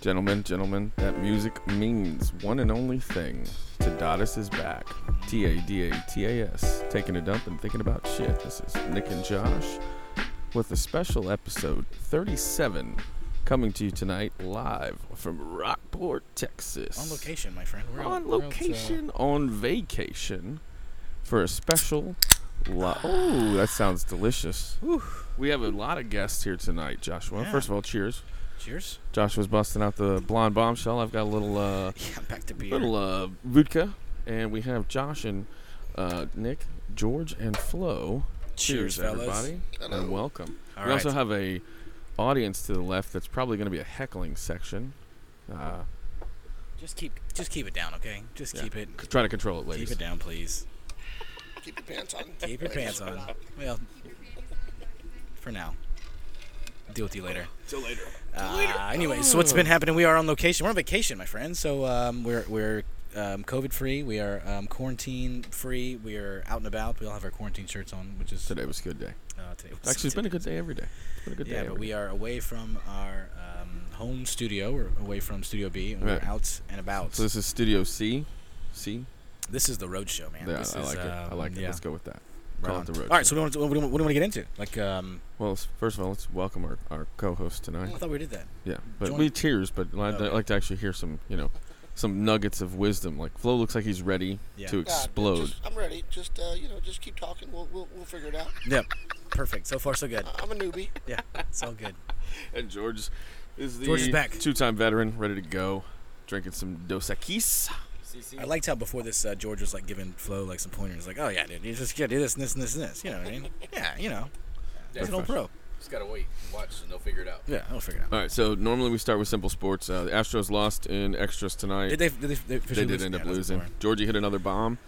Gentlemen, gentlemen, that music means one and only thing. Tadatus is back. T A D A T A S. Taking a dump and thinking about shit. This is Nick and Josh with a special episode 37 coming to you tonight live from Rockport, Texas. On location, my friend. We're On out- we're out, uh, location, on vacation for a special. Lo- oh, that sounds delicious. We have a lot of guests here tonight, Joshua. Yeah. First of all, cheers. cheers. Joshua's busting out the blonde bombshell. I've got a little uh, Yeah, back to beer. little uh, vodka, and we have Josh and uh, Nick, George, and Flo. Cheers, fellas. everybody, and welcome. All we also right. have a audience to the left that's probably going to be a heckling section. Uh, Just keep, just keep it down, okay? Just Yeah. keep it, c- try to control it, keep ladies. it down, please. Keep your pants on. Keep your pants on. Well, for now. Deal with you later. Till later. Uh, anyways, so what's been happening? We are on location. We're on vacation, my friend. So um, we're we're um, COVID free. We are um, quarantine free. We are out and about. We all have our quarantine shirts on, which is Today was a good day. Uh, today was- Actually, it's been a good day every day. It's been a good Yeah, day. but we are away from our um, home studio. We're away from Studio B, and Right. we're out and about. So this is Studio C. C. This is the road show, man. Yeah, this I is, like it. I um, like it. yeah, Let's go with that. right Call on. it the road. All right, so we want to, what do we want to get into? Like, um, Well, s- first of all, let's welcome our, our co-host tonight. I thought we did that. Yeah, but Join- we cheers. But I'd Okay. like to actually hear some, you know, some nuggets of wisdom. Like Flo looks like he's ready Yeah. to Yeah, explode. I'm ready. Just uh, you know, just keep talking. We'll we'll, we'll figure it out. Yep. Perfect. So far, so good. I'm a newbie. Yeah, it's all good. And George is the George is back. two-time veteran, ready to go, drinking some Dos Equis. I liked how before this, uh, George was like giving Flo like some pointers, like, "Oh yeah, dude, you just gotta do this, and this, and this, and this." You know what I mean? Yeah, you know. He's an old pro. Just gotta wait and watch, and they'll figure it out. Yeah, I'll figure it out. All right, so normally we start with simple sports. Uh, the Astros lost in extras tonight. Did they? Did they? They, officially they did lose? end Yeah, up that's losing. boring. Georgie hit another bomb.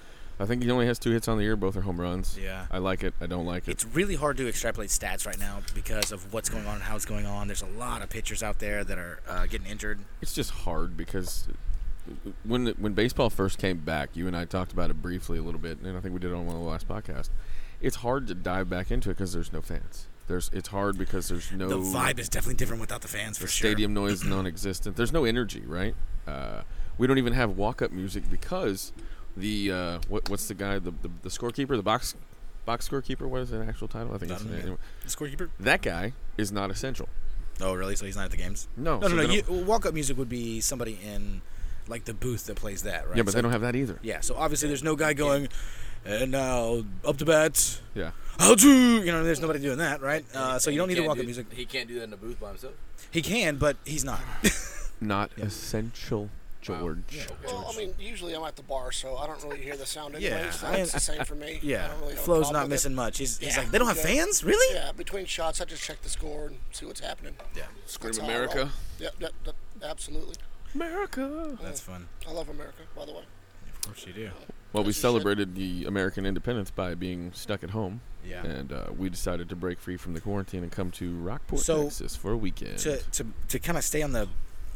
I think he only has two hits on the year. Both are home runs. Yeah. I like it. I don't like it. It's really hard to extrapolate stats right now because of what's going on and how it's going on. There's a lot of pitchers out there that are uh, getting injured. It's just hard because when when baseball first came back, you and I talked about it briefly a little bit, and I think we did it on one of the last podcasts. It's hard to dive back into it because there's no fans. There's it's hard because there's no The vibe is definitely different without the fans for sure. stadium noise non-existent. There's no energy, right? Uh, we don't even have walk-up music because the uh, what, what's the guy the, the the scorekeeper the box box scorekeeper what is the actual title? I think it's, Not in anyway. The scorekeeper? that guy is not essential. Oh, really? So he's not at the games? No, no, Oh, so no. they no. You, walk up music would be somebody in like the booth that plays that, right? Yeah, but So- they don't have that either. Yeah, so obviously there's no guy going, and now up to bat, yeah. how to, you know, there's nobody doing that, right? Uh, so And you don't he need to can't walk up do- music. He can't do that in the booth by himself. He can, but he's not. not essential, George. Well, I mean, usually I'm at the bar, so I don't really hear the sound anyway. Yeah, so I- it's the same for me. I yeah. don't really have a Flo's problem not with missing It. much. He's, he's Yeah, like, they don't have okay. fans? Really? Yeah, between shots, I just check the score and see what's happening. yeah. Scream That's how I roll. America. Yep, yep, yep, absolutely. America. That's fun. I love America, by the way. Of course you do. Well, we That's the shit. celebrated the American independence by being stuck at home. Yeah. And uh, we decided to break free from the quarantine and come to Rockport, So, Texas for a weekend. to to, to kind of stay on the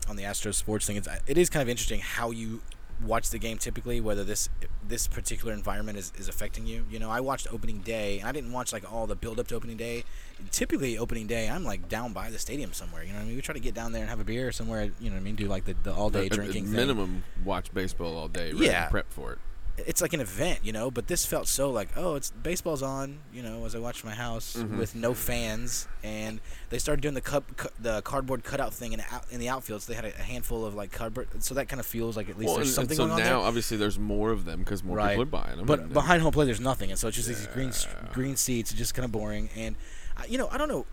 on the Astros sports thing, it's, it is kind of interesting how you watch the game typically, whether this this particular environment is, is affecting you. You know, I watched opening day, and I didn't watch like all the build up to opening day. Typically, opening day, I'm like down by the stadium somewhere. You know what I mean? We try to get down there and have a beer or somewhere. You know what I mean? Do like the, the all At- day at- at drinking thing. minimum, watch baseball all day. Right? Yeah. And prep for it. It's like an event, you know. But this felt so like, oh, it's baseball's on. You know, as I watched from my house Mm-hmm. with no fans, and they started doing the cup, cu- the cardboard cutout thing in out, in the outfield. So they had a, a handful of like cardboard. So that kind of feels like at least Well, and, there's and something so going on now, there. obviously, there's more of them because more people are buying them. But and- behind home plate, there's nothing, and so it's just these green s- green seats. It's just kind of boring. And I- you know, I don't know.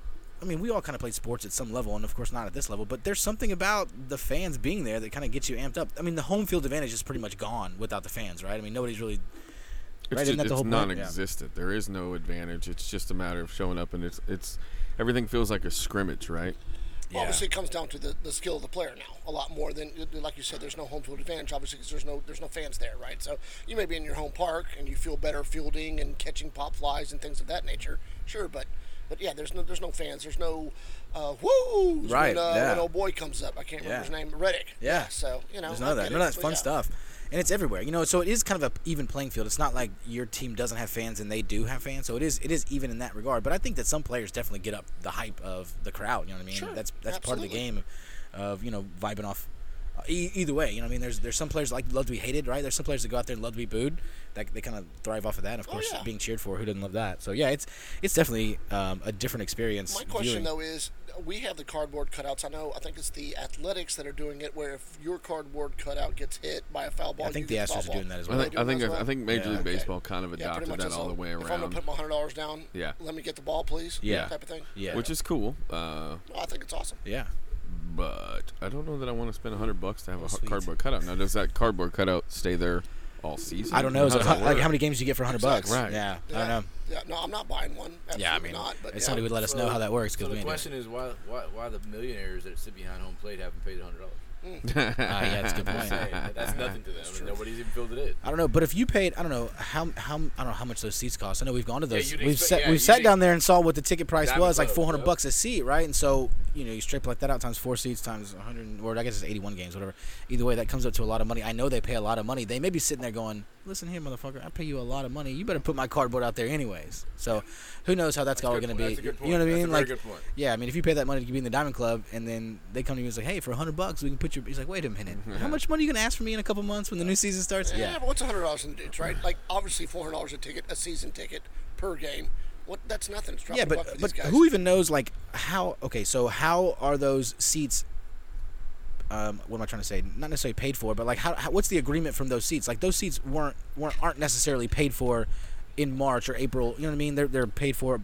I mean, we all kind of played sports at some level, and of course not at this level. But there's something about the fans being there that kind of gets you amped up. I mean, the home field advantage is pretty much gone without the fans, right? I mean, nobody's really. It's, Right, ju- isn't that the it's whole point? Yeah. non-existent. There is no advantage. It's just a matter of showing up, and it's it's everything feels like a scrimmage, right? Yeah. Obviously, it comes down to the, the skill of the player now a lot more than like you said. There's no home field advantage, obviously, because there's no there's no fans there, right? So you may be in your home park and you feel better fielding and catching pop flies and things of that nature, sure, but but yeah, there's no there's no fans, there's no uh, woo Right, when, uh, yeah. when old boy comes up. I can't Yeah. remember his name, Reddick. Yeah. so you know There's I none of get that. it, No, that's but fun yeah. stuff, and it's everywhere. You know, so it is kind of a even playing field. It's not like your team doesn't have fans and they do have fans. So it is it is even in that regard. But I think that some players definitely get up the hype of the crowd. You know what I mean? Sure, That's that's part of the absolutely. game. of you know vibing off. E- either way, you know what I mean. There's there's some players that like love to be hated, right? There's some players that go out there and love to be booed. That they kind of thrive off of that. And of Oh, course, yeah. being cheered for, who doesn't love that? So yeah, it's it's definitely um, a different experience. My question viewing. though is, we have the cardboard cutouts. I know. I think it's the Athletics that are doing it, where if your cardboard cutout gets hit by a foul ball, I think you the get foul Astros are ball. doing that as I well. think I think Well, I think Major yeah, League okay. Baseball kind of Yeah, pretty adopted much that that's all the way If I'm gonna around, put my hundred dollars down, Yeah. let me get the ball, please. Yeah. type of thing. yeah, which is cool. Uh, Well, I think it's awesome. yeah. but I don't know that I want to spend hundred bucks to have a hu- sweet. cardboard cutout. Now, does that cardboard cutout stay there all season? I don't know. How So, does that like work? how many games do you get for 100 bucks? Right. Yeah, I Yeah. don't know. Yeah, no, I'm not buying one. Absolutely Yeah, I mean, not. But if yeah. somebody would let us know how that works So because we the ain't doing it. question is why, why why the millionaires that sit behind home plate haven't paid hundred dollars? Ah, yeah, that's a good point. That's nothing to them. I mean, nobody's even filled it in. I don't know, but if you paid, I don't know how how I don't know how much those seats cost. I know we've gone to those. you'd we've expect- sat, yeah, we've you'd sat ex- down there and saw what the ticket price Diamond was, like Club, 400 yep. bucks a seat, right? And so you know you strip like that out times four seats times 100, or I guess it's 81 games, whatever. Either way, that comes up to a lot of money. I know they pay a lot of money. They may be sitting there going, "Listen here, motherfucker, I pay you a lot of money. You better put my cardboard out there, anyways." So who knows how that's, all Good going to point. be? That's a good point. You know what I mean? That's a like very good point. Yeah, I mean, if you pay that money to be in the Diamond Club, and then they come to you and say, "Hey, for hundred bucks, we can put your." He's like, "Wait a minute, how much money are you gonna ask for me in a couple months when the new season starts?" Yeah, but what's hundred dollars in the dudes, right? Like obviously four hundred dollars a ticket, a season ticket per game. What? That's nothing. It's yeah, dropping a buck but for but these guys. who even knows like how? Okay, so how are those seats? Um, what am I trying to say? Not necessarily paid for, but like how, how? What's the agreement from those seats? Like those seats weren't weren't aren't necessarily paid for in March or April. You know what I mean? They're they're paid for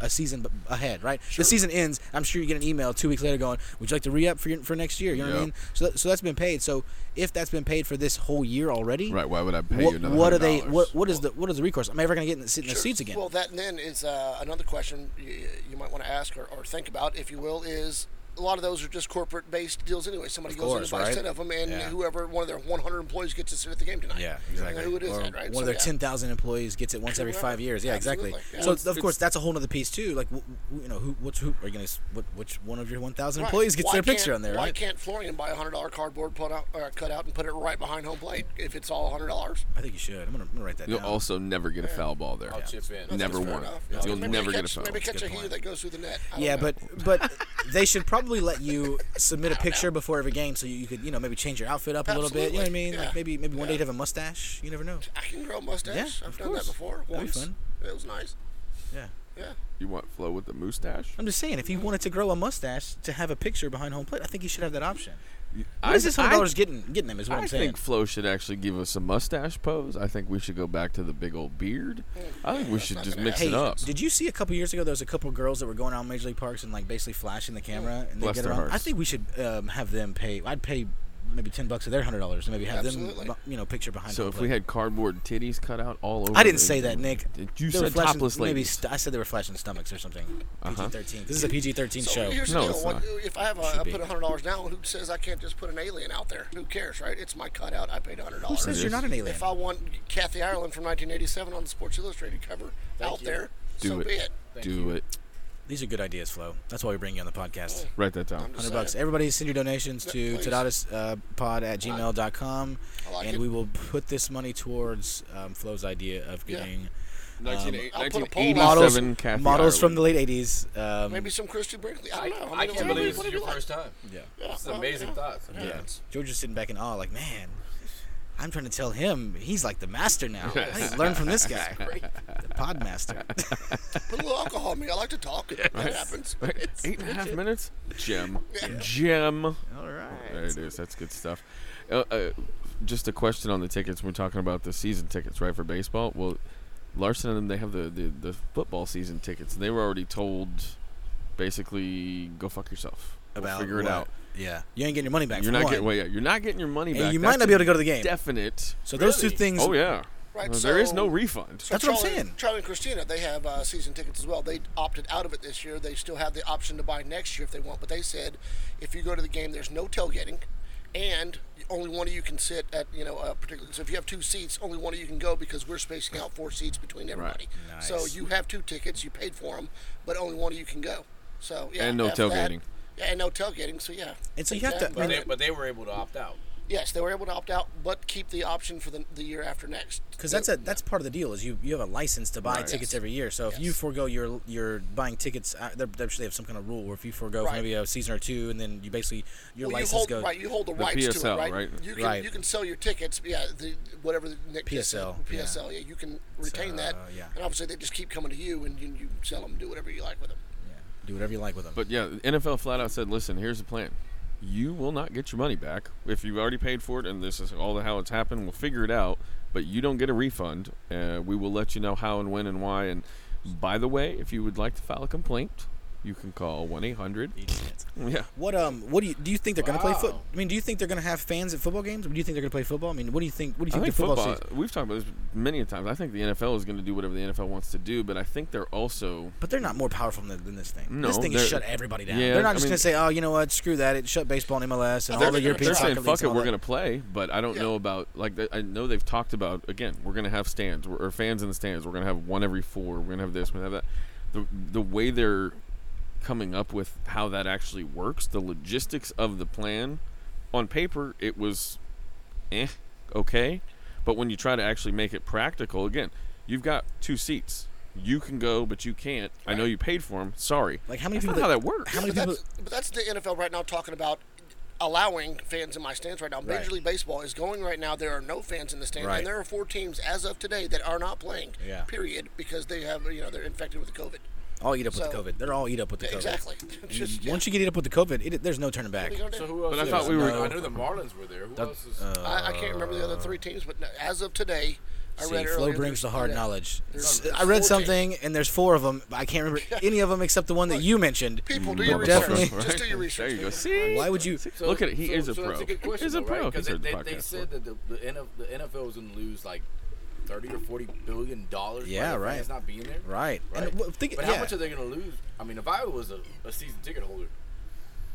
a season b- ahead, right? The season ends. I'm sure you get an email two weeks later going, "Would you like to re up for your, for next year?" You know what Yep. I mean? So that, so that's been paid. So if that's been paid for this whole year already, Right? Why would I pay you What, another? what are they? $100? What what is the what is the recourse? Am I ever gonna get in, sit in the seats again? Well, that then is uh, another question you, you might want to ask or, or think about, if you will, is a lot of those are just corporate based deals anyway. Somebody Of goes course, in and buys right? 10 of them, and Yeah. whoever, one of their 100 employees gets to sit at the game tonight. Yeah, You don't exactly. Know who it is, Or then, right? One So, of their yeah. ten thousand employees gets it once every Correct. five years. Yeah, exactly. Absolutely. Yeah. So It's- of course that's a whole other piece too. Like, wh- wh- you know, who, what's who? Are you gonna s- what, which one of your one thousand Right. employees gets Why their picture can't- on there? Why Right? can't Florian buy a hundred dollar cardboard put out, uh, cut out and put it right behind home plate if it's all hundred dollars? I think you should. I'm gonna, I'm gonna write that You'll down. also never get a foul ball there. I'll chip in. Never Fair won. enough. You'll Maybe never catch, get a foul. Maybe That's a catch a heater that goes through the net. I don't yeah, know. but but they should probably let you submit a picture before every game so you, you could you know maybe change your outfit up a little bit. You know what I Absolutely. mean? Yeah. Like maybe maybe one day you'd have a mustache. You never know. I can grow a mustache. Yeah, I've of done course. that before. That'd be Once. fun. It was nice. Yeah. Yeah. You want flow with the mustache? I'm just saying, if he wanted to grow a mustache to have a picture behind home plate, I think he should have that option. What I- is this I- hundred dollars getting getting him? Is what I am saying. think Flo should actually give us a mustache pose. I think we should go back to the big old beard. I think we should not just gonna mix Hey, it up. did you see a couple years ago? There was a couple girls that were going out in Major League Parks and like basically flashing the camera and they Bless get their around. I hearts. think we should um, have them pay. I'd pay maybe ten bucks of their hundred dollars and maybe have Absolutely. them, bu- you know, picture behind. So the if plate. we had cardboard titties cut out all over, I didn't the- say that, Nick. You They were said flashing- topless Maybe ladies. Uh-huh. st- I said they were flashing stomachs or something. PG thirteen. This is a PG thirteen So show. here's the No, deal. it's What- not. if I have a, I be. put hundred dollars down, who says I can't just put an alien out there? Who cares, right? It's my cutout. I paid hundred Who dollars. says you're not an alien? If I want Kathy Ireland from 1987 on the Sports Illustrated cover out there, Do so it. be it. Do it. These are good ideas, Flo. That's why we bring you on the podcast. Write that down. I'm just Hundred bucks. Everybody send your donations to Yeah, please. tadadaspod pod at gmail.com, I like and it. we will put this money towards um, Flo's idea of Yeah. getting. I'll put a poll 1987 um, out. models, Kathy models from the Ireland. late '80s. Um, Maybe some Christy Brinkley. I I, don't know. I mean, can't whatever- believe this is whatever your you like. first time. yeah. Yeah, It's well, amazing yeah. thoughts. Yeah. George is sitting back in awe, like, man, I'm trying to tell him he's like the master now. I need to learn from this guy, the pod master. Put a little alcohol in me. I like to talk. That happens. Eight and a half minutes. Gem. Gem. All There right. it is. That's good stuff. Uh, uh, just a question on the tickets. We're talking about the season tickets, right, for baseball. Well, Larson and them, they have the, the, the football season tickets, and they were already told, basically, go fuck yourself. We'll figure it what? out. Yeah, you ain't getting your money back. You're for not one. getting. Well, yeah, you're not getting your money And back. you might That's not be able to a go to the game. Definite. So those two Really? things. Oh yeah. Right, Well, there is so- no refund. So That's what I'm Charlie- saying. Charlie and Christina, they have uh, season tickets as well. They opted out of it this year. They still have the option to buy next year if they want, but they said if you go to the game, there's no tailgating, and only one of you can sit at you know a particular. So if you have two seats, only one of you can go because we're spacing out four seats between everybody. Nice. So you have two tickets, you paid for them, but only one of you can go. So yeah, And no after that- tailgating. yeah, and no tailgating. So yeah, And so you have to- Exactly. But, they, but they were able to opt out. Yes, they were able to opt out, but keep the option for the, the year after next. Because that's a that's part of the deal is you, you have a license to buy Right. tickets every year. So if you Yes. forego your your buying tickets, uh, they're- they actually have some kind of rule where if you forego Right. maybe a season or two, and then you basically your Well, you license hold, goes right, you hold the, The rights to PSL, it, right? right? You can Right. you can sell your tickets, yeah. The whatever the Nick just said, PSL, yeah. PSL, yeah. You can retain that, uh, yeah. and obviously they just keep coming to you, and you, you sell them, do whatever you like with them. Yeah. do whatever you like with them. But yeah, the NFL flat out said, "Listen, here's the plan. You will not get your money back if you've already paid for it, and this is all the how it's happened. We'll figure it out, but you don't get a refund. Uh, we will let you know how and when and why. And by the way, if you would like to file a complaint, you can call one eight hundred. Yeah, what um what do you do you think they're gonna play foot? Wow. I mean, do you think they're gonna have fans at football games? Or do you think they're gonna play football? I mean, what do you think? What do you I think, think the football, football. season? We've talked about this many a times. I think the NFL is going to do whatever the NFL wants to do, but I think they're also But they're not more powerful than, than this thing. No, this thing has they're- shut everybody down. yeah, they're I not just mean- gonna say, oh, you know what, screw that. It shut baseball and MLS and They're- all the they're European they're Soccer saying soccer leagues fuck and it, all we're that." gonna play, but I don't Yeah. know about like th- I know they've talked about again we're gonna have stands we're, or fans in the stands. We're gonna have one every four. We're gonna have this. We're gonna have that. The the way they're coming up with how that actually works, the logistics of the plan, on paper it was, eh, okay, but when you try to actually make it practical, again, you've got two seats. You can go, but you can't. I know you paid for them. Sorry. Like, how many That's people not that- how that works? how many But people? that's, but that's the NFL right now talking about allowing fans in my stands right now. Major Right. League Baseball is going right now. There are no fans in the stands, Right. and there are four teams as of today that are not playing. Yeah. Period, because they have you know they're infected with COVID. All eat up with the So- COVID. They're all eat up with the COVID. Exactly. Just, Once you get eat up with the COVID, it, there's no turning back. So who else? But I is- thought we were- uh, I know the Marlins were there. Who else is? I, I can't remember the other three teams, but as of today, I See, read earlier. Flo there's- brings the hard yeah. knowledge. S- there's I read 14. something, and there's four of them. But I can't remember any of them except the one that you mentioned. People, do your Well, research. Mm-hmm. definitely. Just do your There research. you go. people. See? Why would you? So- Look at it. He so- is a so pro. That's a good question. He's a though, pro. Right? He's 'Cause heard the they, podcast they before. said that the, the, NF, the NFL was going to lose like thirty or forty billion dollars. by Yeah, the right. Fans not being there. Right. Right. And, well, think, but yeah. how much are they going to lose? I mean, if I was a, a season ticket holder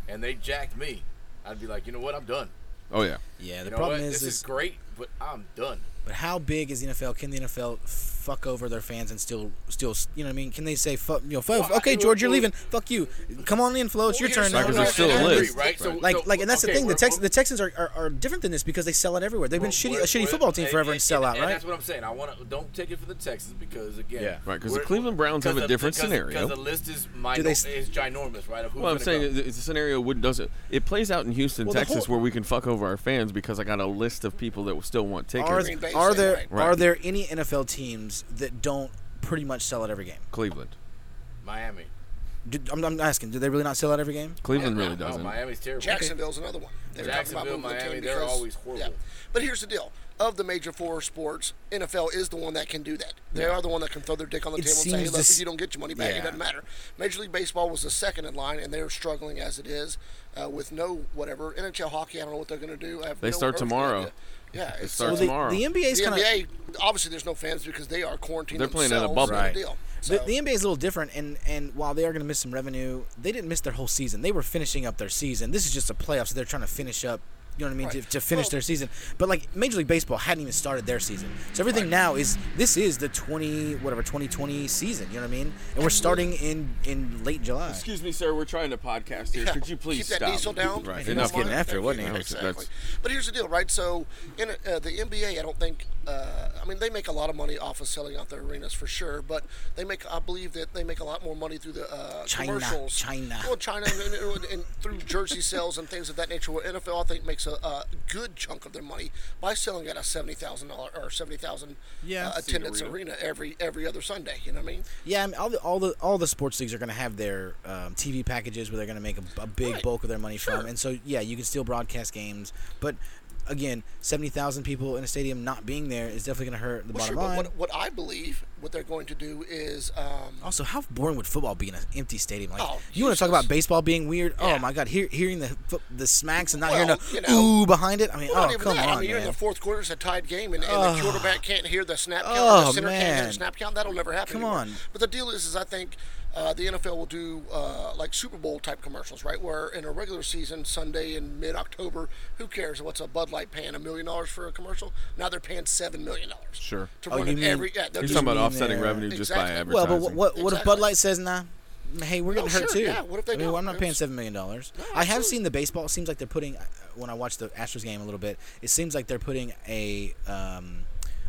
and they jacked me, I'd be like, you know what? I'm done. Oh yeah. Yeah. The You know problem what? is, this is, is great, but I'm done. but how big is the NFL? Can the NFL fuck over their fans and still, still, you know what I mean? Can they say fuck? You know, fuck, Well, I- okay, well, George, you're well- leaving. Fuck you. Come on in, Flo. It's your here's turn. now. the Because thing. there's still I a agree, list, right? So, Like, so- like, and that's the okay, thing. The we're- Tex- we're- the Texans are, are, are different than this because they sell it everywhere. They've been shitty, we're- a shitty we're- football team forever and sell out, and right? That's what I'm saying. I want to don't take it for the Texans because again, Yeah. Right, 'cause the we're- Cleveland Browns have a because of- different because- scenario. Because the list is minor, Do they s- is ginormous, right? Of who's Well, I'm gonna saying go. it- it's a scenario would does it. It plays out in Houston, Well, the Texas, whole- where we can fuck over our fans because I got a list of people that still want Are, tickets. Green Bay are same there way. are Right. there any NFL teams that don't pretty much sell out every game? Cleveland, Miami. Do, I'm, I'm asking, do they really not sell out every game? Cleveland No, really no, doesn't. Oh, Miami's terrible. Jacksonville's another one. They were talking about Jacksonville, moving the team Miami, they're because- always horrible. But here's the deal: of the major four sports, NFL is the one that can do that. They are the one that can throw their dick on the It table and say, "Hey, seems look, this- if you don't get your money back, Yeah. it doesn't matter." Major League Baseball was the second in line, and they're struggling as it is uh, with no whatever NHL hockey. I don't know what they're going to do. I have They no start earthly tomorrow. idea. Yeah, it's starts so- the, tomorrow. the NBA's The kind of NBA, obviously, there's no fans because they are quarantined. They're playing in a themselves bubble. in Right. Deal. The, So- the NBA is a little different, and, and while they are going to miss some revenue, they didn't miss their whole season. They were finishing up their season. This is just a playoff, so they're trying to finish up. You know what I mean? Right. To, to finish Well- their season, but like Major League Baseball hadn't even started their season, so everything now is this is the twenty whatever twenty twenty season. You know what I mean? And we're starting in in late July. Excuse me, sir. We're trying to podcast here. Yeah. keep that diesel down? Right. he Enough. was getting after it, wasn't he? That was- Exactly. that's- But here's the deal, right? So in uh, the NBA, I don't think. Uh, I mean, they make a lot of money off of selling out their arenas for sure, but they make. I believe that they make a lot more money through the uh, China, commercials. China. Well, China, and, and- and through jersey sales and things of that nature. Where NFL, I think, makes a, a good chunk of their money by selling out a seventy thousand dollar or seventy thousand Yeah. uh, attendance arena every every other Sunday. You know what I mean? Yeah, I mean, all the all the all the sports leagues are going to have their um, TV packages where they're going to make a, a big Right. bulk of their money Sure. from, and so yeah, you can still broadcast games, but again, seventy thousand people in a stadium not being there is definitely going to hurt the Well, bottom sure, but line. what, what I believe what they're going to do is um, also, how boring would football be in an empty stadium? Like, Oh, you want to talk useless. about baseball being weird? Oh Yeah. my God, hear, hearing the fo- the smacks and not Well, hearing the you know, ooh behind it. I mean, Well, not oh even come that. on, I mean, you're in man. the fourth quarter. It's a tied game, and, and the quarterback can't hear the snap count. or Oh, the center can't hear man. the snap count. That'll never happen. Come anymore. on. But the deal is, is I think uh, the NFL will do uh, like Super Bowl type commercials, right? Where in a regular season, Sunday in mid October, who cares what's a Bud Light paying a million dollars for a commercial? Now they're paying seven million dollars. Sure. To Oh, run you it mean- every. Yeah, they're He's just- talking about mean offsetting there. revenue just by Exactly. advertising. well, but what what, what if Exactly. Bud Light says nah? hey, we're getting Oh, hurt too. sure, yeah, what if they I mean, don't? well, I'm not paying It's- seven million dollars. No, I have absolutely. seen the baseball. It seems like they're putting. When I watched the Astros game a little bit, it seems like they're putting a um,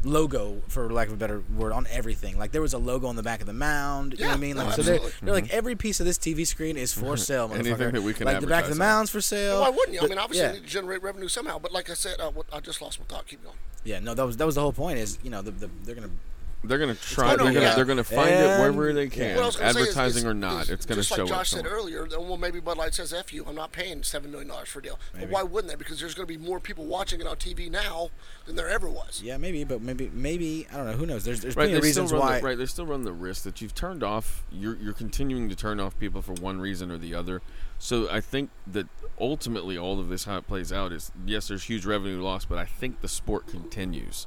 logo, for lack of a better word, on everything. Like there was a logo on the back of the mound. You know what I Yeah, mean? no, Like so, they're, absolutely. Mm-hmm. they're like every piece of this TV screen is for sale. Anything motherfucker. that we can like the back of the advertise on. mound's for sale. Why wouldn't you? I But- mean, obviously, yeah. you need to generate revenue somehow. But like I said, uh, what, I just lost my thought. Keep going. Yeah, no, that was that was the whole point. Is you know the, the they're gonna They're gonna try. gonna- They're gonna, yeah. they're gonna find it And- wherever they Yeah. can, What I was gonna say is- advertising is- or not. is it's gonna just show like Josh up. said somewhere. earlier. Then well, maybe Bud Light says "f you." I'm not paying seven million dollars for a deal. But Maybe. why wouldn't they? Because there's going to be more people watching it on TV now than there ever was. yeah maybe, but maybe maybe I don't know. Who knows? There's there's Right, plenty they of reasons still run why. The, right, they still run the risk that you've turned off. You're you're continuing to turn off people for one reason or the other. So I think that ultimately all of this how it plays out is yes, there's huge revenue loss, but I think the sport continues.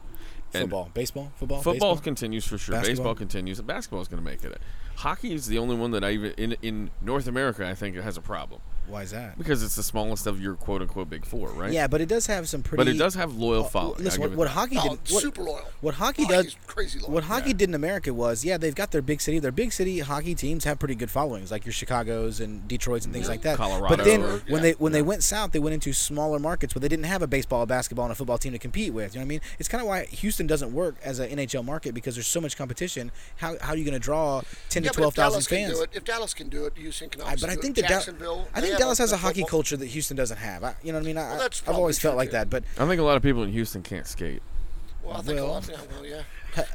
And Football, baseball, football, Football baseball? continues for sure. Basketball? Baseball continues. And basketball is going to make it. Hockey is the only one that I even in in North America I think it has a problem Why is that? because it's the smallest of your quote unquote big four, right? Yeah, but it does have some pretty. uh, But it does have loyal following. I Listen, give what, it what that. hockey Oh, did, what, super loyal. what hockey Hockey's does, crazy loyal. what hockey did in America was, yeah, they've got their big city. Their big city hockey teams have pretty good followings, like your Chicago's and Detroit's and things like that. Colorado But then or- when they when they went south, they went into smaller markets where they didn't have a baseball, a basketball, and a football team to compete with. You know what I mean? It's kind of why Houston doesn't work as an NHL market because there's so much competition. How, how are you going to draw ten Yeah, to but if twelve thousand Dallas can fans? do it, if Dallas can do it, Houston can. I, Obviously but I do think it. that Dal- Jacksonville. I they think have Dallas has a the hockey football- culture that Houston doesn't have. I, you know what I mean? I, Well, that's I've always probably felt true, like too. that. But I think a lot of people in Houston can't skate. Well, I think a Well- lot. Yeah, well, yeah.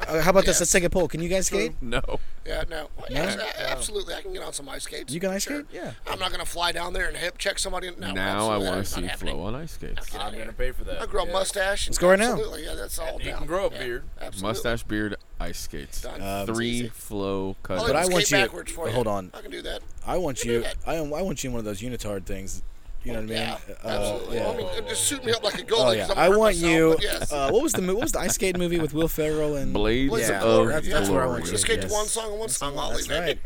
uh, how about Yeah. this? Let's take a poll. Can you guys skate? No. Yeah, no. Well, No? yes, a- absolutely. I can get on some ice skates. You can ice Sure. skate? Yeah. I'm not going to fly down there and hip check somebody. No, now I absolutely, want to that's not see happening. Flo on ice skates. Get out I'm of gonna here. pay for that. I grow a Yeah. mustache. Let's go right now. Absolutely. Yeah, that's all You down. can grow a Yeah, beard. absolutely. Mustache, beard, ice skates. Done. Uh, It's Three Uh, easy. flow I'll cut. But even I skate want you- backwards for but you. hold on. I can do that. I want do you. that. I, I want you in one of those unitard things. You know what I mean? Yeah, Uh, absolutely. yeah. I mean, just suit me up like a Oh goalie. 'cause yeah. I'm gonna I hurt want myself, you. but yes. Uh, what was the mo- what was the ice skate movie with Will Ferrell and? Blades Blades of of glory. glory. That's- that's where I want you. just skate to yes. one song and one song only. That's right.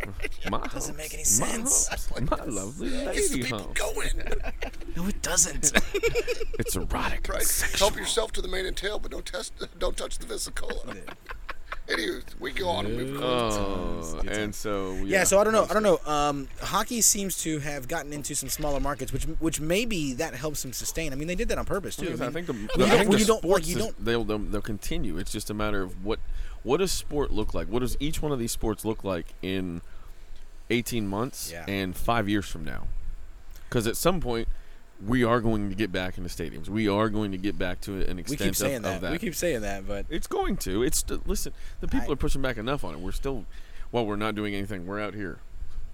My Doesn't make any hopes, my sense. hopes, My, lovely Gets the lady people home. going. No, it doesn't. It's erotic. and Right. sexual. Help yoiourself to the mane and tail, but don't test, don't touch the vesicola. Anywho, we go on. and move. Oh, and so yeah. yeah. So I don't know. I don't know. Um, hockey seems to have gotten into some smaller markets, which which maybe that helps them sustain. I mean, they did that on purpose too. I mean, think the, I when you don't- think when the you don't- like, sports you is- don't- they'll, they'll they'll continue. It's just a matter of what what does sport look like? What does each one of these sports look like in eighteen months Yeah. and five years from now? Because at some point. We are going to get back into stadiums. We are going to get back to an we extent keep of- saying of, that. that. We keep saying that, but It's going to. It's st- listen. The people I- are pushing back enough on it. We're still, well, we're not doing anything. We're out here.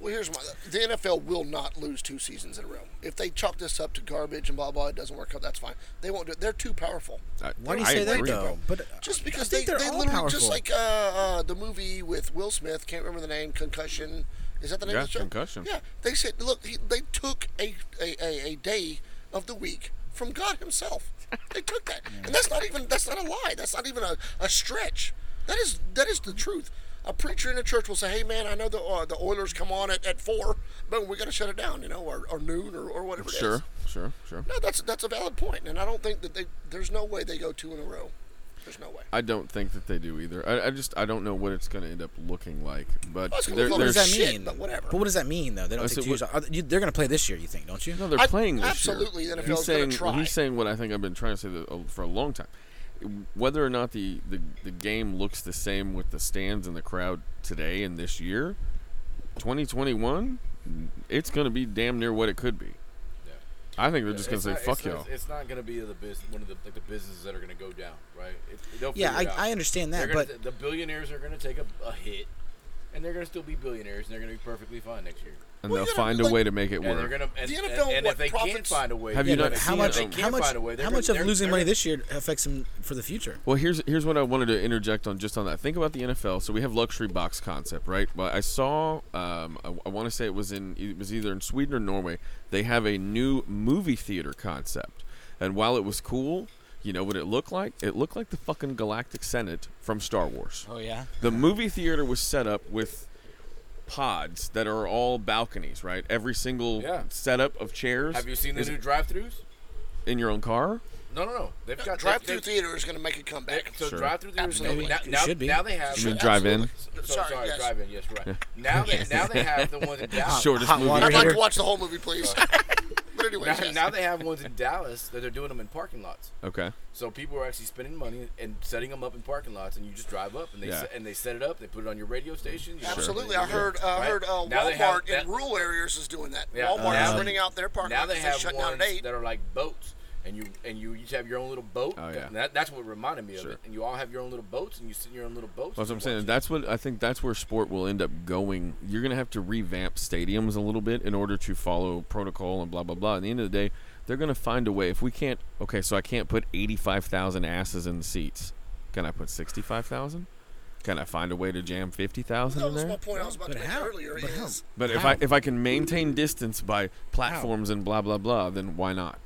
Well, here's my. The NFL will not lose two seasons in a row. If they chalk this up to garbage and blah blah, it doesn't work out. That's fine. They won't do it. They're too powerful. I, why do you I say that agree. though? But uh, Just because I they, think they they're all literally just powerful. like uh, uh, the movie with Will Smith. Can't remember the name. Concussion. Is that the name Yeah, of the show? Concussion. Yeah. They said, look, he, they took a, a, a, a day of the week from God Himself. They took that, and that's not even that's not a lie. That's not even a, a stretch. That is that is the truth. A preacher in a church will say, "Hey, man, I know the uh, the Oilers come on at, at four, but we got to shut it down, you know, or, or noon or, or whatever it is." Sure, sure, sure. No, that's that's a valid point, and I don't think that they. There's no way they go two in a row. There's no way. I don't think that they do either. I, I just I don't know what it's going to end up looking like. But Well, it's gonna they're, look what they're, does that shit, mean? but whatever. what does that mean though? They don't I take said, two years. Are they- you- They're going to play this year, you think, don't you? no, they're I- playing this absolutely, year. the NFL he's is gonna saying try. he's saying what I think I've been trying to say the, uh, for a long time. Whether or not the, the the game looks the same with the stands and the crowd today and this year, 2021, it's going to be damn near what it could be. I think they're just going It's to say not- fuck it's, not- y'all. It's not gonna be the bus one of the like the businesses that are gonna go down, right? It, they'll Yeah, figure it out. I, I understand They're that, gonna, but the billionaires are gonna take a, a hit, and they're gonna still be billionaires, and they're gonna be perfectly fine next year. and Well, they'll you gotta find be a like- way to make it And they're work. gonna and, The and- NFL, and what, if they can't profits- find a way, Have you yeah, not but how seen if it? much They though? can't how much find a way, they're how gonna- much of they're- losing they're money gonna- this year affects them for the future? Well, here's here's what I wanted to interject on just on that. Think about the NFL. So we have luxury box concept, right? Well, I saw. Um, I, I want to say it was in e, it was either in Sweden or Norway. They have a new movie theater concept, and while it was cool, you know what it looked like? It looked like the fucking Galactic Senate from Star Wars. Oh yeah. The movie theater was set up with pods that are all balconies, right? Every single Yeah. setup of chairs. Have you seen the is new drive-throughs? in your own car? No, no, no. They've got Drive-through they've- they've- theater is going to make a comeback. So Sure. drive-through theaters. Absolutely. Now, It now, should be. now they have. You mean drive in? so- Sorry, sorry, yes. drive in. Yes, you're right. Now they now they have the ones in Dallas. Shortest hot movie. water I'd like here. to watch the whole movie, please. but anyway, Uh, Now, yes. now they have ones in Dallas that they're doing them in parking lots. Okay. So people are actually spending money and setting them up in parking lots, and you just drive up and they Yeah. se- and they set it up. They put it on your radio station. you- absolutely. you I know, heard. Uh, I right? heard uh, Now they have Walmart that- in rural areas is doing that. Yeah. Walmart Now- is renting out their parking Now lot they because they have shut down ones at eight. that are like boats, and you and you each have your own little boat. Oh, yeah. And that, that's what reminded me Sure. of it. And you all have your own little boats, and you sit in your own little boats. That's what and I'm you saying. watch That's what I think. That's where sport will end up going. You're going to have to revamp stadiums a little bit in order to follow protocol and blah blah blah. At the end of the day, they're going to find a way. If we can't, okay, so I can't put 85,000 asses in the seats. Can I put 65,000? Can I find a way to jam 50,000 That in was there? my point I was about But to make how- earlier. but how? is But if I if I can maintain Mm. distance by platforms and blah blah blah, then why not?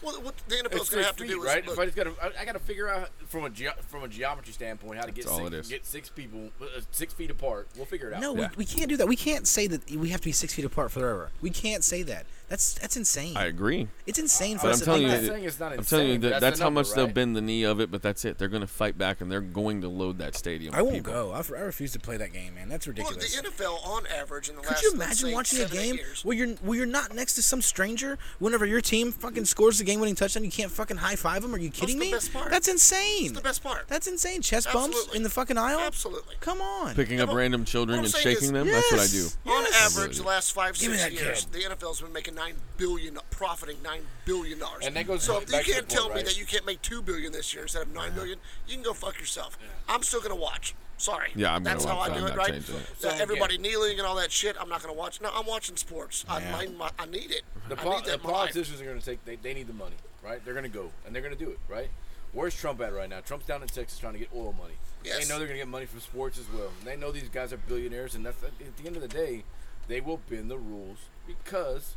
well, what the it. NFL's It's going their to have to feet, do is right? look, If I just got to, I, got to figure out from a geo- from a geometry standpoint how to get That's all it is. six, get six people uh, six feet apart. We'll figure it out. No, Yeah. we, we can't do that. We can't say that we have to be six feet apart forever. We can't say that. That's that's insane. I agree. it's insane for But us I'm to telling think you, not that. that- saying it's not I'm telling you insane, but that that's, that's the how number, much they'll right? bend the knee of it. But that's it. They're going to fight back and they're going to load that stadium. I with won't people. go. I, f- I refuse to play that game, man. That's look, the ridiculous. NFL on average in the Could last you let's imagine say, watching a seven, eight game years, where you're where you're not next to some stranger? Whenever your team fucking scores the game-winning touchdown, you can't fucking high five them. Are you kidding the me? best part. That's insane. the best part. That's insane. Chest bumps Absolutely. in the fucking aisle. Absolutely. Come on. Picking up but random children what and I'm saying shaking is- them. That's what I do. Yes. On Yes. average, the last five, Give me six that years, kid. the NFL's been making nine billion, profiting nine billion dollars. And that goes so back if to the you can't point, tell me right? that you can't make two billion this year instead of nine million, you can go fuck yourself. I'm still gonna watch. Sorry. Yeah, I'm gonna That's watch. how I I'm do it, not right? changing it. Uh, So, everybody kneeling and all that shit. I'm not gonna watch. No, I'm watching sports. I, Yeah. mind my, I need it. The, I pol- need the that in my life. politicians are going to take. They, they need the money, right? They're going to go and they're going to do it, right? Where's Trump at right now? Trump's down in Texas trying to get oil money. Yes. They know they're going to get money from sports as well. They know these guys are billionaires, and that's at the end of the day, they will bend the rules because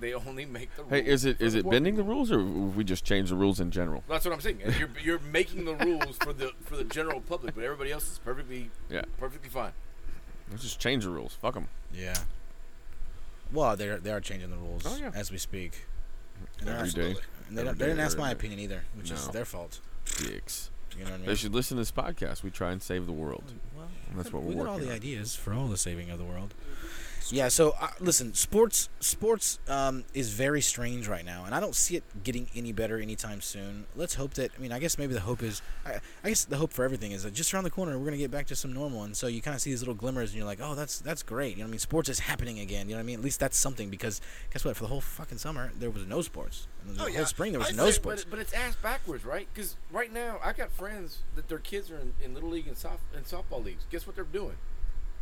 they only make the rules. Hey, is it for is the it poor bending the people. rules, or have we just changed the rules in general? That's what I'm saying. You're, you're making the rules for the for the general public, but everybody else is perfectly Yeah. perfectly fine. Let's just change the rules. Fuck them. Yeah. Well, they are they are changing the rules Oh, yeah. as we speak. And they're Every not- day. And they, Every don't, they didn't day, ask every my day. opinion either, which is No. their fault. Dicks. You know what I mean? They should listen to this podcast. We try and save the world. Well, And that's we what we're got all working the on. ideas for all the saving of the world. Yeah. So uh, listen, sports sports um, is very strange right now, and I don't see it getting any better anytime soon. Let's hope that. I mean, I guess maybe the hope is. I, I guess the hope for everything is that just around the corner we're gonna get back to some normal, and so you kind of see these little glimmers, and you're like, oh, that's that's great. You know what I mean? Sports is happening again. You know what I mean? At least that's something because guess what? For the whole fucking summer there was no sports. And the Oh, whole yeah. spring there was I no think- sports. But, but it's ass backwards, right? Because right now, I got friends that their kids are in, in little league and soft and softball leagues. Guess what they're doing?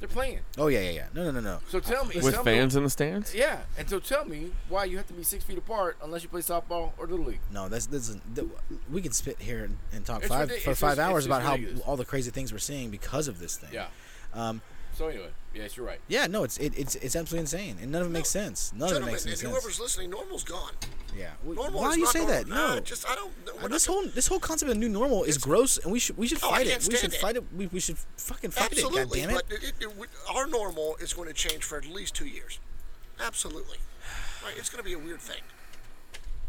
They're playing. oh yeah, yeah, yeah. No, no, no, no. So tell me, With tell fans me, in the stands? yeah. And so tell me why you have to be six feet apart unless you play softball or little league. No, that's this is th- we could spit here and, and talk It's five ridic- for it's five just- hours it's about just how ridiculous. all the crazy things we're seeing because of this thing. Yeah. Um. So anyway, yes, you're right. Yeah. No. It's it, it's it's absolutely insane, and none of it makes sense. None of it Gentlemen, makes any and sense. whoever's listening, normal's gone. Yeah. W- Normal Why is do you not say normal. that? Nah, No. just I don't. we're Uh, not this gonna- whole this whole concept of new normal is gross, and we should we should Oh, I fight can't it. We should stand it. fight it. We, we should fucking fight it. Absolutely, God damn it. but it, it, it, would- our normal is going to change for at least two years. Absolutely, right? It's going to be a weird thing.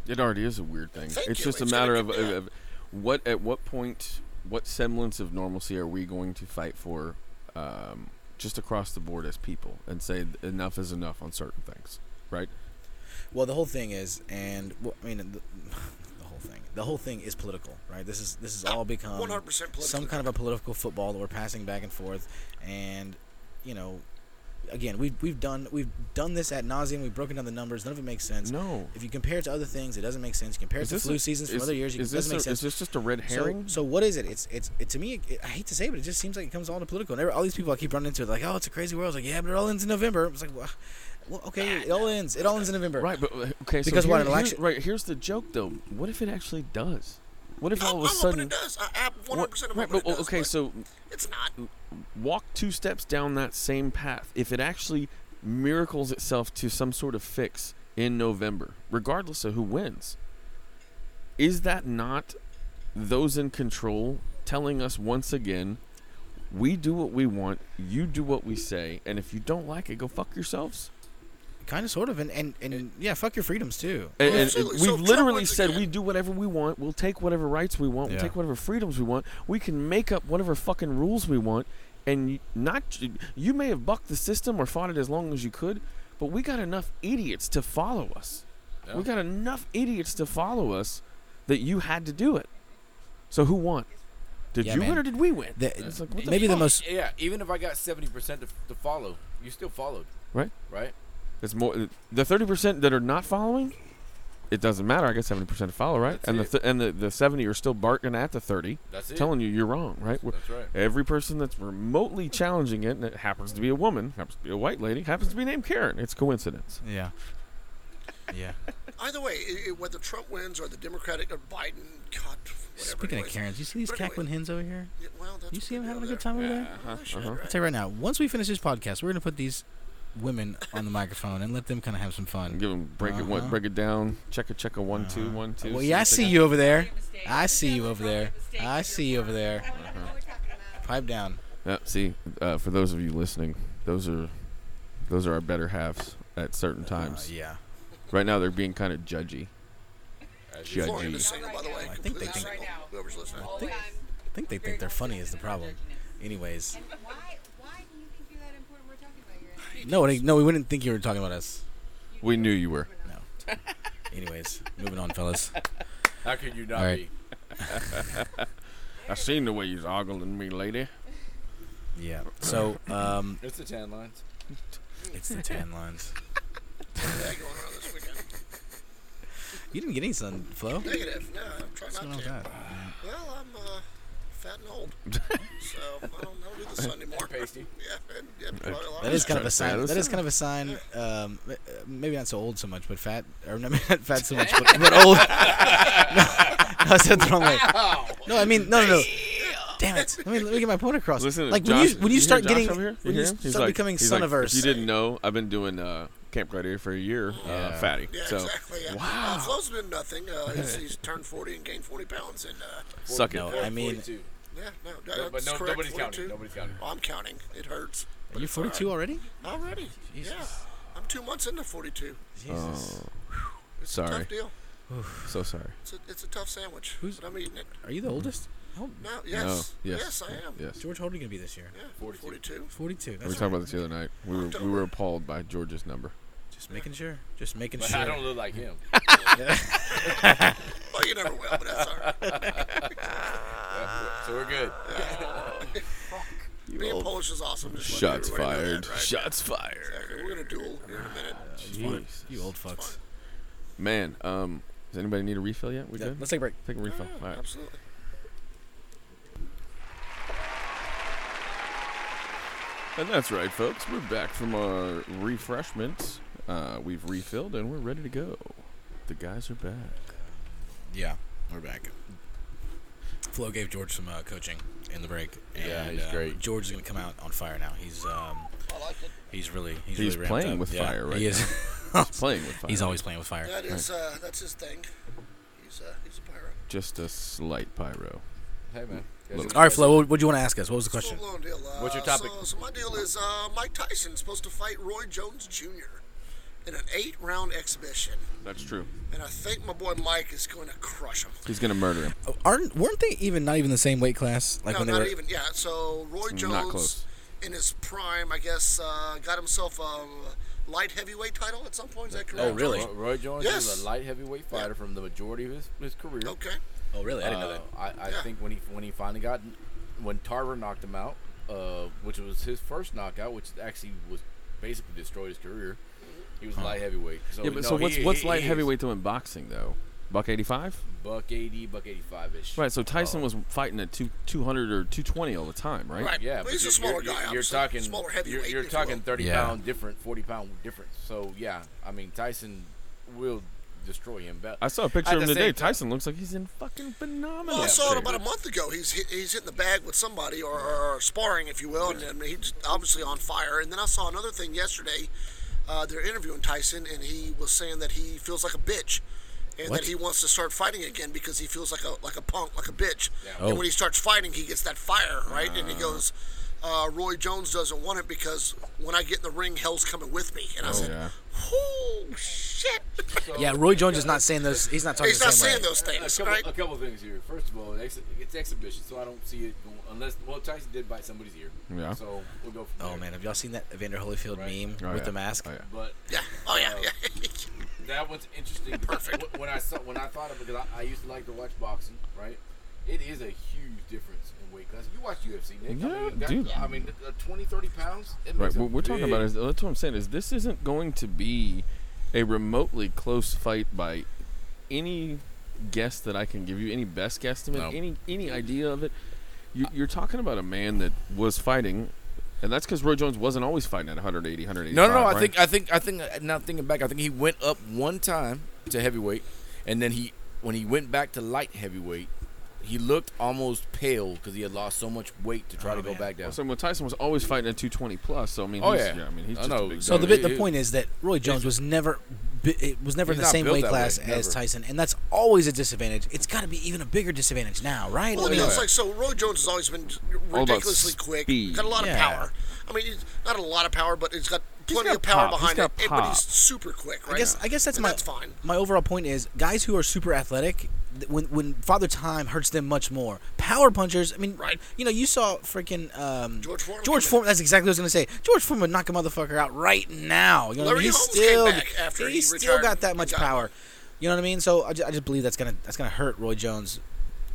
It already is a weird thing. Thank it's you. just a It's gonna matter be of, of, bad. of what at what point, what semblance of normalcy are we going to fight for, um, just across the board as people, and say enough is enough on certain things, right? Well, the whole thing is, and well, I mean, the, the whole thing, the whole thing is political, right? This is this has all become 100% political. Um, some kind of a political football that we're passing back and forth, and you know, again, we've we've done we've done this at nauseum. We've broken down the numbers. None of it makes sense. No. If you compare it to other things, it doesn't make sense. You compare it to flu a- seasons from is- other years, it is this doesn't make a- sense. Is this just a red herring? So, so what is it? It's it's it, to me. It, I hate to say, it, but it just seems like it comes all to political. And every, all these people I keep running into, they're like, oh, it's a crazy world. It's like, yeah, but it all ends in November. It's like, well, well okay, it all ends. It all ends in November. Right, but uh, okay. so Because what, here- here's- an election- right, here's the joke though. What if it actually does? What if I'm, all of a I'm sudden? hoping it does. I, I what- 100% am right, hoping but, it oh, does, okay, but so it's not. walk two steps down that same path. If it actually miracles itself to some sort of fix in November, regardless of who wins, is that not those in control telling us once again? We do what we want. You do what we say. And if you don't like it, go fuck yourselves. kind of, sort of, and and, and yeah, fuck your freedoms too. And, and Absolutely. we've So Trump literally wins said again. we do whatever we want. We'll take whatever rights we want. Yeah. We'll take whatever freedoms we want. We can make up whatever fucking rules we want. And y- not you may have bucked the system or fought it as long as you could, but we got enough idiots to follow us. Yeah. We got enough idiots to follow us that you had to do it. So who won? Did Yeah, you man. win or did we win? The- It's like, what the maybe the fuck? most Yeah, even if I got seventy percent to, to follow, you still followed, right. right? It's more the thirty percent that are not following. It doesn't matter. I got seventy percent to follow, right? That's and it. the th- and the, the seventy are still barking at the thirty, That's it. telling you you're wrong, right? We're- That's right. Every person that's remotely challenging it, and it happens to be a woman, happens to be a white lady, happens to be named Karen. It's coincidence. Yeah. Yeah. Either way, i i whether Trump wins or the Democratic or Biden, God, whatever. Speaking anyways. of Karens, you see these But anyway, cackling hens over here? yeah, well, that's You what see they them do having a over good time over there? Uh-huh, Well, shit, uh-huh. I'll right. tell you right now, once we finish this podcast, we're gonna put these women on the microphone and let them kind of have some fun. Give them break it one, Uh-huh. break it down. Check a check a one two one two. Well, see yeah, I if they see got- you over there. I see you over there. I see you over there. Pipe down. Yeah, see, uh, for those of you listening, those are those are our better halves at certain times. Uh, yeah. Right now, they're being kind of judgy. Florian is Judgy. single, by the way. I think they completely think- single, Whoever's listening. I think, I think they think they're funny is the problem. Anyways, um, Why, why do you think you're that important? We're talking about your no, they- no, we wouldn't think you were talking about us. We knew you were. Anyways, moving on, fellas. How could you not All right. be? I seen the way you's ogling me, lady. Yeah. So, um, It's the tan lines. it's the tan lines. That going on this weekend. You didn't get any sun, Flo. Negative. No, I'm trying What's going not on with to. that? Well, I'm uh, fat and old, so I don't, I don't do this anymore. Pasty. Yeah, and, yeah, probably a lot That is of- kind of a Yeah, sign. that's That is it. kind of a sign. Um, uh, maybe not so old so much, but fat or no, not fat so much, but, but old. no, I said the wrong way. No, I mean no, no, no. Damn it! Let me, let me get my point across. Listen, like Josh, when you when you, hear start Josh getting over here? You when hear you him? He's start like- becoming he's like, soniverse, If you didn't know, I've been doing uh, Camp Gladiator for a year, uh, fatty. Yeah, so exactly. Yeah. Uh, Flo's been nothing. Uh, he's, he's turned 40 and gained 40 pounds, and uh, suck it. No, Or I mean- 42. yeah, no, that- No, but that's no, correct. nobody's 42. counting. Nobody's counting. Well, I'm counting. It hurts. but are you it's all 42 right. already? Already? Yeah, Jesus. I'm two months into 42. Jesus, Oh. It's a Sorry. tough deal. so sorry. It's a, it's a tough sandwich, Who's- but I'm eating it. are you the oldest? How old- No, yes, no. Yes. I am. Yes. George, how old are you gonna be this year? Yeah, 42. 42. 42. We were That's talking about this the other night. We were we were appalled by George's number. just making sure. Just making But sure. I don't look like him. Well, you never will, but that's all right. So we're good. Being Polish is awesome. Just letting Shots everybody know fired. that, right? Shots fired. Exactly. We're gonna duel here in a minute. Jeez. You old fucks. Man, um, does anybody need a refill yet? We Yeah, good? let's take a break. take a refill. All right. Absolutely. And that's right, folks. We're back from our refreshment. Uh, we've refilled and we're ready to go. The guys are back. Yeah, we're back. Flo gave George some uh, coaching in the break. And, Yeah, he's uh, great. George is going to come out on fire now. He's um, I like it. he's really he's, He's really ramped playing up. with Yeah, fire right He is. Playing with fire. he's always playing with fire. That is uh, that's his thing. He's uh, he's a pyro. just a slight pyro. Hey man. All right, Flo, what, what do you want to ask us? What was the question? Full-blown deal. Uh, What's your topic? So, so my deal is uh, Mike Tyson's supposed to fight Roy Jones Jr. in an eight-round exhibition, That's true. and I think my boy Mike is going to crush him. He's gonna murder him. Oh, Aren't weren't they even not even the same weight class? Like no, when they not were even. Yeah. So Roy Not Jones, close. in his prime, I guess, uh, got himself a light heavyweight title at some point. Is that correct? Oh, really? George? Roy Jones Yes. is a light heavyweight fighter from the majority of his, his career. Okay. Oh, really? I didn't know Uh, that. I, I Yeah. think when he when he finally got when Tarver knocked him out, uh, which was his first knockout, which actually was basically destroyed his career. He was light heavyweight. So, Yeah, but Oh, no, so what's he- what's he- light he is heavyweight to in boxing though? Buck eighty five. Buck eighty, buck eighty five ish. Right. So Tyson was fighting at two two hundred or two twenty all the time, right? Right. Yeah, Well, he's but a smaller you're, guy. You're obviously. talking smaller You're, heavyweight. you're if you talking will. thirty Yeah. pound different, forty pound difference. So yeah, I mean Tyson will destroy him. But I saw a picture at of him the today. same time- Tyson looks like he's in fucking phenomenal. Well, I saw it shape. about a month ago. He's hit, he's hitting the bag with somebody or, or sparring, if you will, and, and he's obviously on fire. And then I saw another thing yesterday. Uh, they're interviewing Tyson, and he was saying that he feels like a bitch, and What? that he wants to start fighting again because he feels like a like a punk, like a bitch. Yeah. Oh. Ah. And when he starts fighting, he gets that fire, right? and he goes. uh, Roy Jones doesn't want it because when I get in the ring, hell's coming with me. Oh, And I said, yeah. oh, shit. Yeah, Roy Jones is not saying those. He's not talking He's the not same saying way. those A things, couple, right? a couple things here. First of all, it's, it's exhibition, so I don't see it going, unless well, Tyson did bite somebody's ear. Yeah. So we'll go from Oh there. man, have y'all seen that Evander Holyfield Right. meme Oh, with yeah. the mask? Oh, yeah. But Yeah. Oh, yeah. yeah. that one's interesting. because wh- When I saw when I thought of it, because I, I used to like to watch boxing, right? It is a huge difference in weight class. You watch UFC, Nick. I Yeah, mean, that, dude. I mean, uh, 20, 30 pounds. It Right. makes a What we're talking about big- is that's what I'm saying is this isn't going to be a remotely close fight by any guess that I can give you, any best guesstimate, No. any any idea of it. You, you're talking about a man that was fighting, and that's because Roy Jones wasn't always fighting at 180, 180. No, no, no. I think, I think, I think. uh, Now thinking back, I think he went up one time to heavyweight, and then he, when he went back to light heavyweight, he looked almost pale because he had lost so much weight to try Oh, to man. go back down. so. Well, Tyson was always fighting at 220 plus. So I mean, Oh, he's, yeah. I mean, he's I just a know. big So dog. the bit, the It- point is that Roy Jones was never, bi- it was never in the He's not same built weight that way, class as never. Tyson, and that's always a disadvantage. It's got to be even a bigger disadvantage now, right? Well, I mean, it's like so. Roy Jones has always been All about ridiculously quick. speed. Got a lot Yeah. of power. I mean, he's not a lot of power, but he's got plenty got of power pop. He's behind got it. But pop. he's super quick, right? I guess I guess that's And my That's fine. my overall point is guys who are super athletic. th- When when Father Time hurts them much more. Power punchers. I mean, Right. You know, you saw freaking um, George Foreman George came in. Foreman. That's exactly what I was gonna say. George Foreman would knock a motherfucker out right now. You know what I Larry mean? He's Holmes came still back after he's he still retired got that and much got- power. You know what I mean? So I just, I just believe that's gonna that's gonna hurt Roy Jones much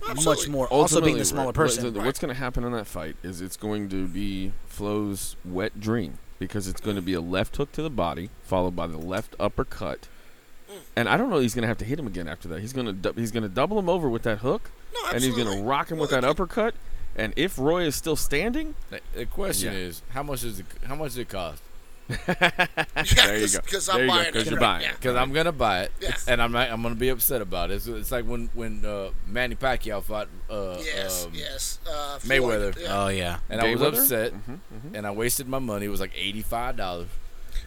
Absolutely. more. Also Ultimately, being the smaller what- person. what- What's going to happen in that fight is it's going to be Flo's wet dream because it's going to be a left hook to the body followed by the left uppercut. And I don't know he's going to have to hit him again after that. He's going to du- he's going to double him over with that hook No, and he's going to absolutely. rock him with Well, that uppercut. And if Roy is still standing, The- the question Yeah. is, how much is it? How much does it cost? Yeah, there you go. Because There I'm you go, buying 'cause it. you're buying it. Because I'm gonna buy it, Yes. and I'm not, I'm gonna be upset about it. So it's like when when uh, Manny Pacquiao fought uh, Yes, um, yes. Uh, Floyd, Mayweather. yeah. Oh yeah. and I Mayweather? was upset, and I wasted my money. It was like eighty five dollars.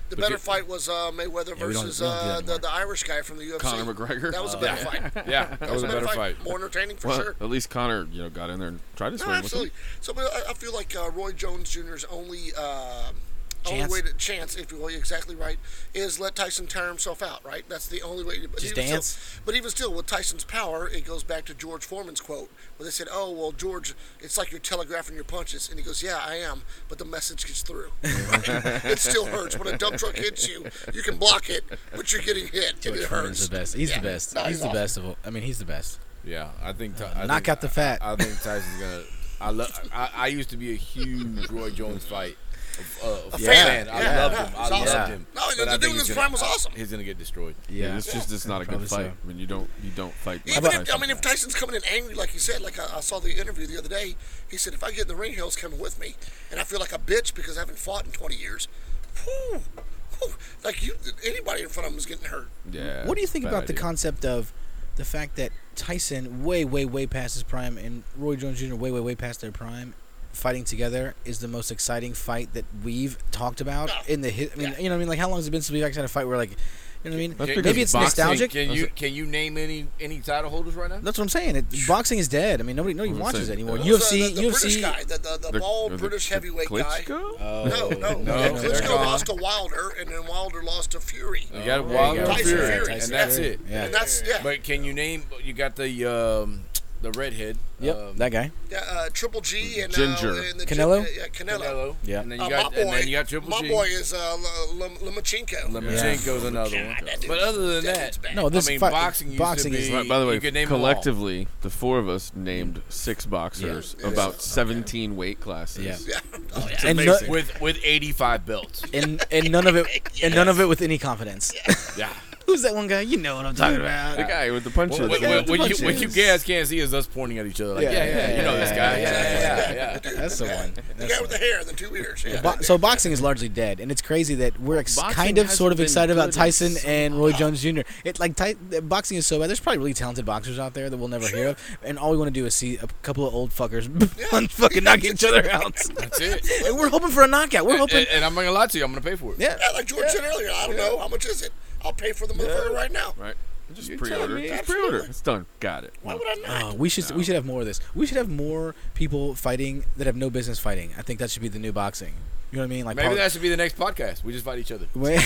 The But better you- fight was uh, Mayweather we don't- versus we don't do that uh, the, anymore. the Irish guy from the UFC. Conor McGregor. That was a better fight. That Yeah, that was a better fight. More entertaining for well, sure. at least Connor, you know, got in there and tried to swing No, with him. absolutely. So but I, I feel like uh, Roy Jones Jr.'s only uh, only Chance? way to chance, if you will, you're exactly right, is let Tyson tire himself out. Right. That's the only way. To, but Just even still- dance? but even still, with Tyson's power, it goes back to George Foreman's quote, where they said, "Oh well, George, it's like you're telegraphing your punches," and he goes, "Yeah, I am, but the message gets through. it still hurts when a dump truck hits you. You can block it, but you're getting hit. and it Foreman's hurts. the best. He's Yeah. the best. No, he's the awesome. best of all. I mean, he's the best. Yeah, I think Ty- I knock think- out the fat. I, I think Tyson's gonna. I love. I, I used to be a huge Roy Jones fight. Uh, a fan. I Yeah, loved yeah, him. I he's loved awesome. him. No, the But I dude think in he's his gonna- prime was awesome. He's gonna get destroyed. Yeah, it's just it's not a good Probably so. fight. I mean, you don't you don't fight. Mike Even if, I Tyson. mean, if Tyson's coming in angry, like you said, like I, I saw the interview the other day, he said, if I get in the ring, Hill's coming with me. And I feel like a bitch because I haven't fought in 20 years. Whew, whew. like you, anybody in front of him is getting hurt. yeah. What do you think bad about the idea. concept of the fact that Tyson way, way, way past his prime and Roy Jones Jr. way, way, way past their prime, fighting together is the most exciting fight that we've talked about in the. hi- I mean, Yeah. you know, what I mean, like how long has it been since we've actually had a fight where like, you know, what I mean, That's because maybe it's boxing nostalgic. Can you can you name any any title holders right now? That's what I'm saying. It, boxing is dead. I mean, nobody, nobody I'm watches saying, anymore. uh, UFC, the, the British UFC. guy, the, the, the, bald or the- British the heavyweight guy. Klitschko? No, no, Oh, No, Yeah, they're Klitschko gone. lost to Wilder, and then Wilder lost to Fury. You got there you Wilder go. and Tyson Oh, Fury, Fury. and Tyson that's Fury. it. Yeah. And that's yeah, But can you name? You got the um, the redhead. Yep, um, that guy. yeah uh, Triple G and Ginger. uh, and the Canelo? Gi- yeah, Canelo. Canelo. Yeah. And then Uh, you got my boy, and then you got Triple my G. boy is uh, L- Lim- Limachenko. Lomachenko's another one. that But dude's- other than that that, dude's bad. No, this I mean, fight, boxing used to boxing is be- Right, by the You way, could name 'em all. collectively, the four of us named six boxers, about 17 weight classes. Yeah. Yeah. Oh, yeah. and, no, with with 85 belts. and and none of it and none of it with any confidence. Yeah. Who's that one guy? You know what I'm talking about. The guy with the punches. When, Yeah. when, the when you, when you punches. guys can't see is us pointing at each other like, yeah, Yeah, yeah, yeah, you know yeah, this guy. Yeah, yeah, yeah. That's the one. The guy with the hair and the two ears. Yeah. Bo- so boxing is largely dead, and it's crazy that we're ex- Boxing kind of hasn't sort of been excited about good in Tyson and Roy Jones Jr. It like ty- boxing is so bad. There's probably really talented boxers out there that we'll never hear of, and all we want to do is see a couple of old fuckers fucking knock each other out. That's it. and we're hoping for a knockout. We're hoping. And, and I'm not gonna lie to you, I'm gonna pay for it. Yeah. Yeah, like George said earlier, I don't know how much is it. I'll pay for the motherfucker right now. Right. Just You're pre-order. telling me, Just pre-order. It's done. Got it. Why would I Oh, not? we should we should have more of this. We should have more people fighting that have no business fighting. I think that should be the new boxing. You know what I mean? Like Maybe poli- that should be the next podcast. We just fight each other. Wait,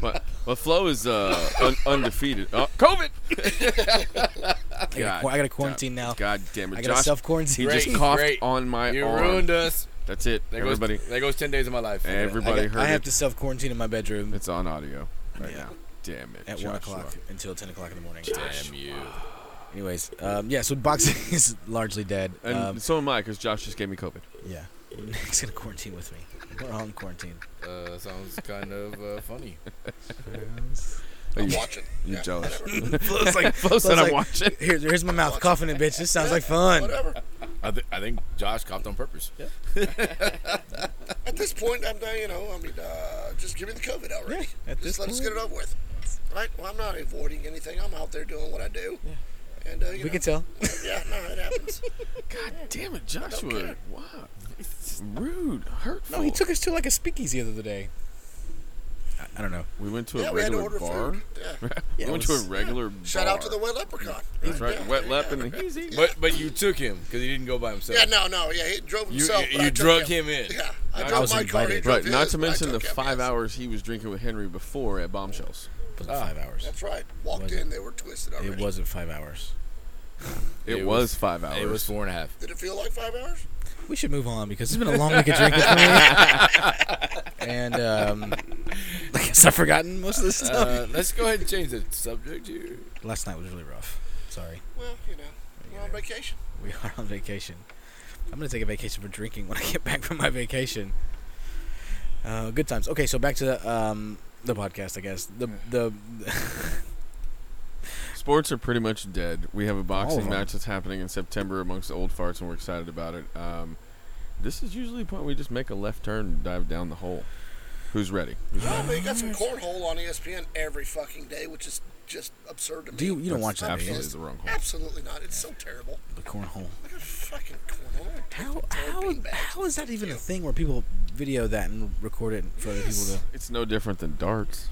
But but Flo is uh, un- undefeated. Oh, COVID. I, gotta, qu- I gotta quarantine now. God damn it, Oh. I gotta Josh. self he quarantine. Great, just coughed great. on my You arm. ruined us. That's it. There Everybody, goes there goes ten days of my life. everybody I, heard have it. to self quarantine in my bedroom It's on audio right Yeah. now. Damn it. at Joshua. one o'clock until ten o'clock in the morning. Damn you. Anyways, um, yeah. So boxing is largely dead. And um, so am I, because Josh just gave me COVID. yeah, he's gonna quarantine with me. We're all in quarantine. Uh, sounds kind of uh, funny. Are I'm you, watching. you Yeah, jealous? Flo's like, Flo said Flo's I'm like, watching. Here, here's my mouth coughing it, bitch. This sounds like fun. Whatever. I, th- I think Josh coughed on purpose. Yeah. At this point, I'm done. You know, I mean, uh, just give me the COVID already. Yeah, at just this let us get point. it over with. Right? Well, I'm not avoiding anything. I'm out there doing what I do. Yeah. And uh, you We know, can tell. yeah, no, it happens. God damn it, Joshua. care. Wow. Rude. Hurtful. No, he took us to like a speakeasy the other day. I, I don't know. we went to a yeah, we had to regular order bar. food. Yeah. we it went was- to a regular bar. Shout out to the wet leprechaun. That's right. Yeah. Wet lap and he's easy. But but you took him because he didn't go by himself. Yeah, no, no, yeah, he drove You himself. you, but I you took drug him in. Yeah, I I drove was my car. he invited. drove Right, not his, to I mention the took him, five yes. hours he was drinking with Henry before at Bombshells. Was it five Ah. hours? That's right. Walked Was it? in, they were twisted already. It wasn't five hours. It, It was, was- five hours. It was four and a half. Did it feel like five hours? We should move on because it's been a long week of drinking for me. and um, I guess I've forgotten most of this stuff. Uh, let's go ahead and change the subject here. Last night was really rough. Sorry. Well, you know, we're on vacation. We are on vacation. I'm gonna take a vacation for drinking when I get back from my vacation. Uh, good times. Okay, so back to the um, the podcast, I guess. The the Sports are pretty much dead. We have a boxing them. match that's happening in September amongst the old farts, and we're excited about it. Um, this is usually the point where we just make a left turn and dive down the hole. Who's ready? Who's Well, ready? but you got some cornhole on E ESPN every fucking day, which is just absurd to me. do you you don't watch That's that? do you? absolutely the wrong hole. Absolutely not. It's so terrible. The cornhole. Look at fucking cornhole. How Throw how it back. how is that even a thing where people video that and record it for other people to? It's no different than darts.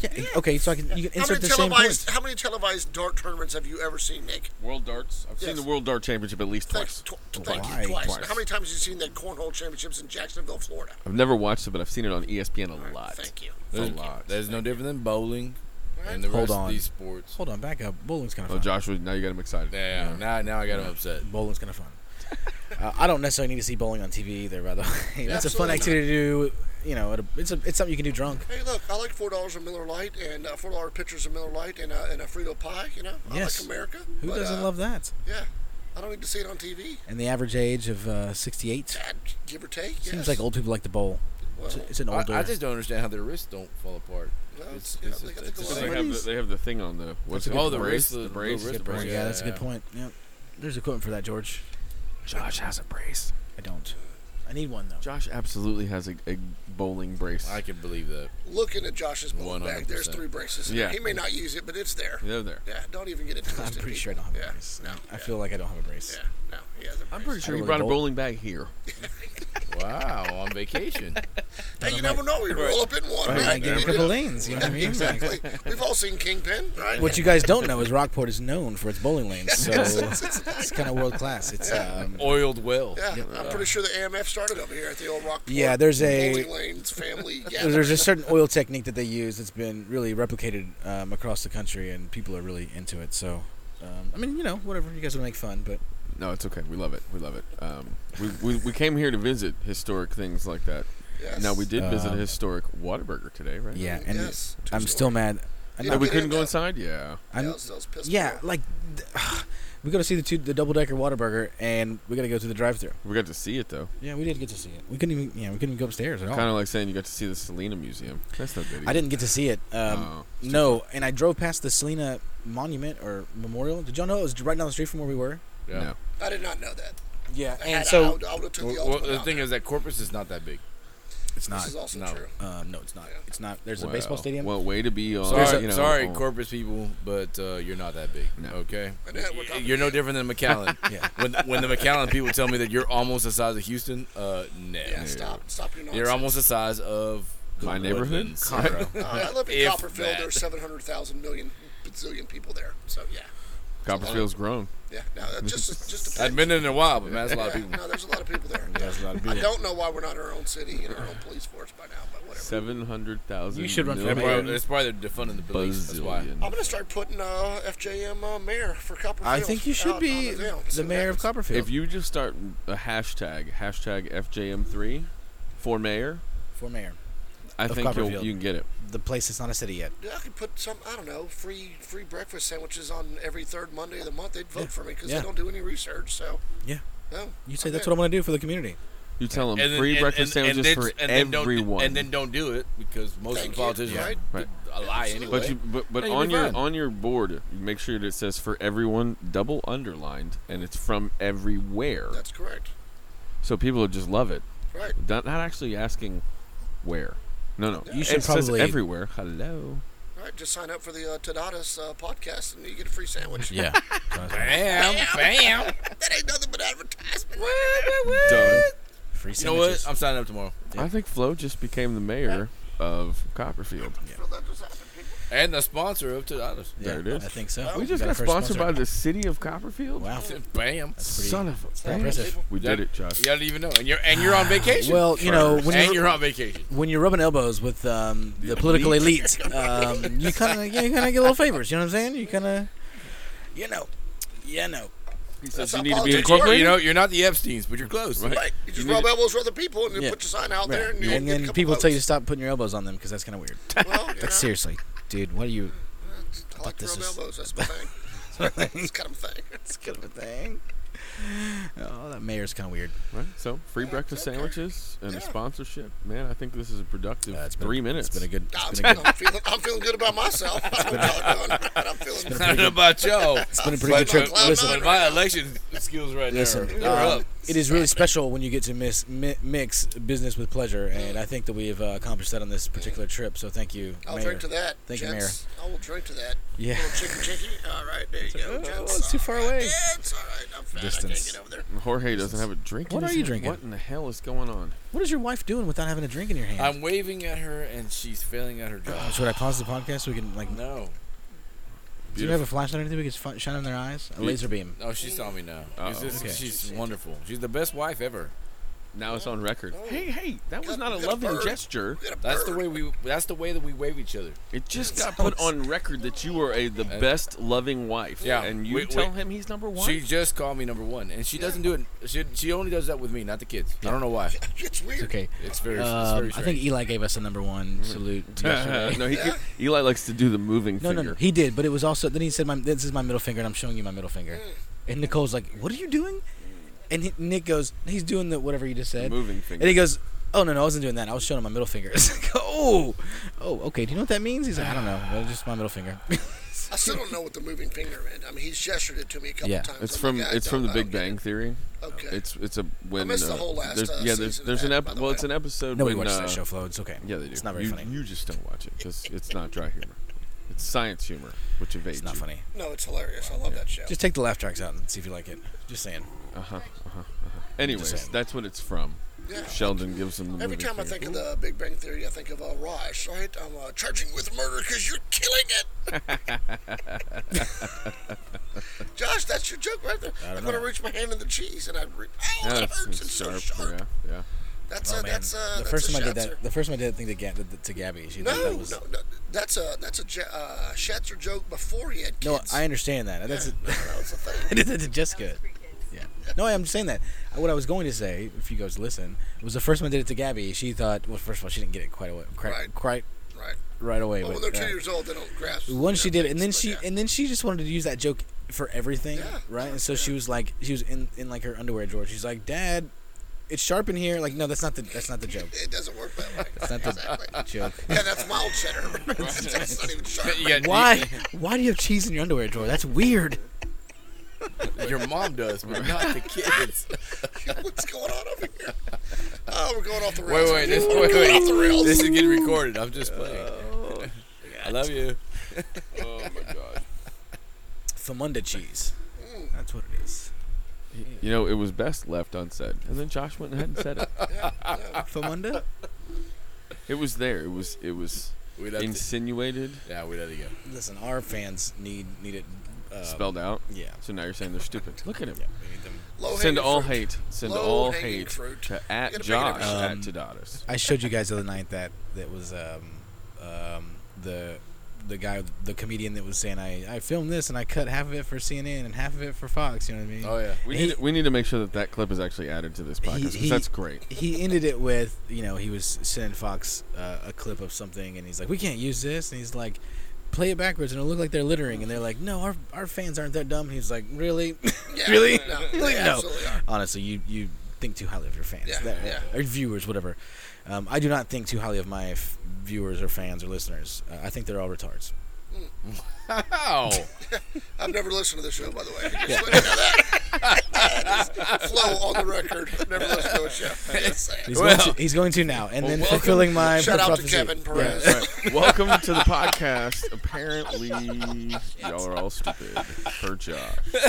Yeah. Okay, so I can you can How insert the many same televised points. How many televised dart tournaments have you ever seen, Nick? World darts. I've seen Yes. the World Dart Championship at least Thanks. twice. Tw- thank Why? you. Twice. Twice. How many times have you seen the cornhole championships in Jacksonville, Florida? I've never watched it, but I've seen it on E ESPN a lot. Thank you. A There's, lot. there's no different than bowling and the Hold rest on. of these sports. Hold on, back up. Bowling's kind of Well, fun. Oh, Joshua, now you got him excited. Yeah, now now I got him upset. Bowling's kind of fun. uh, I don't necessarily need to see bowling on TV either. By the way, that's a fun Absolutely activity to do. You know, at a, it's a, it's something you can do drunk. Hey, look, I like four dollars a Miller Lite and uh, four dollar pitchers of Miller Lite and, uh, and a Frito pie. You know, Yes. I like America. Who but, doesn't uh, love that? Yeah, I don't need to see it on TV. And the average age of uh, 68 God, give or take. seems yes. like old people like to bowl. Well, It's, it's an I, older. I just don't understand how their wrists don't fall apart. well, It's, yeah, it's, they got it's the They gloves. the same. have, the, they have the thing on the what's it Oh, called? the brace, the the- brace, the wrist yeah, brace. brace. yeah, that's a yeah. good point. Yep. There's equipment for that, George. Josh has a brace. I don't. I need one though. Josh absolutely has a, a bowling brace. I can believe that. Looking at Josh's bowling bag, 100%. there's three braces. Yeah. He may not use it, but it's there. They're there. Yeah, don't even get it twisted. I'm pretty people. sure I don't have yeah, a brace. No, I yeah, feel like I don't have a brace. Yeah, no, he has a brace. I'm pretty sure I he really brought a bowl- bowling bag here. Wow, on vacation. Hey, you never know. You roll up in one, Right, right? I get a You couple never lanes. You know what I mean? know. Exactly. We've all seen Kingpin, right? What you guys don't know is Rockport is known for its bowling lanes, so it's kind of world class. It's um, Oiled well. yeah, I'm pretty sure the AMF started over here at the old Rock. Yeah, there's a- bowling lanes family. Yeah, there's a certain oil technique that they use that's been really replicated um, across the country, and people are really into it. So, um, I mean, you know, whatever you guys want to make fun, but No, it's okay. We love it. We love it. Um, we, we, we came here to visit historic things like that. Yes. Now we did visit a Um, historic Whataburger today, right? yeah, and Yes. I'm still mad. I'm Yeah, That not- we couldn't go inside. Yeah. I'm- That was- that was piss yeah, poor. like th- we got to see the two, the double decker Waterburger, and we got to go through the drive-through. We got to see it though. Yeah, we did get to see it. We couldn't even, yeah, we couldn't even go upstairs at all. Kind of like saying you got to see the Selena Museum. That's not good. Oh. I didn't get to see it. Um, Oh. no, and I drove past the Selena Monument or Memorial. Did y'all know it was right down the street from where we were? either. Yeah. I did not know that. Yeah, Had and I- I so would, I would have took the Well, ultimate. well, the out thing there. is that Corpus is not that big. it's this not. is also no. true. Um, no, it's not. Yeah. It's not. There's a Well, baseball stadium. Well, way to be on. Sorry, uh, you know, sorry, on- Corpus people, but uh, you're not that big. No. Okay, And that we're Y- talking you're no different than McAllen. Yeah. When when the McAllen people tell me that you're almost the size of Houston, uh, no, Yeah, stop, stop your nonsense. you're almost the size of My neighborhood? Woodlands. Uh, I live in If Copperfield. that. There's 700,000 million bazillion people there. So, yeah. Copperfield's grown. Yeah. No, that just, just I've depends. been in a while, but man, that's a lot of people. No, there's a lot of people there. That's not I good. don't know why we're not our own city and our own police force by now, but whatever. 700,000. You should run for That's million probably, that's probably they're defunding the police. That's why. bazillion. I'm gonna start putting uh, FJM uh, mayor for Copperfield. I think you out should on be the, hill. the See what mayor of happens. Copperfield. If you just start a hashtag, hashtag FJM3 for mayor, for mayor. I Of think you'll, Copperfield. you can get it. The place is not a city yet. Yeah, I could put some. I don't know, free free breakfast sandwiches on every third Monday of the month. They'd vote Yeah. for me because Yeah. they don't do any research. So Yeah. no, You say I'm that's in. what I'm going to do for the community. You tell them And then- free and- breakfast and- and sandwiches then- for and then everyone. Don't, and then don't do it because most Thank of you, the politicians right? Right. are lie anyway. But you, but, but Hey, you'll on be your fine. on your board, make sure that it says for everyone, double underlined, and it's from everywhere. That's correct. so people would just love it. Right. Not, not actually asking where. No, no. You should it says probably- everywhere. Hello. Right. Just sign up for the uh, Tadadas uh, podcast and you get a free sandwich. Yeah. bam, bam. that ain't nothing but advertisement. Done. Free You know sandwiches. what? I'm signing up tomorrow, I think Flo just became the mayor of Copperfield. So that just happened. and the sponsor of Tadadas. Yeah, There it is. I think so. We just our got, first sponsored by sponsor. the city of Copperfield. Wow. Bam. pretty- Son of a pretty bitch. impressive. We Y'all- did it, Josh. Y'all don't even know, and you're and you're on vacation. Well, you know, first. when and you're, you're on vacation. when you're rubbing elbows with um, the political elite, um, you kind of you kind of get little favors. You know what I'm saying? You kind of, you know, you know. He says That's you how need to be politics incorporated. You know, you're not the Epstein's, but you're close. Right. Right. You just You rub need- elbows with other people and then Yeah. put your sign out there, and, you And get a then couple people tell you to votes. stop putting your elbows on them because that's kind of weird. Well, you know, But seriously, dude, what are you? I like to this rub is- elbows. That's my thing. That's kind of thing. It's kind of a thing. Oh, that mayor's kind of weird. Right. So free breakfast sandwiches and a Yeah. sponsorship. Man, I think this is a productive Uh, it's been- three minutes. It's been a good. I'm, It's been a good. I'm feeling, I'm feeling good about myself. I don't know what I'm doing, but I'm feeling I don't know about y'all. been a pretty good trip. But, Listen. but my election skills right now. Listen, They're um, up. it is really special when you get to mis- mi- mix business with pleasure, and I think that we have uh, accomplished that on this particular trip. So thank you, I'll Mayor. drink to that. Thank you, gents. I will drink to that. Yeah. Little chicken chicky. All right, there you go. oh, gents. it's too far All right, away. yeah, It's all right. I'm fat. I can't Distance. get over there. Jorge doesn't have a drink. in What his are you hand. drinking? What in the hell is going on? What is your wife doing without having a drink in your hand? I'm waving at her, and she's failing at her job. Should I pause the podcast so we can like? No, Do you have a flashlight or anything we can fi- shine in their eyes? A laser beam. no, she saw me now. It's Uh-oh. just- Okay. She's wonderful. She's the best wife ever. Now it's on record. Oh. Hey, hey, that was Got- not a got a loving bird. gesture. We got a That's the bird. way we. That's the way that we wave each other. It just got put on record that you were a the best loving wife. Yeah. And you We- tell we- him he's number one. She just called me number one, and she doesn't do it. She, she only does that with me, not the kids. I don't know why. It's weird. Okay. It's very. it's Um, very I strange. think Eli gave us a number one salute yesterday. Mm. no, he, Eli likes to do the moving No, no, finger. no. He did, but it was also. Then he said, "My this is my middle finger, and I'm showing you my middle finger." Mm. And Nicole's like, "What are you doing?" And he, Nick goes, "He's doing the whatever you just said." Moving And he finger. goes, "Oh no, no, I wasn't doing that. I was showing him my middle finger." It's like, "Oh, oh, okay. Do you know what that means?" He's like, "I don't know. Well, just my middle finger." I still don't know what the moving finger meant. I mean, he's gestured it to me a couple Yeah. times. It's I'm from like, I it's from the don't- I Big don't get Bang Theory. it. Okay. It's it's a when missed the uh, whole last, there's, uh, yeah there's season of there's an that, ep- by the well way. it's an episode Nobody when watches that uh, show, Flo. It's okay. Yeah, they do. It's not very you, funny. You just don't watch it because it's not dry humor. It's science humor, which evades it's not you. funny. no, it's hilarious. I love that show. Just take the laugh tracks out and see if you like it. Just saying. Uh-huh, Anyways, saying. that's what it's from. Yeah. Sheldon gives him the Every movie time I finger. think of the Big Bang Theory, I think of uh, Raj, right? I'm uh, charging with murder because you're killing it. Josh, that's your joke right there. I'm going to reach my hand in the cheese and I re- oh, Yeah, it it's, hurts. it's It's so sharp, sharp. Yeah, yeah. That's, Oh a, man, that's, uh, the that's first a time I did Schatzer. that. The first time I did that thing to, Ga- to Gabby, she thought No, that was. no, no, that's a that's a Ja- uh, Schatzer joke before he had No, kids. I understand that. That's no, no, it's a I thing. did that to Jessica. Yeah. No, I'm just saying that. Uh, What I was going to say, if you guys listen, was the first time I did it to Gabby. She thought, well, first of all, she didn't get it quite away, quite Right. quite Right. right away. Well, when but, they're two uh, years old, they don't grasp. once she their did, it, and then things, she but yeah. and then she just wanted to use that joke for everything, Yeah, right? And so she was like, she was in in like her underwear drawer. She's like, Dad, it's sharp in here. Like, no, that's not the that's not the joke. It doesn't work that way. That's not the Exactly. joke. Yeah, that's mild cheddar. that's not even sharp. You got- Why? Why do you have cheese in your underwear drawer? That's weird. Your mom does, but not the kids. What's going on over here? Oh, we're going off the rails. Wait, wait, this, we're wait, going off the wait. rails. This is getting recorded. I'm just playing. Oh, I love you. Oh my god. Famunda cheese. That's what it is. You know, it was Uh, best left unsaid, and then Josh went ahead and said it. Famunda. It was there. It was it was We left it. insinuated, Yeah, we let it go. Listen, our fans need need it. Uh, spelled out. Yeah. So now you're saying they're stupid. Look at him. Yeah. We need them. Low-hanging Send all fruit. hate. Send Low all hanging hate fruit. to You at gotta pick it up Josh yourself. at Um, Tadadas. I showed you guys the other night that that was um, um, the the guy the comedian that was saying I, I filmed this and I cut half of it for CNN and half of it for Fox. You know what I mean? Oh yeah. We he- need, we need to make sure that that clip is actually added to this podcast. 'cause he- that's great. He ended it with you know he was sending Fox uh, a clip of something and he's like we can't use this and he's like play it backwards and it'll look like they're littering and they're like no our our fans aren't that dumb and he's like really Yeah, really No, Like, they no. absolutely are. honestly, you you think too highly of your fans, Yeah, That- yeah. or viewers, whatever. Um, I do not think too highly of my f- viewers or fans or listeners. Uh, I think they're all retards. Ow. Oh. I've never listened to this show, by the way. I just want you to know that. That is flow on the record. Never listened to a show. Just saying. He's, Well- going, to, he's going to now, and then welcome. fulfilling my Shout out to prophecy. Kevin Perez. Yeah. Welcome to the podcast. Apparently, y'all are all stupid for Josh.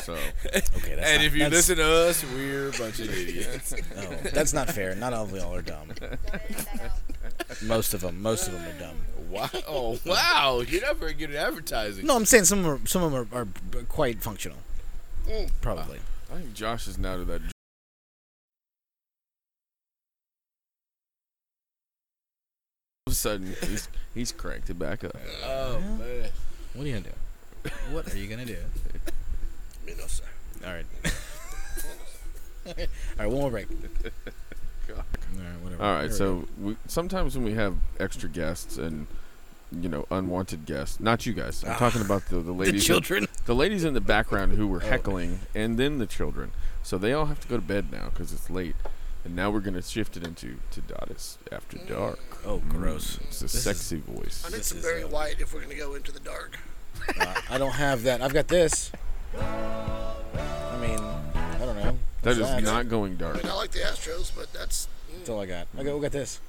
So Okay, that's and not, if you that's, listen to us, we're a bunch of idiots. no, that's not fair. Not all of y'all are dumb. Don't edit that out. Most of them, most of them are dumb. wow. Oh, wow. You're not very good at advertising. No, I'm saying some of them are, some of them are, are b- quite functional. Probably. I think Josh is now to that All of a sudden, he's he's cranked it back up. Oh man. What are you gonna do? What are you gonna do? Me no, sir. All right. all right, one more break. God. All right, whatever. All right, There we so we, sometimes when we have extra guests and you know unwanted guests, not you guys. I'm talking about the the go. the ladies, children. the ladies in the background who Oh. were heckling, and then the children. So they all have to go to bed now because it's late, and now we're gonna shift it into to Dottis after dark. Oh, gross. Mm, It's a This is- sexy voice. I need This some is, Barry uh, White if we're going to go into the dark. Uh, I don't have that. I've got this. I mean, I don't know. That What's is not going dark. I mean, I like the Astros, but that's. That's all I got. I got, we got this.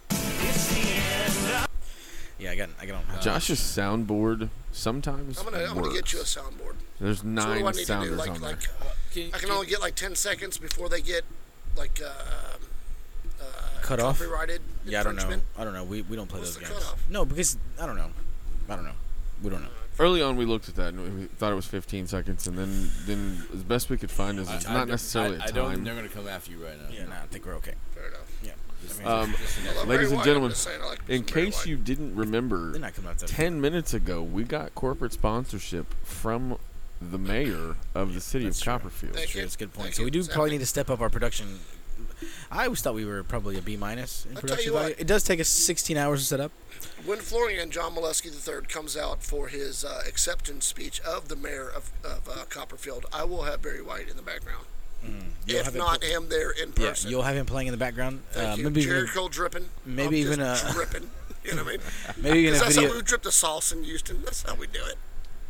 Yeah, I got. I got. Uh, Josh's soundboard sometimes I'm gonna, I'm gonna works. get you a soundboard. There's So what do I nine need to do? sounders Like, on like there. uh, Can- I can can- only get like 10 seconds before they get like uh, cut off. copyrighted. Yeah, I don't know. infringement. I don't know. We we don't play What's those the games. cutoff? No, because I don't know. I don't know. We don't know. Early on, we looked at that and we thought it was 15 seconds, and then then as best we could find is it's I- I not don't- necessarily I, a I don't. time. They're gonna come after you right now. Yeah, nah, I think we're okay. Fair enough. Yeah. I mean, Um, I love Barry ladies and White, I'm gentlemen, just saying, I like in some Barry case White. you didn't remember, they're not coming out. 10 minutes ago we got corporate sponsorship from the mayor of the city of that's true. Copperfield. Thank Sure, that's a good point. Thank So you. we do Exactly. probably need to step up our production. I always thought we were probably a B minus in I'll tell production you what. value. It does take us 16 hours to set up. When Florian John Molesky III comes out for his uh, acceptance speech of the mayor of, of uh, Copperfield, I will have Barry White in the background. You'll if Mm. have it not him there in Yeah, person. you'll have him playing in the background. Thank Uh, you. maybe even, Jericho dripping. maybe I'm even just a- dripping. You know what I mean? maybe even 'Cause a that's video. how we drip the sauce in Houston. That's how we do it.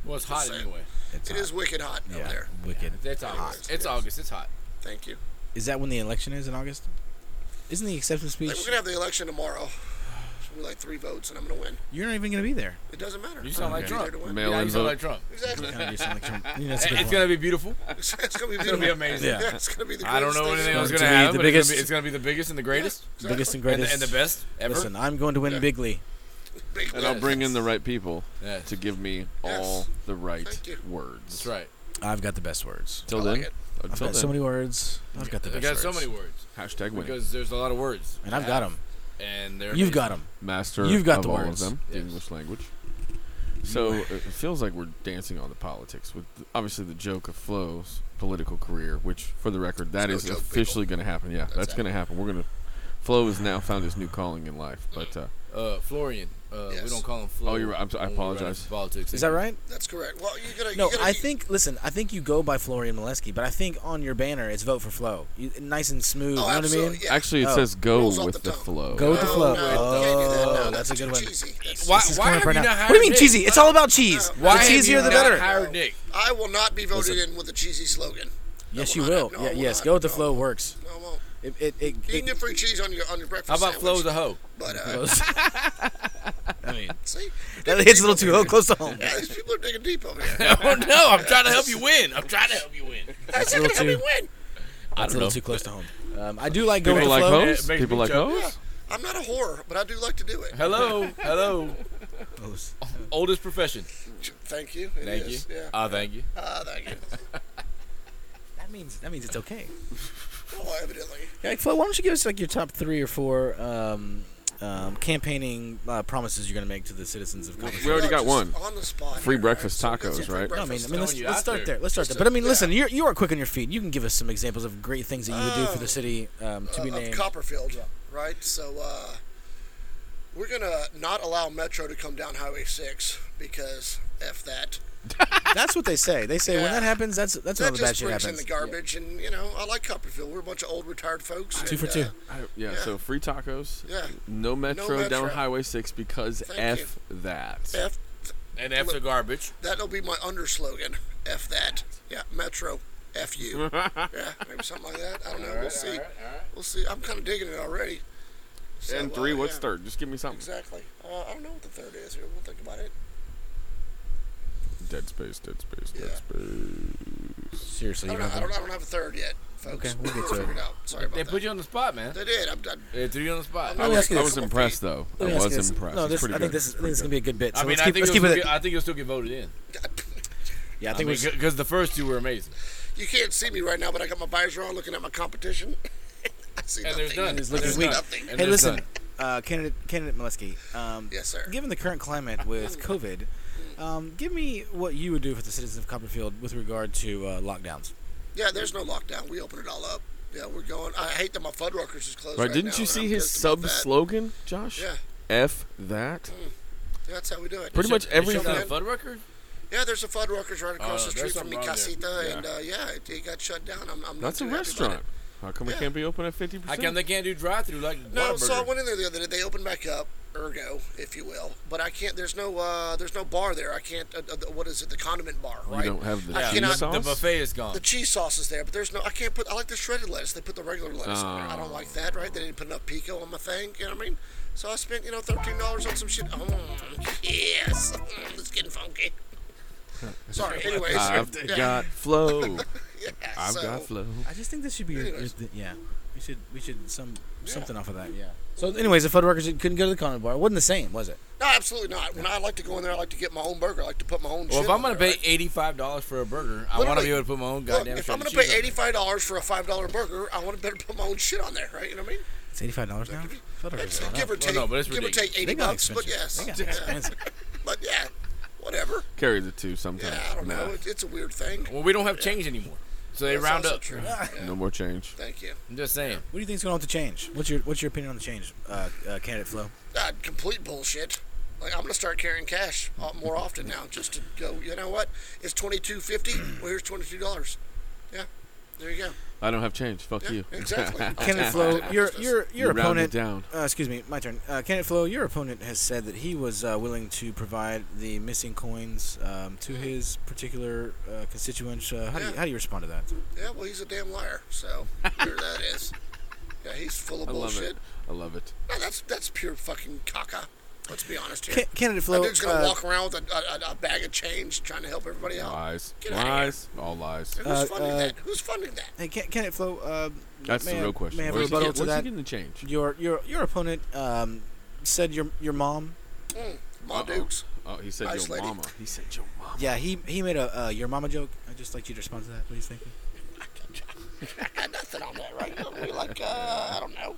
Well, it's hot Same. anyway. It's It hot. is wicked hot yeah, out there. wicked. It's August. It's August. It's hot. Thank you. Is that when the election is in August? Isn't the acceptance Like, we're speech? gonna have the election tomorrow. It's gonna be like three votes, and I'm gonna win. You're not even gonna be there. It doesn't matter. You sound like I'm Trump. there to win. Mail yeah, in you sound vote. like Trump. Exactly. Kinda do something like Trump. Yeah, that's a good It's point. gonna be beautiful. It's, it's gonna be It's gonna be beautiful. amazing. Yeah. Yeah, it's gonna be the greatest I don't know thing what ever. anyone's It's gonna gonna be have, the but it's gonna, biggest- be, it's gonna be the biggest and the greatest biggest and and the, greatest. and the best ever. Listen, I'm going to win bigly. Big And I'll win. bring in the right people Yes. to give me all Yes. the right Thank you. words. That's right. I've got the best words. Till I then, like it. I've until got so then, many words. I've got the I best got words. so many words hashtag winning. because there's a lot of words, And I've got 'em. And they're You've got them. Master You've got of the all words. of them, the Yes. English language. So it feels like we're dancing on the politics with obviously the joke of Flo's political career, which, for the record, that no is joke, officially going to happen. Yeah, that's, going to happen. We're going to. Flo has now found his new calling in life, but uh, Uh, Florian. Uh, We Yes. don't call him Flo. Oh, you're right. I'm so- I when we run apologize. into Politics. Is that right? That's correct. Well, you're gonna. No, you're gonna I be- think. Listen, I think you go by Florian Molesky, but I think on your banner it's vote for Flo. You, nice and smooth. Oh, you know absolutely. what I mean? Yeah. actually, it Oh. says go Rolls off with the the tongue. flow. Go with the No, flow. no, you can't do that. oh, No, that's, a too good one. cheesy. That's- Why, This is why coming have up you right not now. hired What do you mean Nick? cheesy? It's all about cheese. Why the have cheesier you the not better. hired Nick? I will not be voted in with a cheesy slogan. Yes, No, you I will. won't. No, yeah, I will yes. not. Go with the No, I flow won't. works. No, I won't. It it it. You it can get free cheese on your on your breakfast. How about Flo's sandwich, a hoe? But uh, goes. I mean, see, that hits a little too close to home. Yeah, these people are digging deep over here. oh no! I'm trying to help you win. I'm trying to help you win. That's a little Help me too. That's win. I a don't know. little too close to home. Um, I do like going People with like flow. It hoes. makes People me like choke. hoes. I'm not a poor, but I do like to do it. Hello, hello. Those. Oldest profession. Thank you. It Thank is, you. Uh, Yeah. Ah, thank you. Ah, thank you. That means that means it's okay. Well, Oh, evidently. Yeah, Flo, why don't you give us like your top three or four um, um, campaigning uh, promises you're gonna make to the citizens of Congress? We already No, got just one. On the spot. Free here, breakfast right? So that's tacos, it, free right? No, I mean, I breakfast. mean let's, you let's out start there. there. Let's start Just there. But I a- mean, yeah. listen, you're, you are quick on your feet. You can give us some examples of great things that you would do for Oh. the city um, to be uh, of named. Copperfield, right? So uh, we're gonna not allow Metro to come down Highway Six because f that. That's what they say. They say when Yeah. that happens, that's that's when That all the bad just shit brings happens. in the garbage, and you know I like Copperfield. We're a bunch of old retired folks. Two and, for two. uh, I, yeah, Yeah. so free tacos. yeah, No metro, down metro. Highway 6 because Thank F that. f And after garbage. that'll be my under slogan. F that. Yeah, Metro. F you. yeah, maybe something like that. I don't know. we'll see. We'll see. I'm kind of digging it already. So, and three, uh, what's yeah, third? Just give me something. Exactly. Uh, I don't know what the third is. We'll think about it. Dead space, dead space, dead Yeah. space. Seriously, I you don't, know. know, I, don't, I don't have a third yet, folks. Okay, we'll get to figure it. out. Sorry about They that. put you on the spot, man. they did. I'm, I'm, They threw you on the spot. Let me ask you I this. was impressed, though. I Let me ask was you this. impressed. No, It's this, pretty I think good. this is, I think this is gonna be a good bit. So I mean, let's I keep, think, let's you'll keep still it. get, I think you'll still get voted in. yeah, I think I think we should. because the first two were amazing, you can't see me right now, but I got my visor on looking at my competition. I see and there's nothing. none. It's looking There's weak. none. Nothing. And Hey, there's listen, none. uh, candidate candidate Molesky. Um, Yes, sir. Given the current climate with COVID, um, give me what you would do for the citizens of Copperfield with regard to uh, lockdowns. Yeah, there's no lockdown. We open it all up. Yeah, we're going. I hate that my Fuddruckers is closed. Right, right didn't now, you and see I'm his pissed about sub that. slogan, Josh? Yeah. Mm. F that. Yeah, That's how we do it. Pretty much Is every shut down everything- Fuddrucker? Yeah, there's a Fuddruckers right across Oh, the street from there's something me, wrong Casita, there. and uh, yeah, it, it got shut down. I'm, I'm not That's a too happy about restaurant. it. How come it Yeah. can't be open at 50%? How come they can't do drive-through like No, so I Whataburger? went in there the other day. They opened back up, ergo, if you will. But I can't. There's no. Uh, there's no bar there. I can't. Uh, uh, what is it? The condiment bar, You right? don't have the I cheese cannot- sauce? The buffet is gone. the cheese sauce is there, but there's no. I can't put. I like the shredded lettuce. They put the regular lettuce on there. I Ah. don't like that, right? They didn't put enough pico on my thing. You know what I mean? So I spent, you know, thirteen dollars on some shit. Oh, yes, Mm, it's getting funky. Sorry. Anyways, I've yeah, got flow. yeah, I've so- got flow. I just think this should be your, your Anyways. th- yeah. We should we should some something off of that. Yeah. So, anyways, the Fuddruckers couldn't go to the condiment bar. It wasn't the same, was it? No, absolutely not. When I like to go in there, I like to get my own burger. I like to put my own. Well, shit if I'm on gonna there, pay right? eighty-five dollars for a burger, I want to Literally. be able to put my own Look, goddamn. if shredded I'm gonna cheese pay on eighty five dollars for a five dollar burger, I want to better put my own shit on there, right? You know what I mean? It's eighty five dollars now. Fuddruckers. It's gone give up. or take, Uh-huh. no, but it's give or ridiculous. take eighty They got bucks, but expensive. yes, They got expensive. but yeah, whatever. Carry the two sometimes. Yeah, I don't Nah, know. It, it's a weird thing. Well, we don't have change anymore, so they That's round also up. true. No more change. Thank you. I'm just saying. What do you think's going on with the change? What's your what's your opinion on the change, uh, uh, candidate flow? Ah, complete bullshit. Like I'm gonna start carrying cash o- more often now, just to go. You know what? It's twenty two fifty. Well, here's twenty two dollars. Yeah, there you go. I don't have change. Fuck Yeah, you. exactly. Candidate flow, Uh, your your You your rounded opponent. down. Uh, excuse me, my turn. Uh, Candidate Flo, your opponent has said that he was uh, willing to provide the missing coins um, to his particular uh, constituents. Uh, how, do you, Yeah. how do you respond to that? Yeah, well, he's a damn liar. So there that is. Yeah, he's full of I love bullshit. it. I love it. No, that's that's pure fucking caca. Let's be honest here. Ca- Candidate Flo, that dude's gonna uh, walk around with a, a, a bag of change, trying to help everybody out. Lies. Get outta here. Lies. All lies. Who's Uh, funding uh, that? Who's funding that? hey, Ca- Candidate Flo, uh, That's may the I- real question. May I have a Where's he, rebuttal get, to where's he that? getting the change? Your your your opponent um, said your your mom. My Uh-oh. Mm, dukes. Oh, he said Nice your lady. mama. He said your mama. Yeah, he he made a uh, your mama joke. I'd just like you to respond to that, please. Thank you. I got nothing on that, right? You know, we like, uh, I don't know.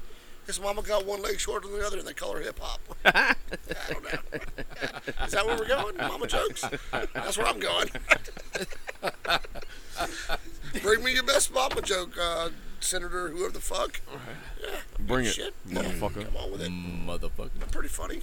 His mama got one leg shorter than the other, and they call her hip hop. I don't know. Is that where we're going? Mama jokes. That's where I'm going. Bring me your best mama joke, uh, Senator, whoever the fuck. Bring it, Shit. motherfucker. Mm. Come on with it. Motherfucker. Pretty funny.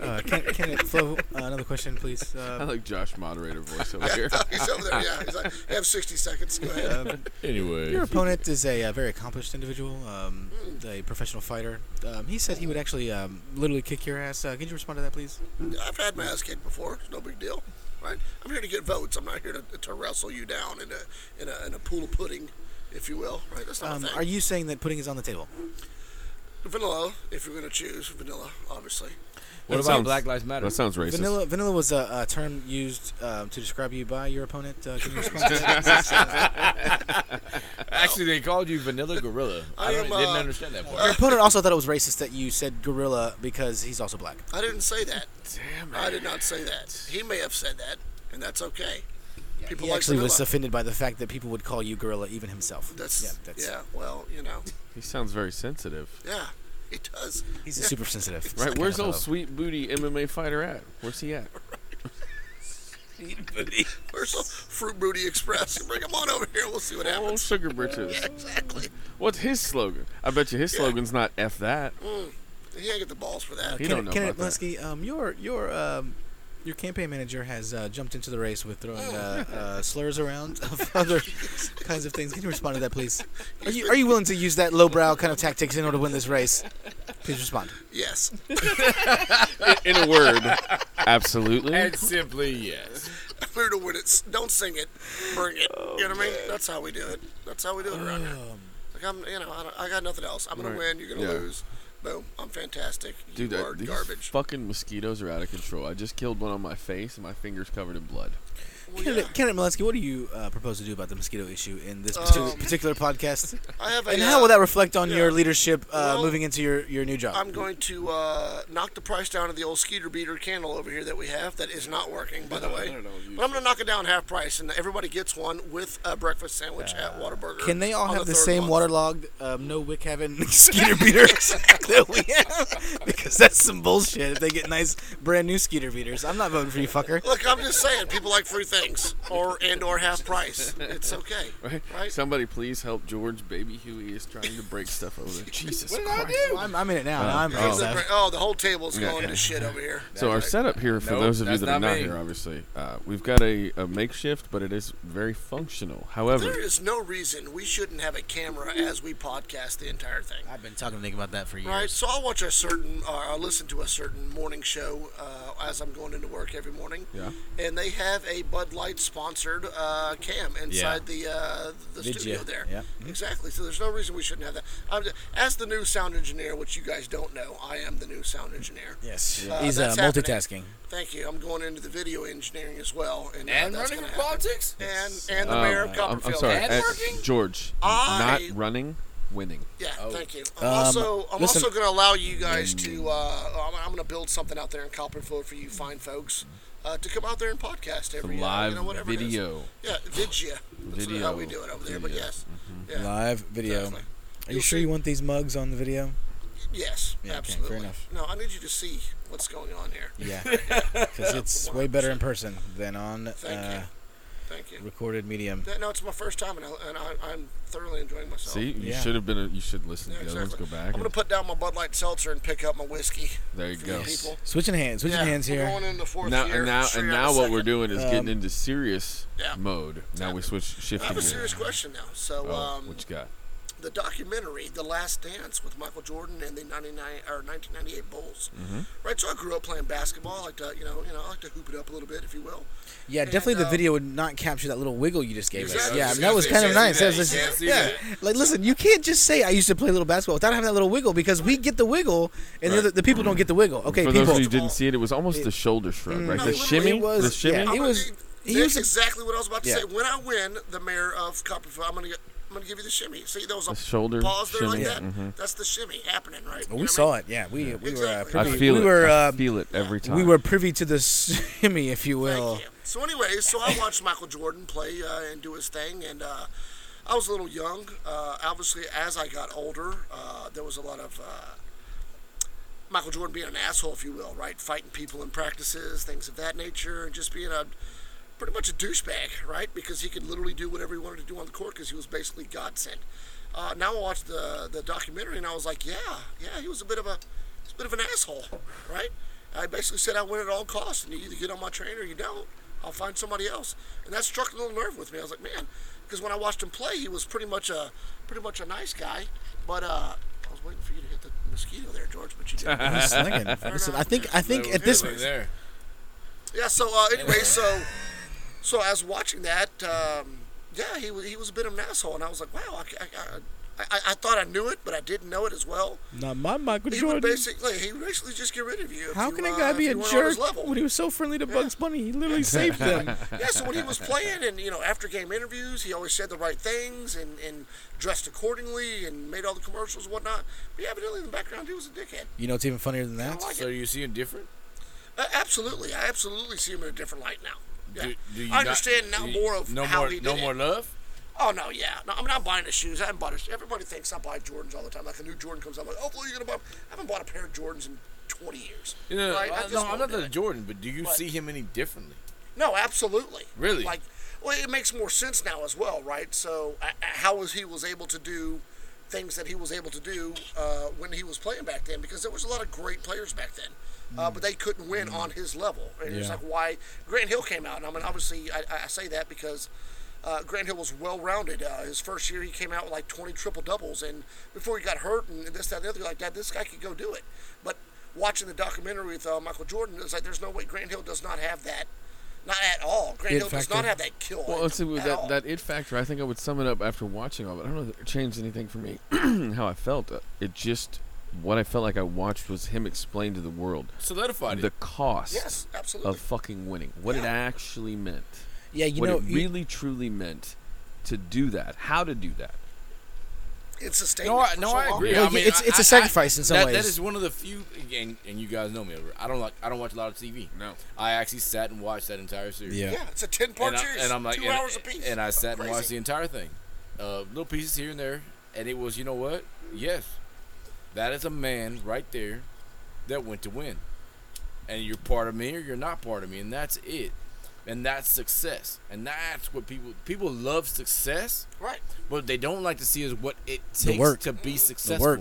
Uh, can, Candidate Flo, uh, another question, please. I Uh, like Josh moderator voice over here. He's over there. Yeah. He's like, you have 60 seconds. Go ahead. Anyway. Your opponent is a, uh very accomplished individual, um, a professional fighter. Um, he said he would actually um, literally kick your ass. Uh, could you respond to that, please? I've had my ass kicked before. It's no big deal, right? I'm here to get votes. I'm not here to, to wrestle you down in a in a, in a pool of pudding, if you will. Right? That's not Um, a thing. are you saying that pudding is on the table? vanilla? If you're gonna choose vanilla, obviously. What That about sounds- Black Lives Matter? That sounds racist. Vanilla, vanilla was a, a term used um, to describe you by your opponent. Uh, can you respond to that? Actually, they called you Vanilla Gorilla. I, I don't, am, didn't uh, understand that part. your opponent also thought it was racist that you said gorilla because he's also black. I didn't say that. Damn I did not say that. He may have said that, and that's okay. People He like actually was vanilla. offended by the fact that people would call you gorilla, even himself. That's, yeah, Well, you know. he sounds very sensitive. Yeah, it does. He's super sensitive. Right? Kinda Where's old fellow. sweet booty MMA fighter at? Where's he at? Where's the Fruit Booty Express? Bring him on over here. We'll see what Oh, happens. sugar britches. Exactly. What's his slogan? I bet you his slogan's not "f that." Mm. He ain't get the balls for that. He Ken- don't know Kenneth about that. Lusky, um, your your um, your campaign manager has uh, jumped into the race with throwing uh, uh, slurs around of other kinds of things. Can you respond to that, please? Are you are you willing to use that lowbrow kind of tactics in order to win this race? Please respond. Yes. In a word, absolutely. And simply yes. We're to win it. S- Don't sing it. Bring it. Oh, you know what I mean? That's how we do it. That's how we do it around here. Um. Like I'm, you know, I, don't- I got nothing else. I'm gonna Right. win. You're gonna Yeah. lose. Boom. I'm fantastic. You Dude, I- are these garbage. fucking mosquitoes are out of control. I just killed one on my face, and my fingers covered in blood. Well, yeah. Kenneth, Kenneth Malinsky, what do you uh, propose to do about the mosquito issue in this particular, Um, particular podcast? I have a. And uh, how will that reflect on your yeah. leadership uh, Well, moving into your, your new job? I'm going to uh, knock the price down of the old Skeeter Beater candle over here that we have that is not working, by the way. But I'm going to knock it down half price, and everybody gets one with a breakfast sandwich at Whataburger. Uh, Can they all on have the, third same month. waterlogged, um, no wick having skeeter beaters that we have? Because that's some bullshit. If they get nice, brand new skeeter beaters, I'm not voting for you, fucker. Look, I'm just saying, people like free things, or and or half price. It's okay, Right? right? Somebody please help George. Baby Huey is trying to break stuff over there. Jesus Christ. I'm, I'm in it now. now I'm oh. oh. The bre- oh, the whole table's going to shit over here. So our setup here, for Nope, those of you that's that are not not me. here, obviously, uh, we've got a, a makeshift, but it is very functional. However, There is no reason we shouldn't have a camera as we podcast the entire thing. I've been talking to Nick about that for years. Right, so I'll watch a certain, or I'll listen to a certain morning show uh, as I'm going into work every morning. Yeah. And they have a Bud Light sponsored uh, cam inside the uh, the studio ya? there. Yeah. Mm-hmm. Exactly. So there's no reason we shouldn't have that. I'm, as the new sound engineer, which you guys don't know, I am the new sound engineer. Yes, Uh, he's uh, that's happening. multitasking. Thank you. I'm going into the video engineering as well, and, uh, And that's running gonna for happen. politics? And and the um, mayor I'm, of I'm Copperfield. sorry, And uh, working? George, I- not running, winning. Yeah, thank you. I'm Um, also, I'm listen- also going to allow you guys to. Uh, I'm, I'm going to build something out there in Copperfield for you fine folks uh, to come out there and podcast The every uh, live you know, whatever it is. video. Yeah, vidya. That's Video. how we do it over there. But Video. yes, yeah, Live video. Exactly. Are you sure you want these mugs on the video? yes, Yeah, okay, fair absolutely. enough. No, I need you to see what's going on here. Yeah, because it's way better in person than on Thank uh, Thank you. recorded medium. That- No, it's my first time, and, I, and I, I'm thoroughly enjoying myself. See, you Yeah. should have been. A, you should listen Yeah, to the other ones. Go exactly. back. I'm going to and- put down my Bud Light seltzer and pick up my whiskey. there you for go. you people. Switching hands, switching yeah, hands we're here. Going into the fourth Now year, and now straight and out now of what second. we're doing is Um, getting into serious Yeah. mode. Now we switch I shifting. have a gears. serious question now. So, Oh, um, what you got? the documentary "The Last Dance" with Michael Jordan and the '99 or 1998 Bulls, Mm-hmm. right? So I grew up playing basketball. I like to, you know, you know, I like to hoop it up a little bit, if you will. Yeah, definitely the um, video would not capture that little wiggle you just gave us. Exactly. Yeah, You that was can't kind of see nice. that. That was You can't just- see yeah. that. Like, listen, you can't just say I used to play little basketball without having that little wiggle because we get the wiggle and the, other, the people don't get the wiggle. Okay, For those people. Mm-hmm. of you who didn't see it, it was almost the shoulder shrug, right? No, the it literally shimmy, was- the shimmy. yeah, It I'm was- gonna- he that's was- exactly what I was about to Yeah. say. When I win the mayor of Copperfield, I'm gonna get. I'm gonna give you the shimmy. See, there was a The shoulder pause there like shimmy. Mm-hmm. that. That's the shimmy happening, right? mm-hmm. we saw it. Yeah, we we were uh, Exactly. I privy. feel we it. were I uh, feel it every time. we were privy to the shimmy, if you will. Thank you. So, anyways, so I watched Michael Jordan play uh, and do his thing, and uh, I was a little young. Uh, obviously, as I got older, uh, there was a lot of uh, Michael Jordan being an asshole, if you will, right? Fighting people in practices, things of that nature, and just being a pretty much a douchebag, right? Because he could literally do whatever he wanted to do on the court because he was basically God sent. Uh, now I watched the the documentary and I was like, yeah, yeah, he was a bit of a, he's a bit of an asshole, right? I basically said I win at all costs, and you either get on my train or you don't. I'll find somebody else, and that struck a little nerve with me. I was like, man, because when I watched him play, he was pretty much a pretty much a nice guy, but uh, I was waiting for you to hit the mosquito there, George, but you didn't. He's slinging. Listen, I think I think at this Right there. Yeah. So uh, anyway, so so as watching that, um, yeah, he was he was a bit of an asshole, and I was like, wow, I, I, I, I, I, I thought I knew it, but I didn't know it as well. Not my Michael He Jordan. would basically he would basically just get rid of you. If How you, can a uh, guy if be you a weren't on his jerk level. when he was so friendly to Bugs Bunny? He literally saved them. yeah, so when he was playing and, you know, after game interviews, he always said the right things and, and dressed accordingly and made all the commercials and whatnot. But yeah, evidently in the background, he was a dickhead. You know what's even funnier than that? I like So it. you see him different? Uh, absolutely. I absolutely see him in a different light now. Yeah. Do, do you I not- understand now do you- more of no how more, he did No it. more love. Oh, no, yeah. No, I'm not buying his shoes. I haven't bought his Everybody thinks I buy Jordans all the time. Like a new Jordan comes out, I'm like, oh, well, you're going to buy. I haven't bought a pair of Jordans in 20 years. No, no, no, Right? I I- just no, won't I'm not do the it. Jordan, but do you What? see him any differently? No, absolutely. Really? Like, well, it makes more sense now as well, right? So, uh, uh, how was he was able to do things that he was able to do uh, when he was playing back then? Because there was a lot of great players back then, uh, but they couldn't win on his level. And it's Yeah. like why Grant Hill came out. And I mean, obviously, I, I say that because. Uh, Grant Hill was well rounded. Uh, his first year, he came out with like 20 triple doubles, and before he got hurt and this, that, and the other, like that, this guy could go do it. But watching the documentary with uh, Michael Jordan, it's like there's no way Grant Hill does not have that, not at all. Grant It Hill does not factor. have that kill. Well, let's see with at all. that that it factor. I think I would sum it up after watching all of it. I don't know if it changed anything for me. how I felt. Uh, It just what I felt like I watched was him explain to the world Solidified the it. cost Yes, absolutely. of fucking winning, what it Yeah. actually meant, Yeah, you what know, it you- really truly meant to do that, how to do that. It's sustained. No, I, for no, so I long. agree. No, I mean, it's- it's a I- I- sacrifice in some that, That ways. is one of the few, and, and you guys know me. I don't like. I don't watch a lot of TV. No. I actually sat and watched that entire series. Yeah. Yeah, it's a ten part and, I, series. and I'm like, two and, hours a piece. and I sat and Crazy. watched the entire thing, uh, little pieces here and there, and it was, you know what? Yes, that is a man right there that went to win, and you're part of me or you're not part of me, and that's it, and that's success, and that's what people people love success. Right. What they don't like to see is what it takes work. to Mm. be successful. work.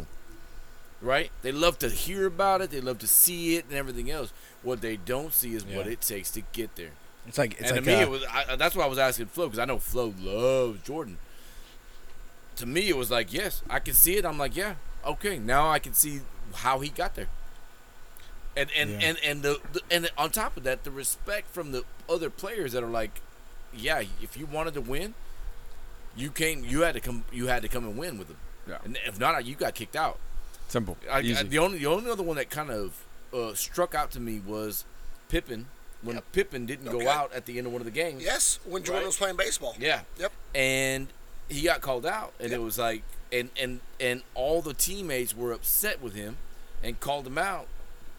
Right? They love to hear about it. They love to see it and everything else. What they don't see is what Yeah. it takes to get there. It's like it's like and to me, uh, it was I, I- that's why I was asking Flo because I know Flo loves Jordan. To me, it was like, yes, I can see it. I'm like, yeah, okay, now I can see how he got there. And and Yeah. and and the, the and on top of that, the respect from the other players that are like, yeah, if you wanted to win, you came, you had to come, you had to come and win with them. Yeah. And if not, you got kicked out. Simple, I, I- easy. the only the only other one that kind of uh, struck out to me was Pippen when Pippen didn't Okay. go out at the end of one of the games. Yes, when Jordan Right. was playing baseball. Yeah. Yep. And he got called out, and it was like, and and and all the teammates were upset with him, and called him out,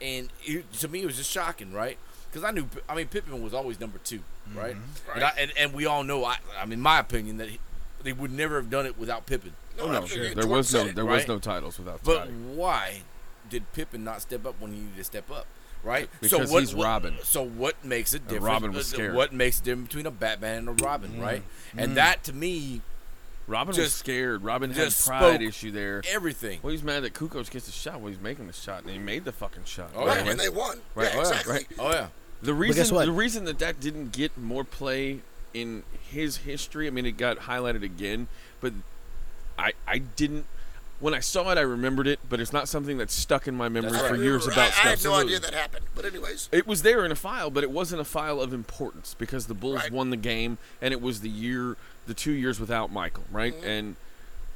and it, to me it was just shocking, right? Because I knew, I mean, Pippen was always number 2 right? And, I, and and we all know, I, I mean, my opinion that he, they would never have done it without Pippen. Oh, No, Oh, no, there absolutely. Jordan was no said it. there was right? no titles without But Scotty. why did Pippen not step up when he needed to step up? Right, Because he's Robin. So what makes a difference? Robin was uh, scared. What makes the difference between a Batman and a Robin, Mm-hmm. right? And that to me, Robin was just- scared. Robin had just pride spoke issue there. everything. Well, he's mad that Kukoc gets the shot when he's making the shot, and he made the fucking shot. Oh, Right. Right, and they won. Right, Yeah, oh, yeah, exactly. right. Oh yeah. The guess reason what? the reason that that didn't get more play in his history, I mean, it got highlighted again, but I I didn't. When I saw it, I remembered it, but it's not something that's stuck in my memory That's for right. years I, about I had stuff. no idea that happened. But anyways, It was there in a file, but it wasn't a file of importance because the Bulls Right. won the game, and it was the year, the two years without Michael, right? Mm-hmm. And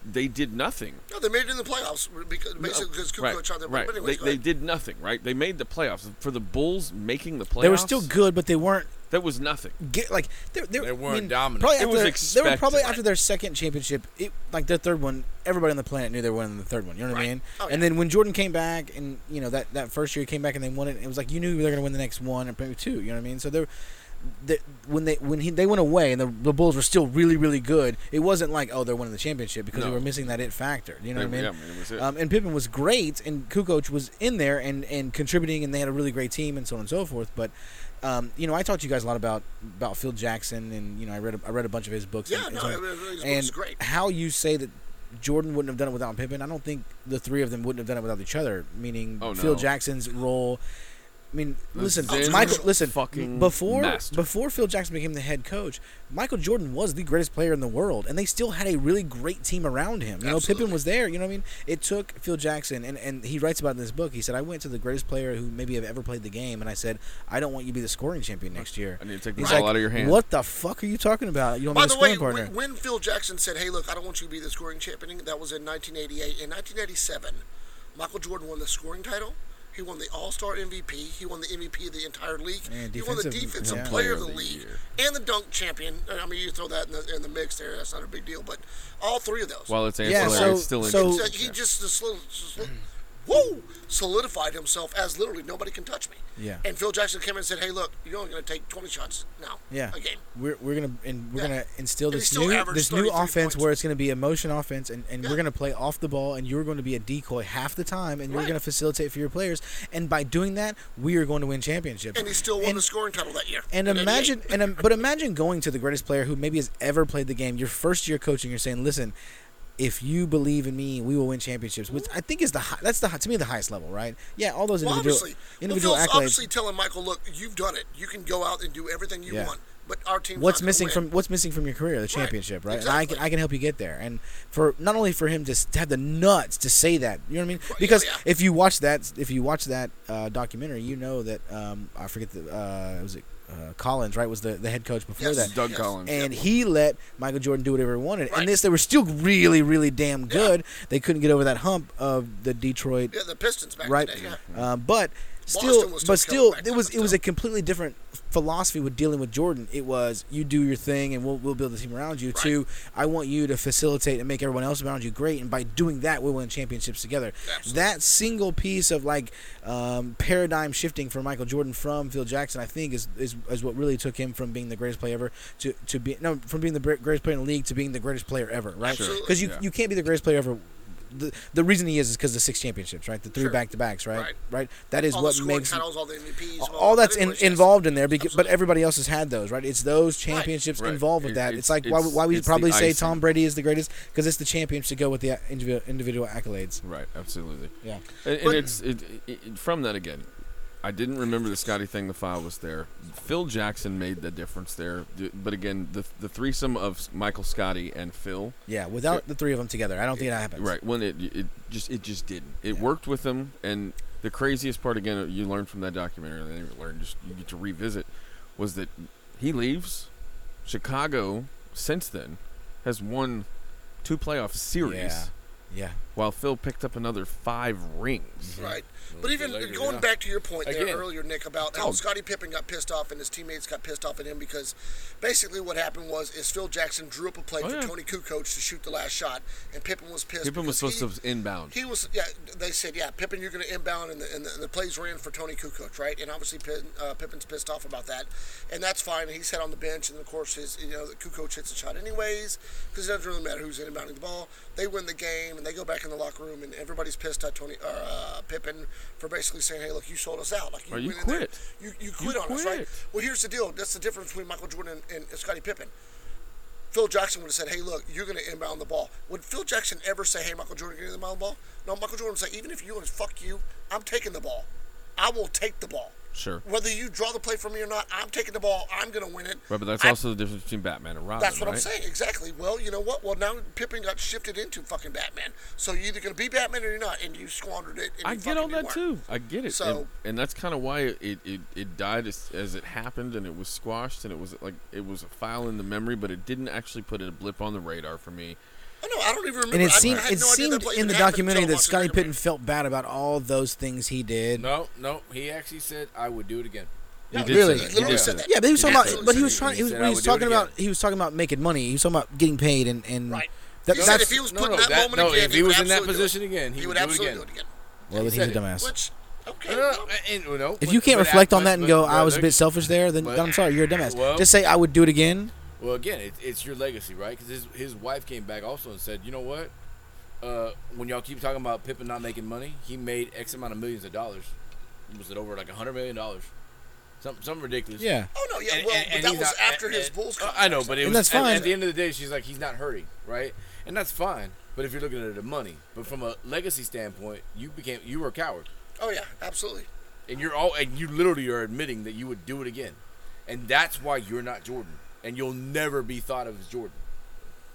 they did nothing. no, they made it in the playoffs because basically because Kukoc right, tried to. right. But they, anyways, go they ahead. did nothing, right? They made the playoffs for the Bulls making the playoffs. they were still good, but they weren't That was nothing. get like they they, They I weren't mean, dominant. Probably It after was their- They were probably expected. after their second championship, it, like their third one. Everybody on the planet knew they were winning the third one. You know what I Right. mean? Oh, And yeah. then when Jordan came back, and you know that, that first year he came back and they won it, it was like you knew they were going to win the next one or maybe two. You know what I mean? So they, were- they when they when he they went away and the, the Bulls were still really really good. It wasn't like oh they're winning the championship because No. they were missing that it factor. You know They- what I mean? yeah, I mean, it was it. Um, and Pippen was great, and Kukoc was in there and, and contributing, and they had a really great team, and so on and so forth. But um, you know, I talked to you guys a lot about about Phil Jackson, and you know, I read a, I read a bunch of his books. Yeah, and, no, and, it was, it and was great. how you say that Jordan wouldn't have done it without Pippen. I don't think the three of them wouldn't have done it without each other. Meaning Oh, Phil no. Jackson's role I mean, The listen, Zen Michael. Listen, fucking before master. before Phil Jackson became the head coach, Michael Jordan was the greatest player in the world, and they still had a really great team around him. You know, Pippen was there. You know what I mean? It took Phil Jackson, and and he writes about it in this book. He said, "I went to the greatest player who maybe have ever played the game, and I said, I don't want you to be the scoring champion next year." I need to take the He's ball like, out of your hand. What the fuck are you talking about? You don't By want the a way, scoring partner? when, when Phil Jackson said, "Hey, look, I don't want you to be the scoring champion," that was in 1988. In 1987, Michael Jordan won the scoring title. He won the All Star MVP. He won the MVP of the entire league. And he won the defensive- Defensive yeah. Player of the, League and the Dunk Champion. I mean, you throw that in the, in the mix there. That's not a big deal, but all three of those. While it's Yeah, ancillary, so- it's still so- interesting. So he just, just, little- just little- woo, solidified himself as literally nobody can touch me. Yeah. And Phil Jackson came in and said, "Hey, look, you're only going to take 20 shots now. Yeah, A game. we're we're gonna and we're Yeah. gonna instill And he this still new averaged this new 33 offense points. where it's gonna be a motion offense, and, and Yeah. we're gonna play off the ball, and you're going to be a decoy half the time, and Right. you're gonna facilitate for your players, and by doing that, we are going to win championships. And he still won And- the scoring title that year. and in 88. imagine, and um, but imagine going to the greatest player who maybe has ever played the game. Your first year coaching, you're saying, "Listen, if you believe in me, we will win championships." Which I think is the hi- that's the hi- to me the highest level, right? Yeah, all those Well, individual obviously, individual well, Phil's accolades. obviously telling Michael, look, you've done it. You can go out and do everything you Yeah. want, but our team. what's missing from what's missing from your career the championship right, and I exactly. can, I can help you get there and for not only for him to s- to have the nuts to say that you know what I mean because yeah. if you watch that if you watch that uh, documentary you know that um, I forget the uh, was it uh, Collins right was the, the head coach before Yes. that Doug Yes. Collins. and he let Michael Jordan do whatever he wanted Right. and this they were still really really damn good they couldn't get over that hump of the Detroit yeah, the Pistons back right? today, yeah. Uh, but Boston still, was but still still, coming back it was then, it was so. a completely different philosophy with dealing with Jordan. It was you do your thing, and we'll we'll build the team around you. To I want you to facilitate and make everyone else around you great, and by doing that, we'll win championships together. That single piece of like um, paradigm shifting for Michael Jordan from Phil Jackson, I think, is, is is what really took him from being the greatest player ever to to be no from being the br- greatest player in the league to being the greatest player ever, right? Absolutely. Because you Yeah. you can't be the greatest player ever the, the reason he is is because the six championships, right? The three Sure. back to backs, right? Right. right? That is all what the scoring makes titles, all the MVPs, all that that's in, English, yes. involved in there. Because, but Absolutely. everybody else has had those, right? It's those championships Right. involved It- with that. it's- It's, like why, it's- why we it's the probably say icing. Tom Brady is the greatest because it's the champions to go with the a- individual individual accolades. Right, absolutely. Yeah. And, and But- it's it, it, it- from that again. I didn't remember the Scotty thing. The file was there. Phil Jackson made the difference there. D- But again, the the threesome of Michael Scotty and Phil. Yeah, without the three of them together, I don't think that happens. Right. When it it just it just didn't. It worked with them, and the craziest part again you learn from that documentary, and then you learn just you get to revisit, was that he leaves. Chicago since then has won two playoff series, Yeah. Yeah. while Phil picked up another five rings. Right. Mm-hmm. Well, But we'll even see later, going yeah. back to your point there Again. earlier, Nick, about how Scottie Pippen got pissed off and his teammates got pissed off at him because basically what happened was is Phil Jackson drew up a play Oh, for yeah. Tony Kukoc to shoot the last shot, and Pippen was pissed. Pippen was because supposed he- to inbound. He was, yeah. They said, yeah, Pippen, you're going to inbound, and the, and, the, and the plays ran for Tony Kukoc, right? And obviously, Pippen, uh, Pippen's pissed off about that, and that's fine. He's sat on the bench, and of course, his you know, Kukoc hits a shot anyways because it doesn't really matter who's inbounding the ball. They win the game, and they go back in the locker room, and everybody's pissed at Tony or uh, Pippen for basically saying, hey, look, you sold us out, like you, Or you went in there- quit. you you quit on us, right? quit. Well, here's the deal. That's the difference between Michael Jordan and, and Scottie Pippen. Phil Jackson would have said, "Hey, look, you're going to inbound the ball." Would Phil Jackson ever say, "Hey, Michael Jordan, get in the inbound ball"? No, Michael Jordan would say, "Even if you want to fuck you, I'm taking the ball. I will take the ball. Sure. Whether you draw the play for me or not, I'm taking the ball. I'm going to win it." Right, but that's I- also the difference between Batman and Robin. That's what I'm right? saying. Exactly. Well, you know what? Well, now Pippen got shifted into fucking Batman. So you're either going to be Batman or you're not, and you squandered it. And I you get fucking- all you that weren't. too. I get it. and, So- and that's kind of why it, it, it died as, as it happened, and it was squashed, and it was like it was a file in the memory, but it didn't actually put a blip on the radar for me. Oh, no, I don't even remember. And it I- I seemed had it no idea that seemed play in even the happened documentary until I that watched the Scottie documentary. Pitten felt bad about all those things he did. No, no. He actually said, "I would do it again." He did say really? that. He literally did said say that. Yeah, but he was Yeah, talking about. absolutely. But he He- was trying. he He was, said, when "I he was would do it talking about. again." He was talking about making money. He was talking about getting paid and and. Right. That, he that's said if he was no, put in no, that, that- moment no, again, if he was in would that absolutely do it. position again, he he would would do it absolutely again. do it again. well, he he's a said it. dumbass. Which, okay. Uh, No, no, well, no, and- and, no, If but- you can't but reflect that- on but- that and but- go, but I was a look- bit selfish there, then but- I'm sorry, you're a dumbass. Well- Just say I would do it again. Well, again, it, it's your legacy, right? Because his his wife came back also and said, you know what? Uh, when y'all keep talking about Pippen not making money, he made X amount of millions of dollars. Was it over like a hundred million dollars? Some some ridiculous. Yeah. oh no, yeah. And- well, and- and but that he's was not- after his and- Bulls. uh, Contract. I know, but it And was that's at- fine. At, the end of the day, she's like, he's not hurting, right? And that's fine. But if you're looking at the money, but from a legacy standpoint, you became you were a coward. Oh yeah, absolutely. and you're all and you literally are admitting that you would do it again, and that's why you're not Jordan, and you'll never be thought of as Jordan,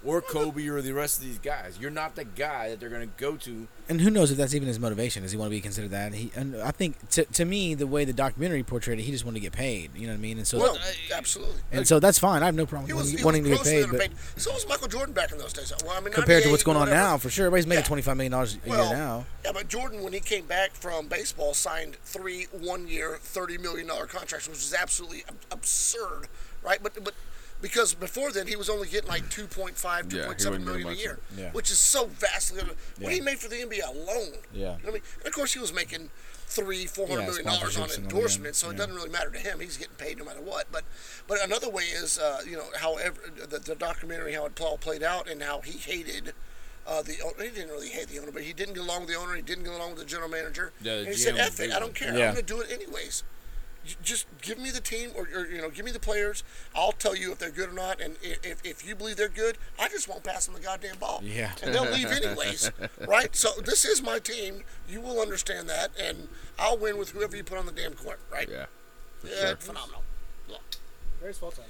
or Kobe or the rest of these guys. You're not the guy that they're gonna go to. and who knows if that's even his motivation? Does he want to be considered that? He, and I think to, to me, the way the documentary portrayed it, he just wanted to get paid. You know what I mean? And so, Well, absolutely. and so that's fine. I have no problem He with was, he wanting, was wanting to get paid, grossly but underpaid. So was Michael Jordan back in those days. Well, I mean, compared to what's 98, going on whatever. now, for sure, everybody's making Yeah. twenty five million dollars a Well, year now. yeah, but Jordan, when he came back from baseball, signed three one-year, thirty million dollar contracts, which is absolutely ab- absurd, right? But but because before then he was only getting like 2.5, Yeah, he 2.7 wouldn't get million a much year, of it. Yeah. which is so vastly under- Yeah. what he made for the NBA alone. Yeah. you know what I mean, and of course he was making three, four hundred Yeah, million dollars sponsorships and on all that, endorsements, so it yeah. doesn't really matter to him. He's getting paid no matter what. But but another way is uh, you know however the, the documentary how it all played out and how he hated. Uh, the owner, he didn't really hate the owner, but he didn't get along with the owner. He didn't get along with the general manager. Yeah, the and he GM said, was "F big it, I on don't it. care. Yeah. I'm going to do it anyways. J- Just give me the team, or, or you know, give me the players. I'll tell you if they're good or not. And i- if, if you believe they're good, I just won't pass them the goddamn ball. Yeah. and they'll leave anyways, right? So this is my team. You will understand that, and I'll win with whoever you put on the damn court, right? Yeah. Yeah, sure. phenomenal. Yeah. Very spot on.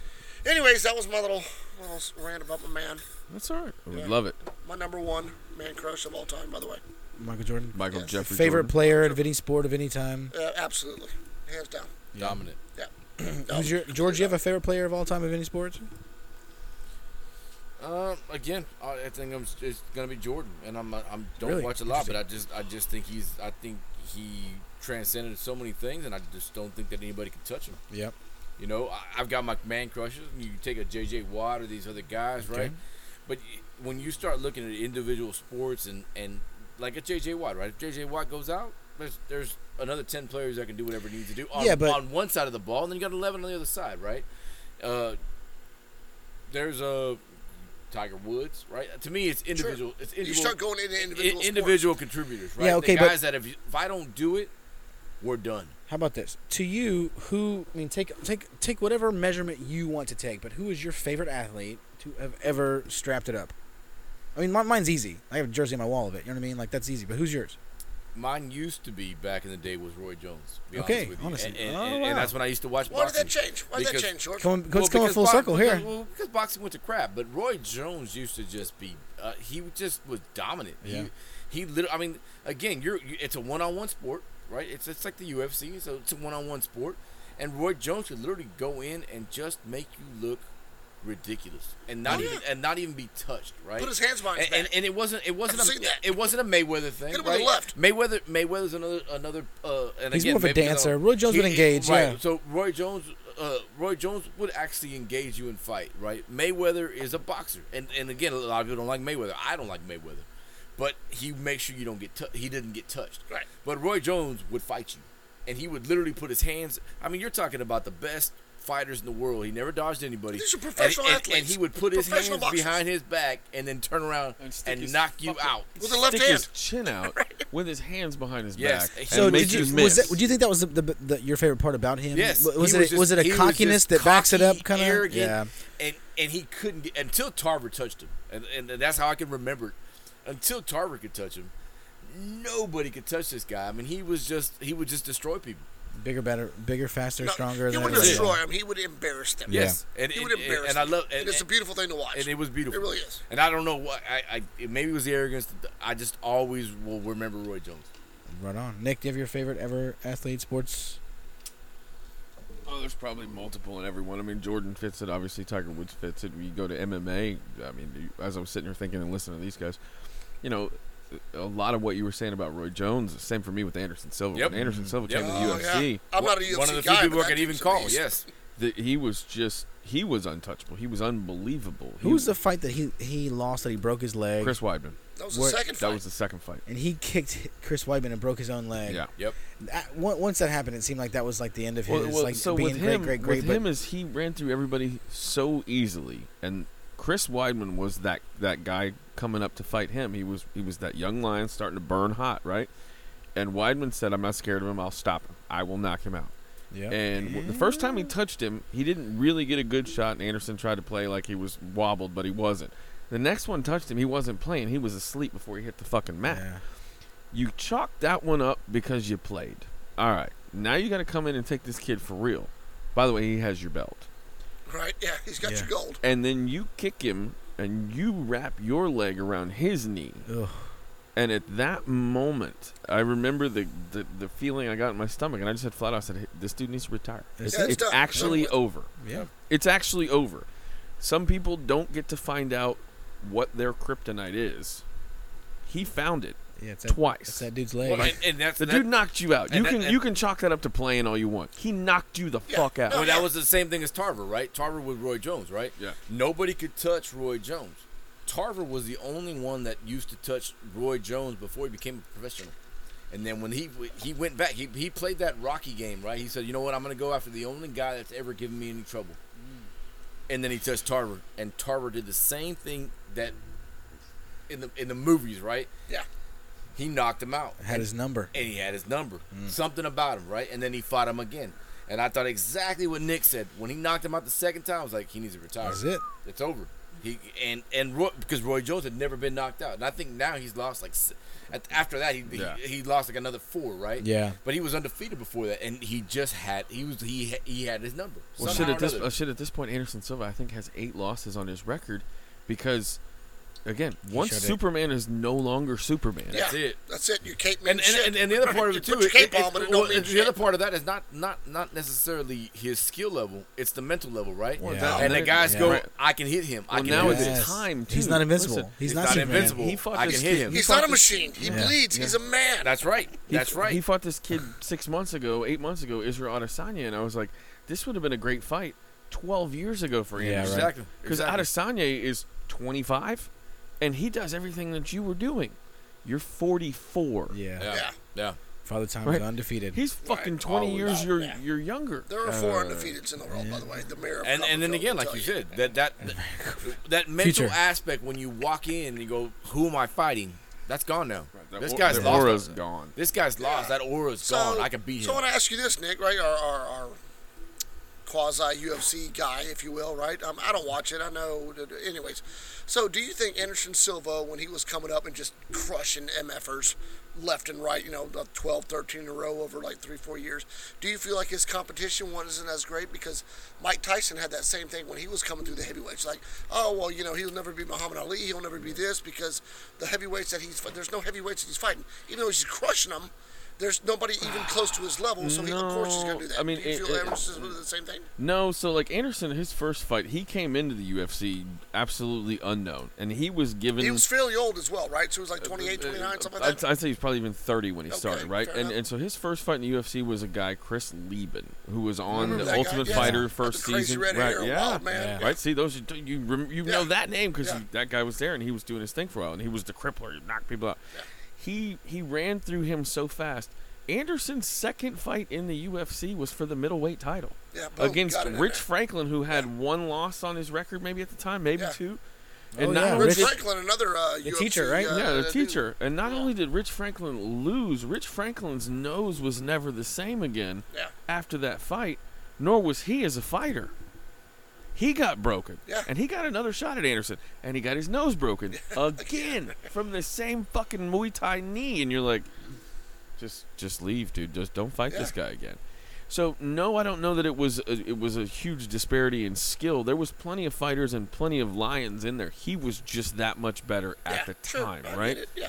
Anyways, that was my little little rant about my man, That's all right. We love it. my number one man crush of all time. By the way, Michael Jordan, Michael Yes. Jeffrey. favorite Jordan. player of any sport of any time. uh, absolutely, hands down. Dominant. Yeah. Oh. Who's your George? You have a favorite player of all time of any sport? Um, again, I I think I'm, it's gonna be Jordan, and I'm I'm don't Really? watch a lot, but I just I just think he's I think he transcended so many things, and I just don't think that anybody can touch him. Yep. You know, I, I've got my man crushes. and You take a JJ Watt or these other guys, right? But y- when you start looking at individual sports and and like a JJ Watt, right? If JJ Watt goes out, there's there's another ten players that can do whatever he needs to do on, Yeah, but- on one side of the ball, and then you got eleven on the other side, right? Uh, there's a Tiger Woods, right? To me, it's individual. It's individual You start going into i- individual. sports. individual contributors, right? Yeah, okay, the but- guys that if, if I don't do it, we're done. How about this? To you, who I mean, take take take whatever measurement you want to take, but who is your favorite athlete to have ever strapped it up? I mean, my, mine's easy. I have a jersey on my wall of it. You know what I mean? Like that's easy. But who's yours? Mine used to be back in the day was Roy Jones. to be honest Okay, with you. honestly. and, and, Oh, and- wow. and that's when I used to watch. Why did boxing. that change? Why did that Because- change, George? Coming, it's coming because full box- circle here. Because, well, because boxing went to crap, but Roy Jones used to just be. Uh, he just was dominant. Yeah. He, he literally. I mean, again, you're. You, it's a one-on-one sport, right? It's it's like the UFC, so it's a one-on-one sport, and Roy Jones could literally go in and just make you look ridiculous and not Oh, even and not even be touched, right? Put his hands behind his and, and, back. and it wasn't it wasn't I've a, seen that. it wasn't a Mayweather thing. Hit him with right? the left. Mayweather Mayweather's another another uh, and He's again, more of a maybe because dancer. I'm- Roy Jones would engage, right, yeah. So Roy Jones, uh, Roy Jones would actually engage you in fight, right? Mayweather is a boxer, and and again, a lot of people don't like Mayweather. I don't like Mayweather, but he makes sure you don't get tou- he didn't get touched. Right. But Roy Jones would fight you, and he would literally put his hands. I mean, you're talking about the best fighters in the world. He never dodged anybody. These are And- professional and, And, athletes. he would put his hands Professional boxers. behind his back and then turn around And and, stick his knock you fucking- out. With the left Stick his hand. chin out with his hands behind his Yes. back. So and did make you, you was miss. that, would you think that was the, the, the, your favorite part about him? Yes. W- Was he it was it just- he a just cockiness that backs it cocky, up? Kind of. arrogant, Yeah. And and he couldn't get until Tarver touched him, and, and that's how I can remember. it. Until Tarver could touch him, nobody could touch this guy. I mean, he was just he would just destroy people. Bigger, better, bigger, faster, No, stronger. He than would everybody destroy else. him. He would embarrass them. Yeah. Yes, and He and, would embarrass and, and I love them. and, And it's a beautiful thing to watch. and it was beautiful. It really is. And I don't know what I, I it maybe it was the arrogance. that I just always will remember Roy Jones. Right on. Nick, do you have your favorite ever athlete sports? Oh, there's probably multiple in everyone. I mean, Jordan fits it. Obviously, Tiger Woods fits it. We go to MMA. I mean, you- as I was sitting here thinking and listening to these guys, you know, a lot of what you were saying about Roy Jones, same for me with Anderson Silva. Yep. When Anderson Silva Yep. came to Oh, the UFC, yeah. I'm not a UFC One of the few guy, but people I that could even dude's a call. beast. Yes, that he was just he was untouchable. He was unbelievable. Who He- was the fight that he he lost that he broke his leg? Chris Weidman? That was the What- second fight. That was the second fight. and he kicked Chris Weidman and broke his own leg. Yeah. yep. That- on- once that happened, it seemed like that was like the end of his Well, well, like so being with him, great, great, great. with But him is he ran through everybody so easily, and Chris Weidman was that that guy coming up to fight him. He was he was that young lion starting to burn hot, right? And Weidman said, "I'm not scared of him. I'll stop him. I will knock him out." yeah, And w- the first time he touched him, he didn't really get a good shot, and Anderson tried to play like he was wobbled, but he wasn't. The next one touched him, he wasn't playing. He was asleep before he hit the fucking mat. yeah. You chalked that one up because you played. All right. Now you got to come in and take this kid for real. By the way, he has your belt. Right? Yeah, he's got Yeah. your gold. And then you kick him and you wrap your leg around his knee. Ugh. And at that moment, I remember the, the, the feeling I got in my stomach, and I just had flat out said, hey, "This dude needs to retire. It's, it's it's done. actually Done over. Yeah. It's actually over." Some people don't get to find out what their kryptonite is. He found it. Yeah. It's Twice. It's that dude's Well, leg. and, and that's The that, dude knocked you out. and You that- can and- you can chalk that up to playing all you want. He knocked you the fuck out. Well, that was the same thing as Tarver, right? Tarver with Roy Jones, right? Oh, Yeah. Nobody could touch Roy Jones. Tarver was the only one that used to touch Roy Jones before he became a professional. And then when he he went back, he, he played that Rocky game, right? He said, "You know what? I'm going to go after the only guy that's ever given me any trouble." And then he touched Tarver, and Tarver did the same thing that in the in the movies, right? Yeah. He knocked him out Had his number. and he had his number. Mm. Something about him, right? And then he fought him again. And I thought exactly what Nick said when he knocked him out the second time. I was like, he needs to retire. That's it. It's over. He and and Roy, because Roy Jones had never been knocked out, and I think now he's lost like s- at- after that he, Yeah. he he lost like another four, right? Yeah. But he was undefeated before that, and he just had he was he ha- he had his number. Well, Somehow shit, or at this another. uh, shit, at this point, Anderson Silva I think has eight losses on his record because, again, once showed it. Superman is no longer Superman, Yeah, That's it. That's it. You can't mean and and, shit. and, and the other part of it You too put your is cape it's- on, but it well, don't mean it's- the other shit. part of that is not not not necessarily his skill level; it's the mental level, right? Well, Yeah. now And the that- guys yeah. go, Right. "I can hit him. I Well, can now hit it's him." Yes. time too. He's not invincible. Listen, he's He's not, not Superman. invincible. he fought I this can hit kid. him. he He's fought not this- a machine. He Yeah. bleeds. He's a man. That's right. He- That's right. He fought this kid six months ago, eight months ago, Israel Adesanya, and I was like, this would have been a great fight twelve years ago for Yeah, Anderson. right. Exactly. Because Exactly. Adesanya is 25, and he does everything that you were doing. You're 44. Yeah. yeah. Yeah. Father Time Right. is undefeated. He's fucking 20 always. years you're, Oh, Yeah. you're younger. There Uh, are four undefeateds in the world, by the way. The mayor. Of And and then Copperfield again, will like tell you said, that that that mental Future. aspect when you walk in and you go, "Who am I fighting?" That's gone now. This guy's the lost. Uh, aura's gone. This guy's lost. That aura's So, gone. I can beat him. So I want to ask you this, Nick, right? Our, our, our quasi UFC guy, if you will, right? Um, I don't watch it. I know. that- Anyways, so do you think Anderson Silva, when he was coming up and just crushing MFers left and right, you know, the 12, 13 in a row over like three, four years, do you feel like his competition wasn't as great? Because Mike Tyson had that same thing when he was coming through the heavyweights. Like, oh, well, you know, he'll never be Muhammad Ali. He'll never be this because the heavyweights that he's, fi- there's no heavyweights that he's fighting. Even though he's crushing them, there's nobody even close to his level, so he, of course he's going to do No, that. I mean, do you it- feel it- Anderson's gonna do the same thing? No, so like Anderson, his first fight, he came into the UFC absolutely unknown, and he was given. He was fairly old as well, right? So he was Uh, like 28, 29, something like I'd, that. I'd say he's probably even 30 when he Okay, started, right? fair And enough. and so his first fight in the UFC was a guy Chris Lieben, who was on Remember the that guy? Ultimate Yeah. Fighter With the first crazy season, red right? hair, yeah, wild man. right. See those you you rem- you know Yeah. that name because Yeah. that guy was there and he was doing his thing for a while, and he was the crippler, he knocked people out. He he ran through him so fast. Anderson's second fight in the UFC was for the middleweight title Yeah, boom, against got it in Rich there. Franklin, who had one loss on his record, maybe at the time, maybe Yeah. two. And Oh, not yeah, only Rich did- Franklin, another uh, UFC, teacher, right? uh, yeah, uh, the dude. teacher. And not only did Rich Franklin lose, Rich Franklin's nose was never the same again Yeah. after that fight, nor was he as a fighter. He got broken. Yeah. And he got another shot at Anderson. And he got his nose broken again from the same fucking Muay Thai knee. And you're like, just just leave, dude. Just don't fight this guy again. So no, I don't know that it was a, it was a huge disparity in skill. There was plenty of fighters and plenty of lions in there. He was just that much better at the Sure, time, I get right? it, Yeah.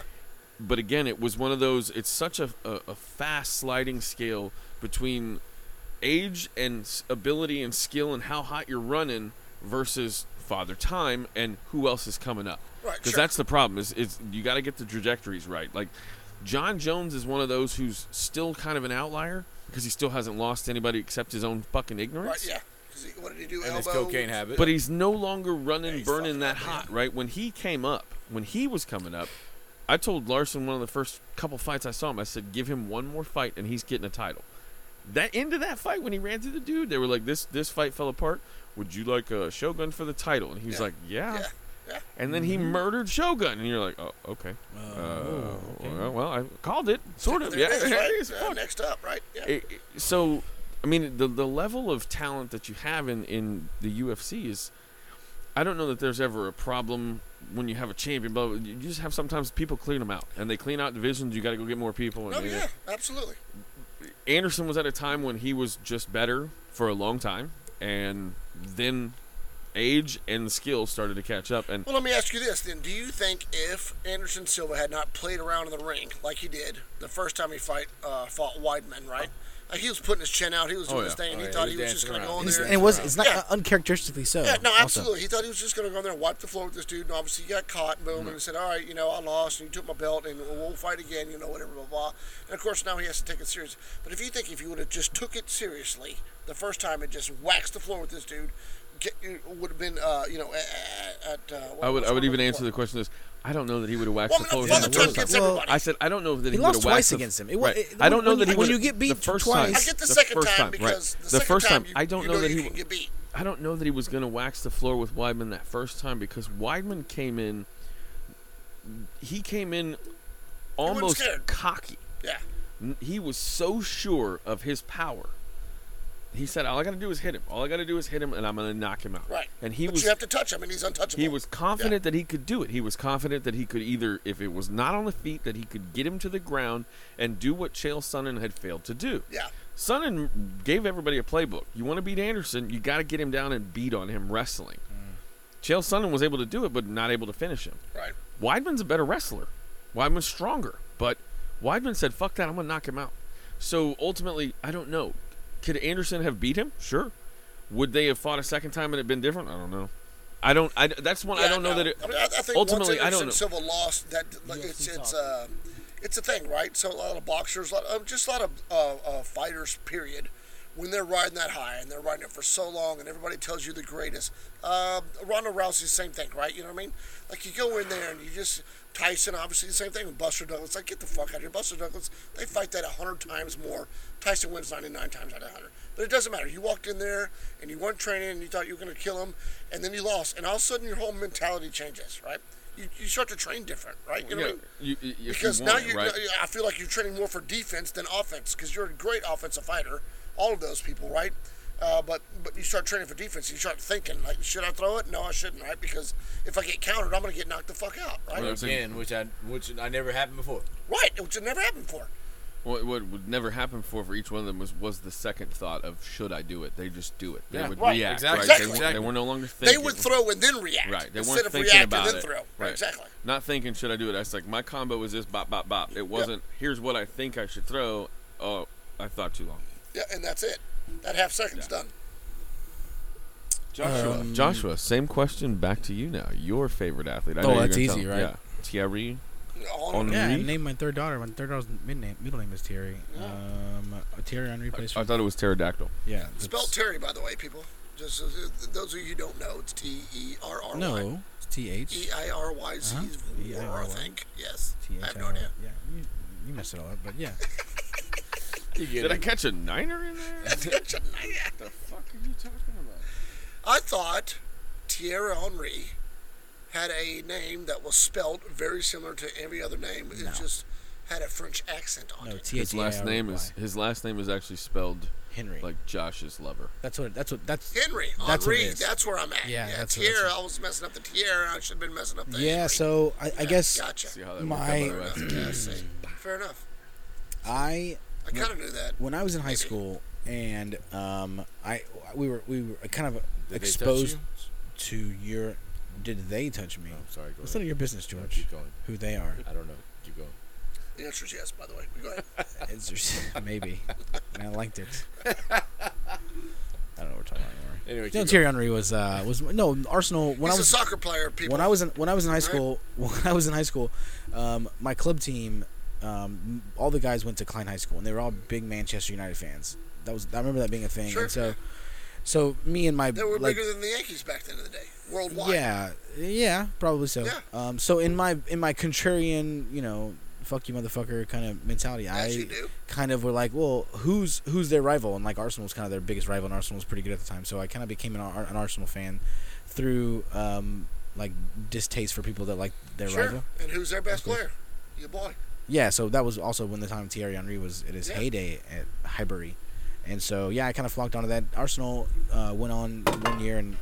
But again, it was one of those. It's such a, a, a fast sliding scale between age and s- ability and skill and how hot you're running versus father time and who else is coming up. Right, Because sure. that's the problem. Is it's you got to get the trajectories right. Like John Jones is one of those who's still kind of an outlier because he still hasn't lost anybody except his own fucking ignorance. Right, yeah. 'Cause he- What did he do? and his Elbow. cocaine habit. But he's no longer running, he's burning fucking that up, hot, right? When he came up, when he was coming up, I told Larson one of the first couple fights I saw him, I said, give him one more fight and he's getting a title. That end of that fight when he ran through the dude, they were like, this this fight fell apart. Would you like a Shogun for the title? And he was like, yeah. Yeah, yeah. And then he murdered Shogun, and you're like, oh, okay. Uh, well, well, I called it, sort of. There yeah, it is, It right? is. Uh, next up, right? Yeah. It- it- so I mean the the level of talent that you have in in the UFC is I don't know that there's ever a problem when you have a champion but you Oh, just have sometimes people clean them out and they clean out divisions you got to go get more people and no, they- yeah, absolutely. Anderson was at a time when he was just better for a long time, and then age and skill started to catch up. And Well, let me ask you this then. Do you think if Anderson Silva had not played around in the ring like he did the first time he fight uh, fought Weidman, right? Like he was putting his chin out, he was doing Oh. yeah. his thing, and Oh, he yeah, thought he he was was just going to dancing go in around. It's- there. and it was it's not Yeah. uh, uncharacteristically so. Yeah, no, also. absolutely. He thought he was just going to go in there and wipe the floor with this dude, and obviously he got caught, boom, Mm-hmm. and he said, all right, you know, I lost, and you took my belt, and we'll, we'll fight again, you know, whatever, blah, blah. And, of course, now he has to take it serious. But if you think if you would have just took it seriously the first time and just waxed the floor with this dude, get, would have been, uh, you know, at... at uh, what- I would I what's would the even word answer the for it? question is I don't know that he would have Well, waxed I the floor. mean, with Father the Time first gets time. Well, everybody. I said I don't know that he, He would lost have twice waxed the- against him. It wa- right. it- I don't when know you- that he when would you get the beat first twice- time. I get the, second first time time, right. because the, The second first time, time, you, I don't you know that you he can would- get beat. I don't know that he was going to wax the floor with Weidman that first time because Weidman came in. He came in almost scared. cocky. Yeah. N- He was so sure of his power. He said, "All I got to do is hit him. All I got to do is hit him, and I'm going to knock him out." Right. And he but was you have to touch him, and he's untouchable. he was confident that he could do it. He was confident that he could either, if it was not on the feet, that he could get him to the ground and do what Chael Sonnen had failed to do. Yeah. Sonnen gave everybody a playbook. You want to beat Anderson, you got to get him down and beat on him wrestling. Chael Sonnen was able to do it, but not able to finish him. Right. Weidman's a better wrestler. Weidman's stronger, but Weidman said, "Fuck that! I'm gonna knock him out." So ultimately, I don't know. Could Anderson have beat him? Sure. Would they have fought a second time and it been different? I don't know. I don't. I that's one I Yeah, don't know no. that it. I, mean, I, I think ultimately, once I don't Anderson know. Silva lost that like, it's it's uh, it's a thing, right? So a lot of boxers, a lot of, just a lot of uh, uh, fighters, period. When they're riding that high and they're riding it for so long, and everybody tells you the greatest, uh, Ronda Rousey, same thing, right? You know what I mean? Like you go in there and you just Tyson, obviously the same thing with Buster Douglas. Like get the fuck out of here, Buster Douglas. They fight that hundred times more. Tyson wins ninety nine times out of hundred. But it doesn't matter. You walked in there and you weren't training and you thought you were going to kill him, and then you lost, and all of a sudden your whole mentality changes, right? You, you start to train different, right? You know Yeah, what I mean? you- you- if you because want now it, you, right? I feel like you're training more for defense than offense because you're a great offensive fighter. All of those people, right? Uh, but but you start training for defense. You start thinking like, should I throw it? No, I shouldn't, right? Because if I get countered, I'm gonna get knocked the fuck out, right? Well, that's- Again, which I which I never happened before. Right, which had never happened before. What, what would never happen for for each one of them was was the second thought of should I do it? They just do it. They Yeah, would right, react. exactly, Right? They, exactly. weren't- they were no longer thinking. They would throw and then react, Right. They instead weren't of thinking react about and then it. throw. Right. Exactly. Not thinking should I do it. That's like my combo was this bop bop bop. It wasn't here's what I think I should throw. Oh, I thought too long. Yeah, and that's it. That half second's done. Joshua. Joshua, same question back to you now. Your favorite athlete. I know Oh, you're that's gonna tell easy, him. right? Yeah. Thierry. All On- in- Yeah, I Henry? named my third daughter. My third daughter's mid name, middle name is Terry. Um, uh, Terry on replays. I thought it was pterodactyl. yeah. Spell that's- Terry, by the way, people. Just uh, those of you who don't know, it's T E R R Y. No, it's T E H. I R Y Z Uh-huh. war, I E-I-R-Y. think. Yes. T I H. have no idea. Yeah, you, you messed it all up, but yeah. You get Did I it. catch a niner in there? the fuck are you talking about? I thought Thierry Henry had a name that was spelled very similar to every other name. It just had a French accent on No, it. T H. his last name is his last name is actually spelled Henry. like Josh's lover. that's what. That's what. That's Henry, That's what it Henri, is. that's where I'm at. Yeah, that's what- Thierry, that's I was messing up the Thierry. I should have been messing up the yeah. Henry. So I, I Yeah, guess Gotcha. See how that My- worked out by the way? Yeah, I see. Fair enough. I I kind of knew that. when I was in high school and um I we were we were kind of Did they touch exposed you? to your did they touch me? Oh, sorry, go it's none ahead. of your business, No, George. keep going. Who they are? I don't know. Keep going. The answer is yes, by the way. Go ahead. It's just, maybe. And I liked it. I don't know what we're talking about anymore. Anyway, keep No, going. Thierry Henry was uh, was no Arsenal when He's I a was soccer player, people. when I was in when I was in high Right. school when I was in high school, um, my club team, um, all the guys went to Klein High School and they were all big Manchester United fans. That was I remember that being a thing. Sure. And so, so me and my they were like bigger than the Yankees back then in the day, worldwide. yeah yeah probably so. Yeah. Um, so in my in my contrarian you know fuck you motherfucker kind of mentality, I As you do. kind of were like, well, who's who's their rival? And like Arsenal was kind of their biggest rival, and Arsenal was pretty good at the time. So I kind of became an, Ar- an Arsenal fan through um, like distaste for people that like their Sure. rival. And who's their best player? Your boy. Yeah, so that was also when the time Thierry Henry was at his Yeah. heyday at Highbury, and so yeah, I kind of flocked onto that. Arsenal uh, went on one year and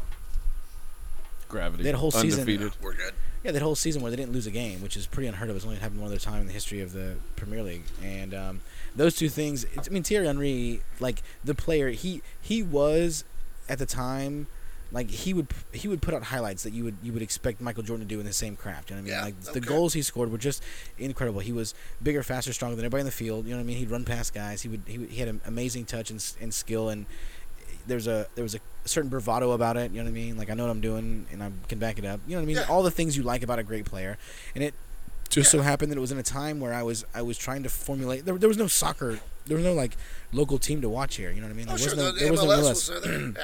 Gravity. that whole season- undefeated. We're good. yeah, that whole season where they didn't lose a game, which is pretty unheard of. It's only happened one other time in the history of the Premier League. And um, those two things, it's, I mean, Thierry Henry, like the player, he he was at the time, like he would he would put out highlights that you would you would expect Michael Jordan to do in the same craft. You know what I mean? Yeah, like the okay. goals he scored were just incredible. He was bigger, faster, stronger than everybody in the field. You know what I mean? He'd run past guys. He would he, would, he had an amazing touch and, s- and skill and there's a there was a certain bravado about it. You know what I mean? Like I know what I'm doing and I can back it up. You know what I mean? Yeah. All the things you like about a great player, and it just so happened that it was in a time where I was I was trying to formulate. There, there was no soccer. There was no like local team to watch here. You know what I mean? Oh, There sure, was no the, there MLS was no MLS. was uh, there. Yeah.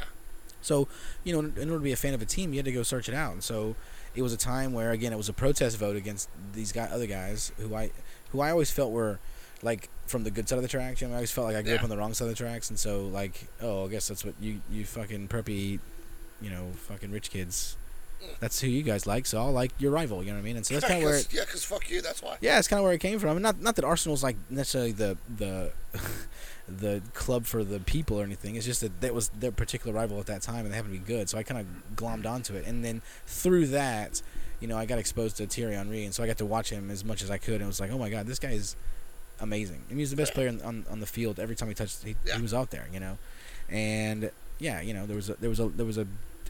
So, you know, in in order to be a fan of a team, you had to go search it out. And so, it was a time where, again, it was a protest vote against these guy, other guys who I, who I always felt were like from the good side of the tracks. You know, I always felt like I grew up Yeah. on the wrong side of the tracks. And so, like, oh, I guess that's what you, you fucking preppy, you know, fucking rich kids. That's who you guys like. So I'll like your rival. You know what I mean? And so that's kind of where. It, yeah, because fuck you. That's why. yeah, it's kind of where it came from. And not not that Arsenal's like necessarily the the the club for the people or anything. It's just that that was their particular rival at that time, and they happened to be good. So I kind of glommed onto it, and then through that, you know, I got exposed to Thierry Henry, and so I got to watch him as much as I could, and it was like, oh my god, this guy is amazing. I mean, he's the best player on, on, on the field. Every time he touched, he, Yeah. he was out there, you know, and yeah, you know, there was a, there was a there was a,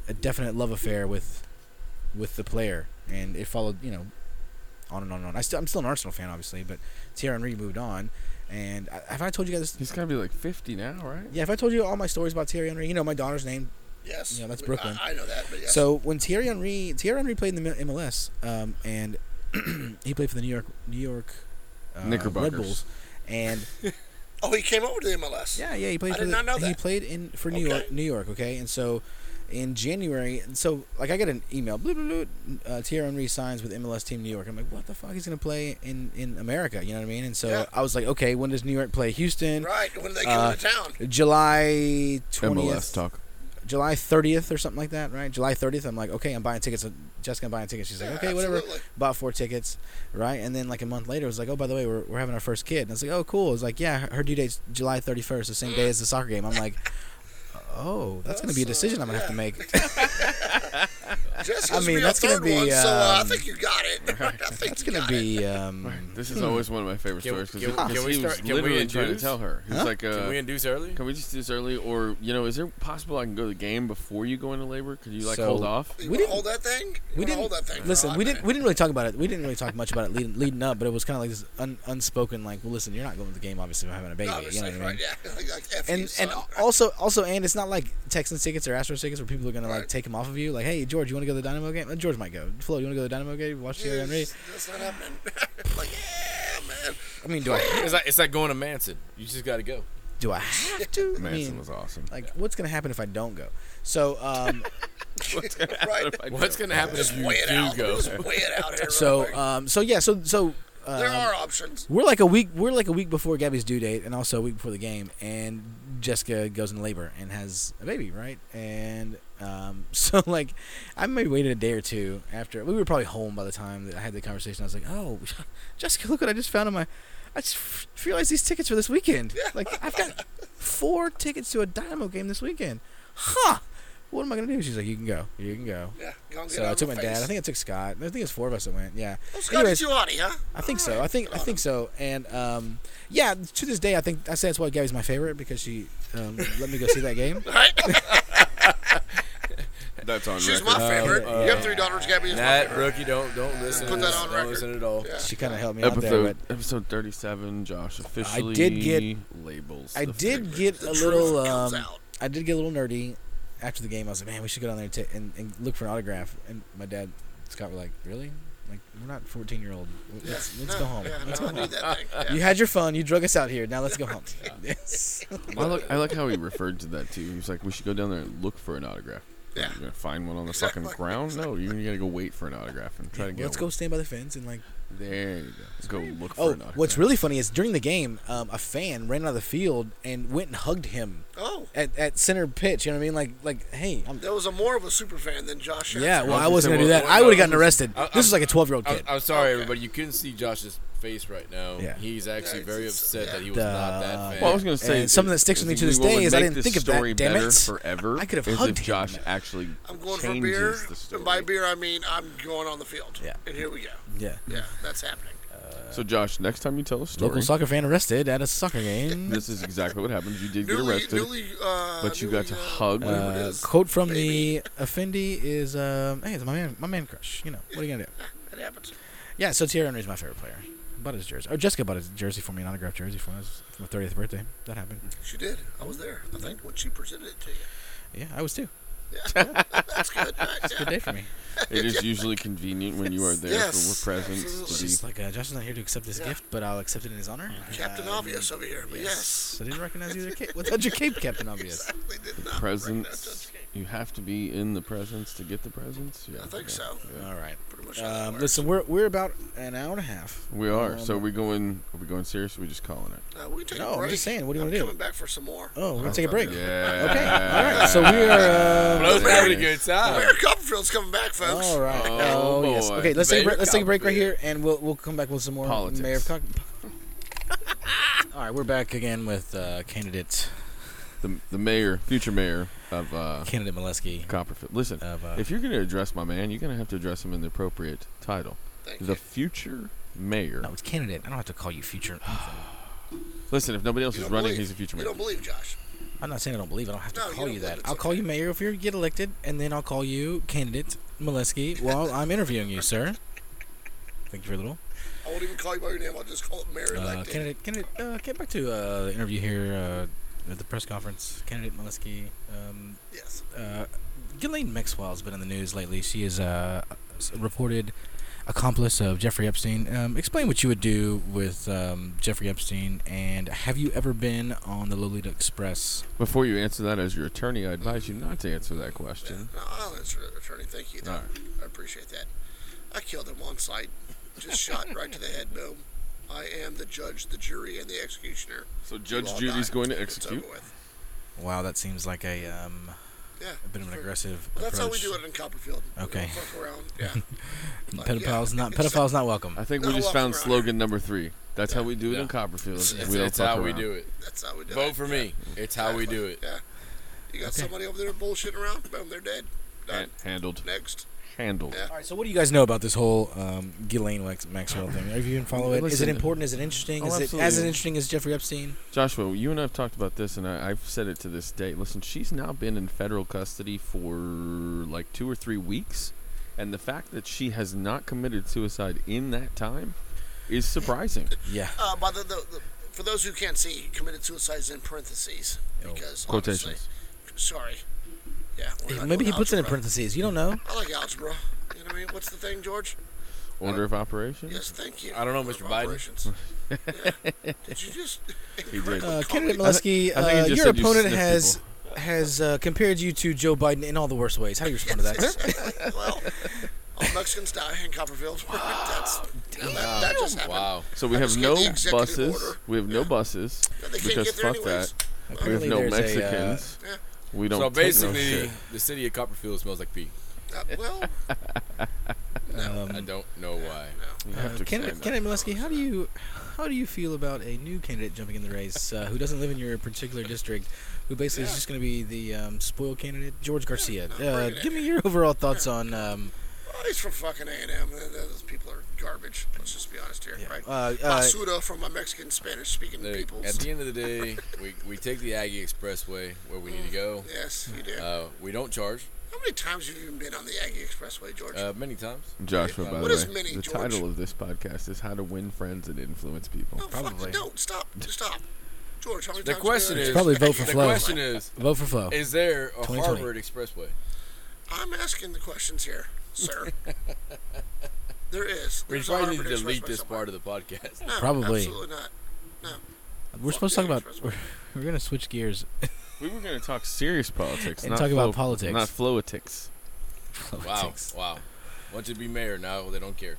a definite love affair with with the player, and it followed, you know, on and on and on. I still I'm still an Arsenal fan, obviously, but Thierry Henry moved on, and I, have I told you guys? This? He's got to be like 50 now, right? Yeah, if I told you all my stories about Thierry Henry, you know my daughter's name. Yes. Yeah, that's I- Brooklyn. I, know that, but yes. So when Thierry Henry, Thierry Henry played in the M- MLS, um, and he played for the New York New York uh, Red Knickerbockers. Bulls, and oh, he came over to the MLS. yeah, yeah, he played I for did the, not know he that. played in for New Okay. York, New York, okay, and so. In January, so like I got an email, blue, blue, blue, uh, Thierry Henry signs with MLS team New York. I'm like, what the fuck? He's gonna play in in America, you know what I mean? And so Yeah. I was like, okay, when does New York play Houston? Right when they came Uh, to town. July MLS twentieth. talk. July 30th or something like that, right? July 30th, I'm like, okay, I'm buying tickets. uh, Jessica, I'm buying tickets. She's like, Yeah, okay, whatever. absolutely. Bought four tickets, right? And then like a month later, it was like, oh, by the way, we're, we're having our first kid. And I was like, oh, cool. It was like, yeah, her due date's July 31st, the same day as the soccer game. I'm like, oh, that's going to be a decision I'm going to have to make. Jessica's I mean, be our that's gonna third be, One, so uh, I um, think you got it. I think It's you going to got it. be, um, This is always one of my favorite Can- stories because can- can we he start- was can we literally trying to induce? tell her. He's Huh? like, Can uh, we induce early? can we just do this early, or you know, is it possible I can go to the game before you go into labor? Could you like So- hold off? You We wanna didn't- hold that thing. You we wanna didn't hold that thing. for a listen. hot We minute. didn't. We didn't really talk about it. We didn't really talk much about it leading, leading up, but it was kind of like this un, unspoken, like, well, listen, you're not going to the game, obviously, if I'm having a baby. you know Obviously, what I mean? right? Yeah, like, like F you, and son. and also also and it's not like Texans tickets or Astros tickets where people are gonna like Right. take them off of you. Like, hey George, you want to go to the Dynamo game? Uh, George might go. Flo, you want to go to the Dynamo game? Watch Thierry Henry. Yes, that's not happening. like, yeah, man. I mean, do I It's like it's like going to Manson. You just gotta go. do I have to? I Manson mean, was awesome. like, what's gonna happen if I don't go? So um Right. What's gonna happen if you Weigh it do out. go? Just weigh it out here. real so quick. um so yeah so so. Um, there are options. We're like a week. We're like a week before Gabby's due date, and also a week before the game. And Jessica goes into labor and has a baby, right? And um, so like, I maybe waited a day or two after. We were probably home by the time that I had the conversation. I was like, "Oh, Jessica, look what I just found on my. I just f- realized these tickets for this weekend. Like I've got four tickets to a Dynamo game this weekend. Huh? What am I gonna do?" She's like, "You can go. You can go." Yeah, go and get So it I on took my the dad. face. I think I took Scott. I think it's four of us that went. Yeah. Oh, Scott, Anyways- it's you on it, huh? I think All so. right. I think I Good on think so. And um, yeah, to this day, I think I say that's why Gabby's my favorite because she um, let me go see that game. him. Right? That's on She's record. my favorite. uh, you have three daughters, Gabby. Is my That favorite. rookie, don't don't listen. Put to that this. on don't record. listen at all. Yeah. She kind of helped me out there, episode but episode 37. Josh officially. get- labels. I the did favorite. get The a truth little comes um, out. I did get a little nerdy after the game. I was like, man, we should go down there and, ta- and, and look for an autograph. And my dad Scott were like, really? Like we're not fourteen year old. Let's, let's no, go home. Yeah, Let's no, go I home. need that thing. Yeah. You had your fun. You drug us out here. Now let's go home. Yes. I like I like how he referred to that too. He was like, "We should go down there and look for an autograph." Yeah. You're gonna find one on the fucking Exactly. ground? No, you're gonna go wait for an autograph and try to get. Let's go one. stand by the fence and like There you go. Let's go look for Oh, an autograph. what's really funny is during the game, um, a fan ran out of the field and went and hugged him Oh, at, at center pitch. You know what I mean? Like, like, hey, I'm, there was a more of a super fan than Josh. yeah. Hansen. Well, I was wasn't gonna gonna do say, that. well, I would well, have gotten listen, arrested. I- This was like a twelve year old I'm, kid. I'm sorry, Okay. everybody. You couldn't see Josh's face right now. Yeah. He's actually Yeah, very it's- upset that he was Duh. not that fan. Well, I was going to say And something that sticks with me if to this we will day is I make didn't this think of that, story damn better it. Forever, I could have is hugged if him. Josh actually I'm going for changes beer. the story. And by beer, I mean I'm going on the field. Yeah. Mm-hmm. And here we go. Yeah. Yeah, that's happening. So, Josh, next time you tell a story, Local soccer fan arrested at a soccer game. this is exactly what happened. You did get Newly, arrested, newly, uh, but you got to newly, uh, hug. whatever it Uh, is. quote from the offendy is, um, "Hey, it's my man, my man crush. You know what are you gonna do?" It happens. Yeah, so Thierry Henry's my favorite player. Bought his jersey. Oh, Jessica bought his jersey for me, an autographed jersey for us for my thirtieth birthday. That happened. She did. I was there. I think when she presented it to you. Yeah, I was too. That's good. Nice. Good day for me. it is usually convenient when you are there Uh, Yes, for presence absolutely. to be She's like, uh, Josh is not here to accept this Yeah. gift, but I'll accept it in his honor. Captain Uh, Obvious over here. But yes. I didn't recognize you with your cape. Without your cape, Captain Obvious. They did not presence. You have to be in the presence to get the presence. Yeah, I think yeah. so. All right. Pretty much. how that Um, works. listen, we're we're about an hour and a half. We are. so Um, we going? Are we going serious? Or are we just calling it? Uh, we take No, a I'm break. just saying, what do you I'm wanna do? Coming back for some more. Oh, we're gonna take a break. Yeah. Okay. All Uh, right. So we are. Uh, Blows me having a good time. Mayor Copperfield's coming back, folks. all right. Oh, Oh, yes. boy. Okay. Let's take a Mayor break. Let's take a break right here, Copperfield. and we'll we'll come back with some more Politics. Mayor of Cock. all right, we're back again with uh, candidate The, the mayor, future mayor of uh, candidate Molesky. Copperfield. Listen, Of, uh, if you're going to address my man, you're going to have to address him in the appropriate title. Thank The you. future mayor. No, it's candidate. I don't have to call you future. Listen, if nobody else You is don't running, believe- he's a future You mayor. don't believe Josh. I'm not saying I don't believe. it. I don't have to No, you call you, don't that. believe it's I'll call okay. you mayor if you get elected, and then I'll call you candidate Molesky while I'm interviewing you, sir. Thank you for the little. I won't even call you by your name. I'll just call it Mayor Uh, Elected. candidate, candidate, uh, get back to uh, the interview here uh, at the press conference. Candidate Molesky. Um, yes. uh, Ghislaine Maxwell has been in the news lately. She is uh, a reported accomplice of Jeffrey Epstein. Um, explain what you would do with um, Jeffrey Epstein, and have you ever been on the Lolita Express? Before you answer that as your attorney, I advise you not to answer that question. No, I'll answer it, attorney. Thank you. though. All right. I appreciate that. I killed him on sight. Just shot right to the head. Boom. I am the judge, the jury, and the executioner. So You Judge all Judy's die. going to It's execute. over with. Wow, that seems like a um, Yeah. a bit of an Sure. aggressive. Well, that's how we approach. do it in Copperfield. We Okay. don't fuck around. Yeah. Like, Pedophiles yeah, not it's- pedophiles not welcome. I think we Not just walking found around. slogan number three. That's how we do it Yeah. in Copperfield. It's, we don't it's fuck how we around. do it. That's how we do it. Vote for Yeah. me. It's how we do it. Yeah. You got somebody over there bullshitting around. Boom, they're dead. Done. Han- handled. Next. Handled. Yeah. All right, so what do you guys know about this whole um, Ghislaine Wax- Maxwell thing? Have you even follow it? Is Listen- it important? Is it interesting? Oh, is it as absolutely. interesting as Jeffrey Epstein? Joshua, you and I have talked about this, and I, I've said it to this day. Listen, she's now been in federal custody for like two or three weeks, and the fact that she has not committed suicide in that time is surprising. Yeah. Uh, by the, the, the for those who can't see, committed suicides in parentheses Oh. because Quotations. obviously- Sorry. Yeah. we're not Maybe doing he puts it in algebra. parentheses. You don't know. I like algebra. You know what I mean? What's the thing, George? Order of operation. Yes, thank you. I don't know, Mr. Biden. Operations. yeah. Did you just? He did. Uh, candidate I thi- Molesky, I think he uh, just your said you opponent sniff has has uh, compared you to Joe Biden in all the worst ways. How do you respond to that? well, all Mexicans die in Copperfield. That's no, that, that just happened. Oh, Wow. So we I have just no gave the executive buses. order. We have no buses No, they can't because get there fuck anyways. that. We have Apparently no there's a, uh, Mexicans. Yeah. We don't. So take no basically, shit. the city of Copperfield smells like pee. Uh, well, um, I Mm. don't know why. You Uh, have to Candidate, expand candidate Molesky, how do you how do you feel about a new candidate jumping in the race uh, who doesn't live in your particular district, who basically is just going to be the um, spoiled candidate, George Garcia? Uh, bring it give me your overall thoughts on. Um, well, he's from fucking A and M. Uh, Those people are garbage. Let's just be honest here, right? uh, uh, Basura from my Mexican Spanish speaking Look, peoples. at the end of the day, we, we take the Aggie Expressway where we need to go. yes, you did. Uh, we don't charge How many times have you been on the Aggie Expressway, George? uh, many times. Joshua, by What the is way, mini, the George? title of this podcast is "How to Win Friends and Influence People." no, probably. fuck, don't stop, stop. George, how many The times? question have is you been on Probably vote for The Flo. question is, vote for Flo. is there a 2020. Harvard Expressway? I'm asking the questions here, sir. there is. We There's a probably need Harvard to delete Expressway this somewhere. part of the podcast. No, Probably. Absolutely not. we're supposed to fuck talk about. yeah, We're, we're going to switch gears. We were going to talk serious politics And not talk about flo- politics. not floatics. Wow, wow. Once you be mayor, now they don't care.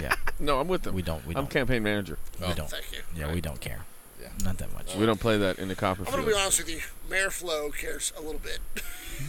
yeah, No, I'm with them. we don't. We I'm don't. campaign manager. we Oh. don't. Thank you. Yeah, we don't care. Yeah. Not that much. We don't play that in the Copperfield. I'm gonna be honest with you. Mayor Flo cares a little bit.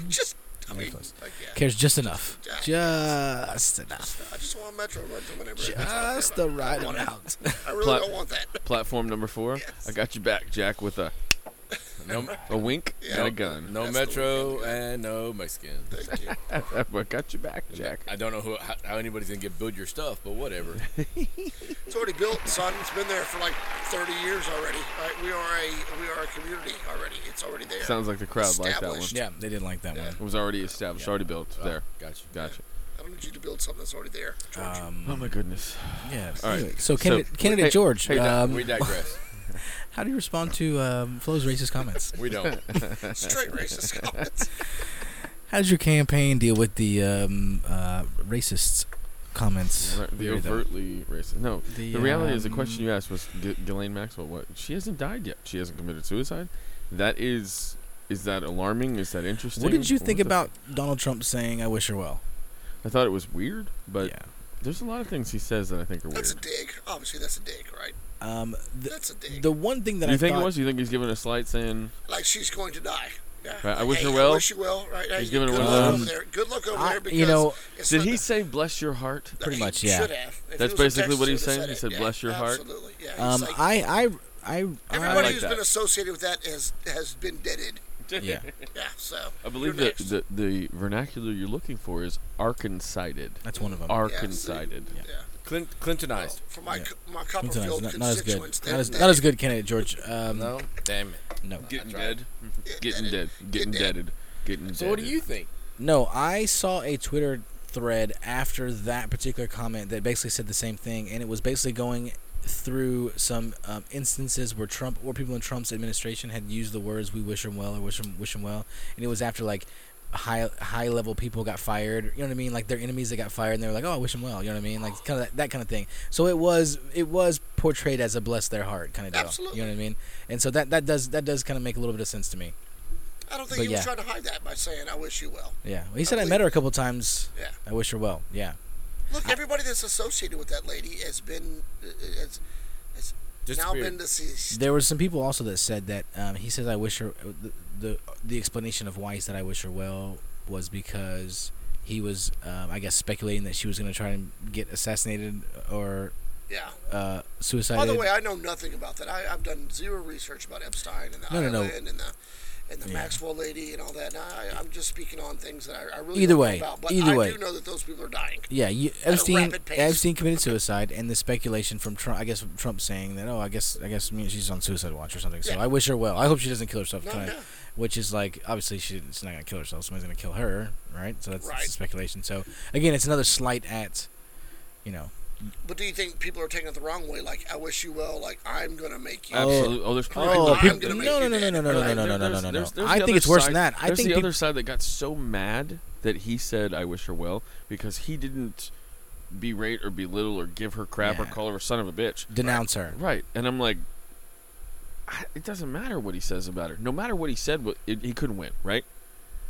Just I I Very mean, close. like, yeah. Cares just enough. Yeah. Just enough. I just want Metro run to whenever. it comes uh, out, Just damn the right I want it. amount. it. I really Plat- don't want that. Platform number four. Yes. I got you back, Jack, with a, No, a wink Yeah. and a gun. no That's the Metro and no Mexican. Thank you. I got you back, Jack. I don't know who, how, how anybody's gonna get build your stuff, but whatever. It's already built, son. It's been there for like 30 years already. All right, we are a we are a community already. It's already there. Sounds like the crowd liked that one. Established. Yeah, they didn't like that one. It was already established, already built. There. Gotcha. Gotcha. I don't need you to build something that's already there. George. Oh my goodness. Yeah. All right. anyway, So, So- candidate, candidate Hey- George, hey, Dan, um, We digress. how do you respond to um, Flo's racist comments? we don't. Straight racist comments. How does your campaign deal with the um, uh, racist comments? Right, The Really, though. overtly racist. No, The, the, reality is the question um, you asked was G- Ghislaine Maxwell. What? She hasn't died yet. She hasn't committed suicide. That is. Is that alarming? Is that interesting? What did you think the- about Donald Trump saying, "I wish her well"? I thought it was weird, but yeah. there's a lot of things he says that I think are weird. That's a dig. Obviously, that's a dig, right? Um, the, That's a dig. the one thing that you I think thought, it was? You think he's giving a slight saying? like she's going to die. Yeah. Right, I Like, wish hey, her well. I wish you well. Right. Hey, He's giving her Um, one good of luck those. over there. Good luck over I- there. Because you know, it's Did not he the- say "bless your heart"? that Pretty he much, yeah. should have. If it That's was a basically text, what he he was saying. Said He it. said, yeah, "Bless your heart." Absolutely. Yeah. he's Um, like- I, I, I, I, everybody like who's that. been associated with that is has been deaded. yeah. Yeah. So I believe you're that next. the, the vernacular you're looking for is "arkansided." That's one of them. Arkansided. Yeah. yeah. Clint, Clintonized. For my Yeah. c my Sometimes Copperfield not, not as good. constituents, Not as, that- not as good candidate, George. Um, no. No. Damn it. Getting That's right. dead. Getting dead. Getting dead. deaded. Getting So what do deaded. you think? No, I saw a Twitter thread after that particular comment that basically said the same thing, and it was basically going through some um, instances where Trump or people in Trump's administration had used the words "we wish him well" or "wish him wish him well," and it was after like high high level people got fired. You know what I mean? Like their enemies that got fired, and they were like, "Oh, I wish him well." You know what I mean? Like kind of that, that kind of thing. So it was it was portrayed as a bless their heart kind of deal. Absolutely. You know what I mean? And so that that does that does kind of make a little bit of sense to me. I don't But think he was yeah. trying to hide that by saying, "I wish you well." Yeah. Well, he said I, believe met her a couple times. Yeah. I wish her well. Yeah. Look, everybody that's associated with that lady has been uh, has, has now been Disappeared. deceased. There were some people also that said that um, he says I wish her the, the the explanation of why he said I wish her well was because he was um, I guess speculating that she was going to try and get assassinated or Yeah. uh, suicided. By the way, I know nothing about that. I, I've done zero research about Epstein and the No, no, no. island and the and the Yeah. Maxwell lady and all that. And I, I'm just speaking on things that I, I really Either don't way, know about. But either I way. do know that those people are dying. yeah, you, a Epstein rapid pace. Epstein committed suicide, and the speculation from Trump, I guess from Trump saying that oh I guess I guess I mean, she's on suicide watch or something. So Yeah. I wish her well. I hope she doesn't kill herself. No, kinda- yeah. Which is like obviously she, she's not gonna kill herself. Somebody's gonna kill her, right? So that's, Right. that's speculation. So again, it's another slight at you know But do you think people are taking it the wrong way? Like, I wish you well. Like, I'm gonna make you. Absolutely. Oh, there's plenty Oh, of people, people. I'm no, gonna make no, no, no, no, no, you dead. no, no, Right, no, there- no, no, there's- no, no. there's- there's I the think other it's worse than side- that. I there's think the people, other side that got so mad that he said, "I wish her well," because he didn't berate or belittle or give her crap or Yeah. call her a son of a bitch. denounce her. Right, and I'm like, I- it doesn't matter what he says about her. No matter what he said, what- it, he couldn't win, right?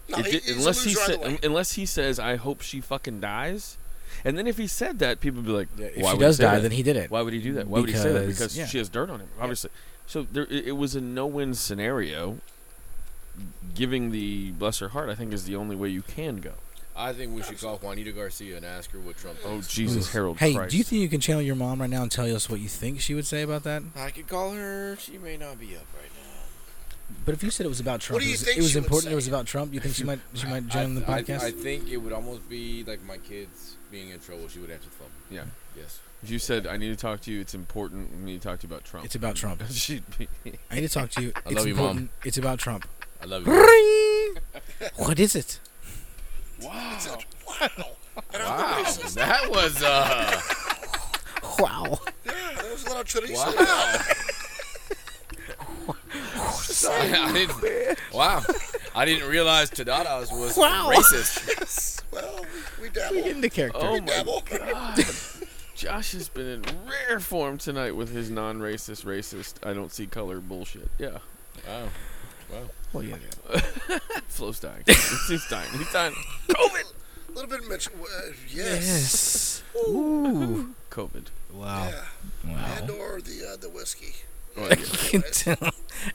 No, It he- did- he's unless a he loser either said, way. unless he says, "I hope she fucking dies," and then if he said that, people would be like, If "Why she would he does say die, that? then he did it. Why would he do that? Why would he say that? Because- Because yeah. she has dirt on him, obviously. So there, it, it was a no-win scenario. Giving the bless her heart, I think, is the only way you can go. I think we should call Juanita Garcia and ask her what Trump. Oh thinks. Jesus, Harold Hey, Christ! do you think you can channel your mom right now and tell us what you think she would say about that? I could call her. She may not be up right now. But if you said it was about Trump, do it you was, think it was she would important. say? It was about Trump. You think she might she might join the I, podcast? I think it would almost be like my kids being in trouble. She would answer the phone. yeah, Yes. if you said I need to talk to you, it's important. We need to talk to you about Trump. it's about Trump. She'd be I need to talk to you. I it's love you, Mom. important. It's about Trump. I love you. What is it? wow. Wow. And I'm Wow. the racist. That was uh. Wow. Yeah, um, there was a lot of Teresa. Wow. I didn't, wow. I didn't realize Tadadas was Wow. racist. Well, we, we We dabble. get into character. Oh my dabble. Josh has been in rare form tonight with his non-racist, racist, I don't see color bullshit. Yeah, Wow. Well, yeah. Flo's dying. He's dying. He's dying. A little bit of Mitch. Uh, yes. Yes. Ooh. COVID. Wow. Yeah. Wow. And or the uh, the whiskey. I can tell.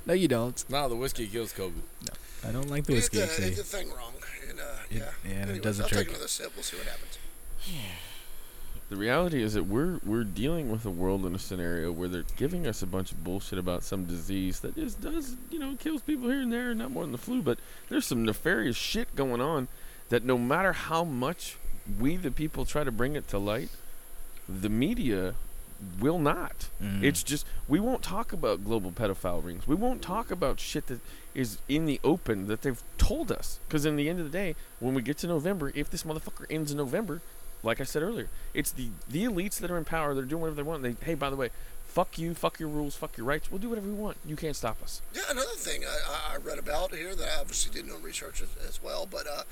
No, you don't. No, the whiskey kills COVID. I don't like the It's whiskey. a, actually. it's a thing wrong. And, uh, yeah. yeah, and it Anyway, does the I'll trick. take another sip. We'll see what happens. The reality is that we're we're dealing with a world in a scenario where they're giving us a bunch of bullshit about some disease that is does you know kills people here and there, not more than the flu, but there's some nefarious shit going on that no matter how much we the people try to bring it to light, the media will not. Mm-hmm. Mhm. It's just we won't talk about global pedophile rings. We won't talk about shit that is in the open that they've told us. Because in the end of the day, when we get to November, if this motherfucker ends in November, like I said earlier, it's the the elites that are in power. They're doing whatever they want. They hey, by the way, fuck you, fuck your rules, fuck your rights. We'll do whatever we want. You can't stop us. Yeah, another thing I, I- I read about here that I obviously did no research as, as well, but uh,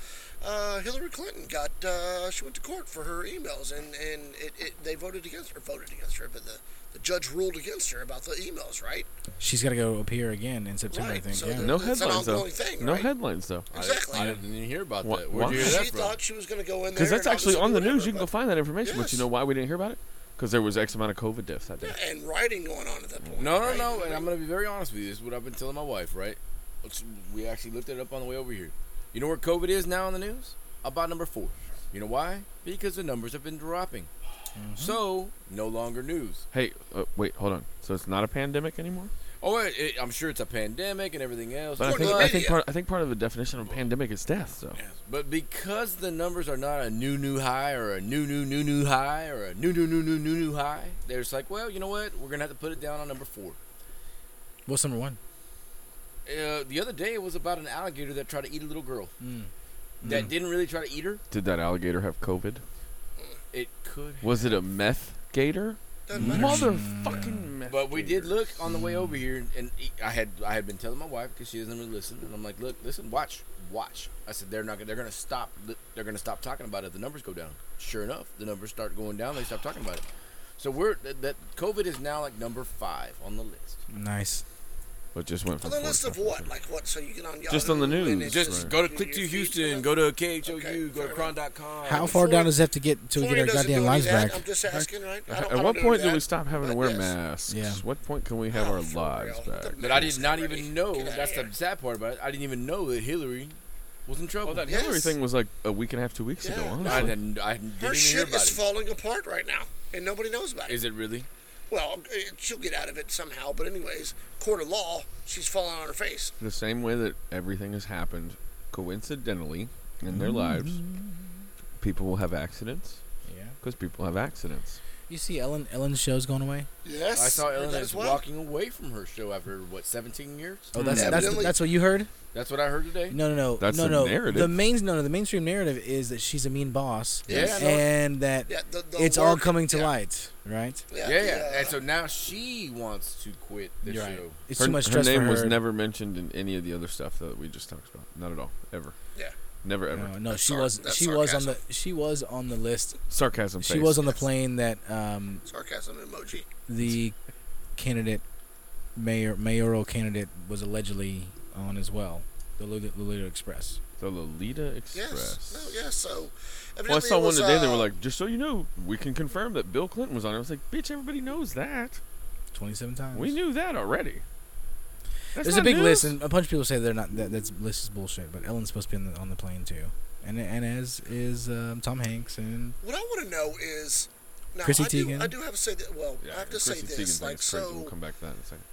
uh, Hillary Clinton got uh, she went to court for her emails, and and it, it they voted against her, voted against her, but the, the judge ruled against her about the emails, right? She's got to go appear again in September, I Right, think. so yeah. there- No It's an headlines though. ongoing thing, No right? headlines though. Exactly. I, I didn't even hear about Wha- that. why? Where'd you hear that she from? thought she was going to go in there Because that's and actually obviously on the do whatever, news. You can go but- find that information. But you Yes. know why we didn't hear about it? Because there was X amount of COVID deaths that day. and writing going on at that point. No, no, right? no. And I'm gonna be very honest with you. This is what I've been telling my wife. Right? It's- We actually looked it up on the way over here. You know where COVID is now on the news? About number four. You know why? Because the numbers have been dropping. Mm-hmm. So no longer news. Hey, uh, wait, hold on. So it's not a pandemic anymore? Oh, it, it, I'm sure it's a pandemic and everything else. But I Well, think, no, I think yeah. part I think part of the definition of a pandemic is death. So But because the numbers are not a new new high or a new new new new high or a new new new new new new high, they're just like, well, you know what? We're gonna have to put it down on number four. What's number one? Uh, the other day it was about an alligator that tried to eat a little girl Mm. that didn't really try to eat her. did that alligator have COVID? It could. Was it a meth gator? Doesn't matter. Mm. Motherfucking Mm. meth. But we did gator. look on the way over here, and I had I had been telling my wife because she doesn't really listen, and I'm like, look, listen, watch, watch. I said they're not gonna- they're gonna stop they're gonna stop talking about it. if The numbers go down. Sure enough, the numbers start going down. They stop talking about it. So we're that, that COVID is now like number five on the list. Nice. But just went from On the four list to of five. what? Like what? So you get on Yahoo. Just on the and news. it's Just go Go to click to your feed Houston, stuff. go to KHOU, Okay, go to fair enough. cron.com. How far Florida- down does it have to get till we get Florida our doesn't goddamn do any lives of that. back? I'm just asking, right? I don't- I At don't what do point do that. we stop having to but wear yes. masks? Yeah. What point can we have Oh, our for lives real. back? The But I masks did not already. even know. Get outta That's here. the sad part about it. I didn't even know that Hillary was in trouble. Oh, that Yes. Hillary thing was like a week and a half, two weeks ago. Yeah. Honestly, I didn't. I didn't Her even hear shit about is it. falling apart right now, and nobody knows about it. Is it really? Well, it- she'll get out of it somehow. But anyways, court of law, she's falling on her face. the same way that everything has happened coincidentally in their lives, people will have accidents Yeah. because people have accidents. You see Ellen Ellen's show's going away? Yes. I saw heard Ellen that is walking away from her show after what 17 years. Oh, that's Mm. that's, Evidently- that's what you heard? That's what I heard today. No, no, no. That's no, the no. narrative. The main no, no, the mainstream narrative is that she's a mean boss. Yeah, I know. And that Yeah, the, the it's all work- coming to yeah, light, right? Yeah, yeah. uh, And so now she wants to quit the You're show. right. It's her, too much her stress name for her. was never mentioned in any of the other stuff that we just talked about. Not at all, ever. Yeah. Never ever. no, no, That's she sar- was that's she was on the sarcasm. she was on the list. Sarcasm. She face. was on the yes. plane that um, sarcasm emoji. the candidate mayor mayoral candidate was allegedly on as well. The Lolita, Lolita Express. the Lolita Express. Yes. No. Yes. So. Well, I evidently saw it one was, today. they uh, were like, "Just so you know, we can confirm that Bill Clinton was on it." I was like, "Bitch, everybody knows that. Twenty seven times. We knew that already." That's There's a not big news. list, and a bunch of people say they're not. That that's list is bullshit. But Ellen's supposed to be on the, on the plane too, and and as is um, Tom Hanks and What I want to know is. Now, Chrissy I do, Teigen? I do have to say that. Well, Yeah, I have to Chrissy say Teigen this. thing Like is crazy. We'll so. come back to that in a second.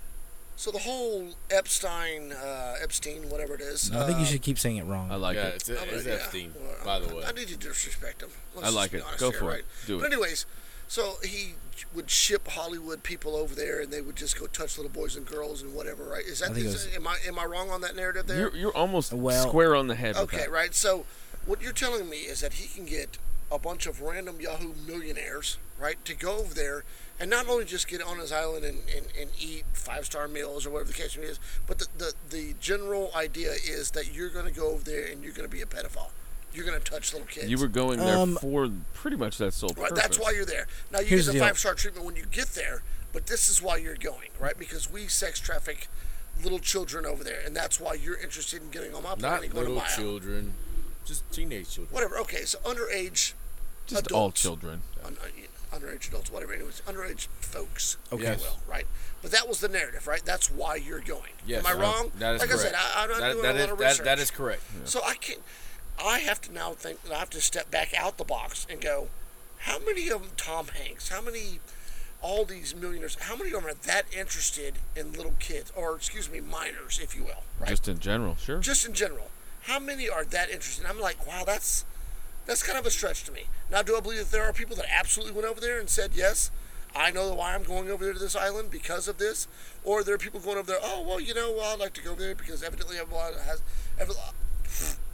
So the whole Epstein, uh, Epstein, whatever it is. I think you uh, should keep saying it wrong. I like yeah, it. it's, it's yeah, Epstein, well, by I- the way. I need to disrespect him. Let's I like just be it. honest Go here, for it. right? Do But it. anyways, so he would ship Hollywood people over there, and they would just go touch little boys and girls and whatever, right? Is I that think it is, was- am I am I wrong on that narrative there? You're, you're almost Well- square on the head. with okay, that. right. So what you're telling me is that he can get a bunch of random Yahoo millionaires, right, to go over there and not only just get on his island and, and, and eat five star meals or whatever the case may be, is, but the, the, the general idea is that you're going to go over there and you're going to be a pedophile. You're going to touch little kids. You were going there Um, for pretty much that sole purpose. Right, that's why you're there. Now you Here's get the the deal. five star treatment when you get there, but this is why you're going, right? Because we sex traffic little children over there, and that's why you're interested in getting on my plane Not and going to little my island. children, just teenage children. Whatever. Okay, so underage Just all adults. children. un- un- underage adults, whatever. Anyways, underage folks, okay. Yes. well, right? But that was the narrative, right? That's why you're going. Yes, Am I that- wrong? That is like correct. I said, I, I'm not That- doing a that is- lot of that- research. that is correct. So I can, I have to now think that I have to step back out the box and go, how many of them Tom Hanks? How many? All these millionaires, how many of them are that interested in little kids, or excuse me, minors, if you will, right? Just in general, sure. just in general, how many are that interested? I'm like, wow, that's that's kind of a stretch to me. Now, do I believe that there are people that absolutely went over there and said yes? I know why I'm going over there to this island because of this, or there are people going over there. Oh well, you know, well, I'd like to go over there because evidently everyone has. Every,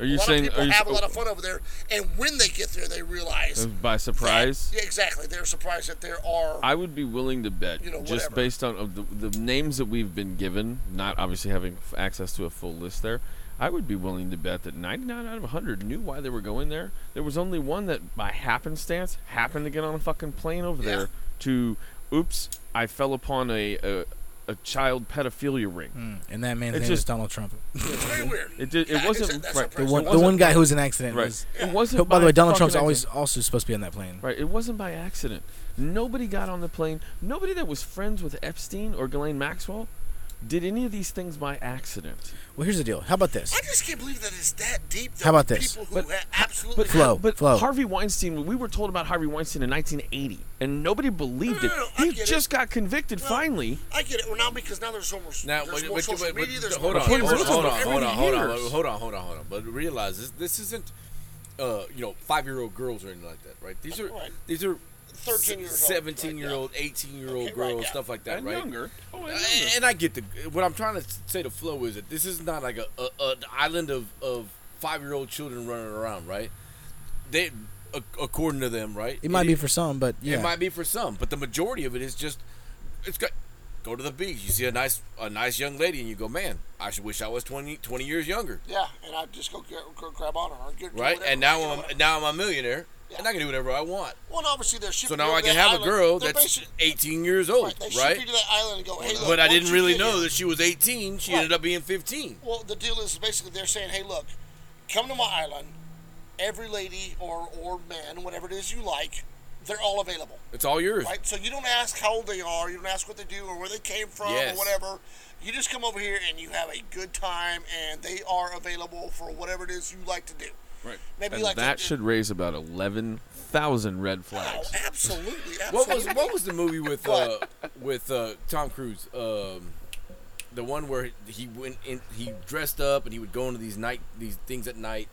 Are you a lot saying? of people Are you oh have a lot of fun over there, and when they get there, they realize. uh, by surprise? That, yeah, exactly. They're surprised that there are. I would be willing to bet, You know, just whatever. based on of the, the names that we've been given, not obviously having f- access to a full list there, I would be willing to bet that 99 out of 100 knew why they were going there. There was only one that, by happenstance, happened to get on a fucking plane over there to, oops, I fell upon a, a, a child pedophilia ring. And that man's It's name just- is Donald Trump. it's very weird. It, did, it Yeah, wasn't. that's right, The surprising. one, the wasn't- one guy who was an accident Right. was. It wasn't. by the way, Donald fucking Trump's accident. always also supposed to be on that plane. Right. It wasn't by accident. Nobody got on the plane. Nobody that was friends with Epstein or Ghislaine Maxwell did any of these things by accident. Well, here's the deal. How about this? I just can't believe that it's that deep. That How about this? People who But- ha- absolutely But, Flo, but Flo. Harvey Weinstein, we were told about Harvey Weinstein in 1980, and nobody believed No, no, no, it. I He get it. just got convicted Well, finally. I get it. Well, now because now there's so much. Now, there's but, more but, social but, media. There's but, hold more on, Reporters hold on, listen hold for on, every hold on, hold on, years. hold on, hold on, hold on. But realize this: this isn't, uh, you know, five-year-old girls or anything like that, right? These are Right. these are 13-year-old, right, seventeen-year-old, eighteen-year-old Okay, right, girls, yeah. stuff like that, and right? younger. Oh, and Uh, younger. And I get the what I'm trying to say. The flow is that this is not like a, a an island of of five-year-old children running around, right? They, ac- according to them, right? It might It- be for some, but yeah. it might be for some, but the majority of it is just it's got go to the beach. You see a nice a nice young lady and you go, "Man, I should wish I was 20, 20 years younger." Yeah, and I just go, get, go grab on her. Or get, do Right? whatever, and now you know I'm what? now I'm a millionaire Yeah. and I can do whatever I want. Well, and obviously they're So shipping. now you I to can that have a island. girl They're that's basi- 18 years old, right, they ship right? you to that island and go, hey, look, But I once didn't you really get here- know that she was 18. She Right. ended up being 15. Well, the deal is basically they're saying, hey, look, come to my island. Every lady or or man, whatever it is you like, they're all available. It's all yours. Right? So you don't ask how old they are, you don't ask what they do or where they came from Yes. or whatever. You just come over here and you have a good time, and they are available for whatever it is you like to do. Right. Maybe And you like that to, should raise about 11,000 red Oh, flags. absolutely. absolutely. What was what was the movie with uh, with uh, Tom Cruise? Um, the one where he went in, he dressed up and he would go into these night these things at night,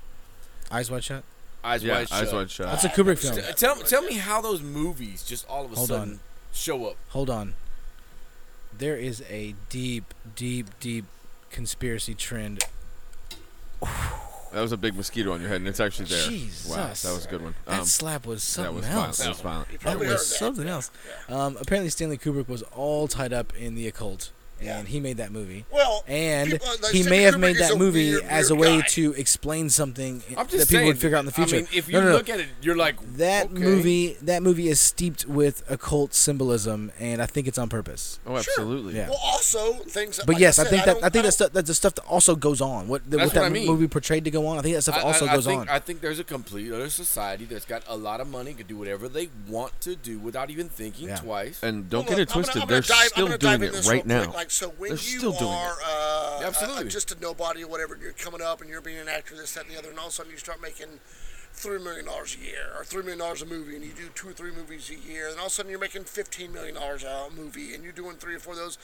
Eyes wide shut. eyes yeah, wide shut. eyes wide shut. That's a Kubrick film. T- Tell tell me how those movies just all of a Hold sudden on. show up. Hold on. There is a deep, deep, deep conspiracy trend. that was a big mosquito on your head, and it's actually there. Wow, that Jesus. was a good one. That Um, slap was that something was violent. else. That was violent. You That probably was heard something else. Um, apparently, Stanley Kubrick was all tied up in the occult, Yeah. and he made that movie. Well, And people- like, he Stanley may have Kubrick made is that a movie weird, as a weird way guy. to explain something I'm that just people saying, would figure out in the future. I mean, if you no, no, no. look at it, you're like that okay. movie, that movie is steeped with occult symbolism, and I think it's on purpose. Oh, absolutely. Yeah. Well, also things. that- But like yes, I said, think that don't- I think don't- that's the, that's the stuff that also goes on. What, the, That's what that what I mean. movie portrayed to go on, I think that stuff I- I- also I goes think, on. I think there's a complete other society that's got a lot of money can do whatever they want to do without even thinking Yeah. twice. And don't Well, get it look, twisted. I'm gonna- They're I'm gonna dive- I'm still gonna doing dive in it this right real now. quick. Like so, when They're you still doing it. are uh, Absolutely. uh, just a nobody or whatever, and you're coming up and you're being an actor, this, that, and the other, and all of a sudden you start making three million dollars a year or three million dollars a movie, and you do two or three movies a year, and all of a sudden you're making fifteen million dollars a movie, and you're doing three or four of those.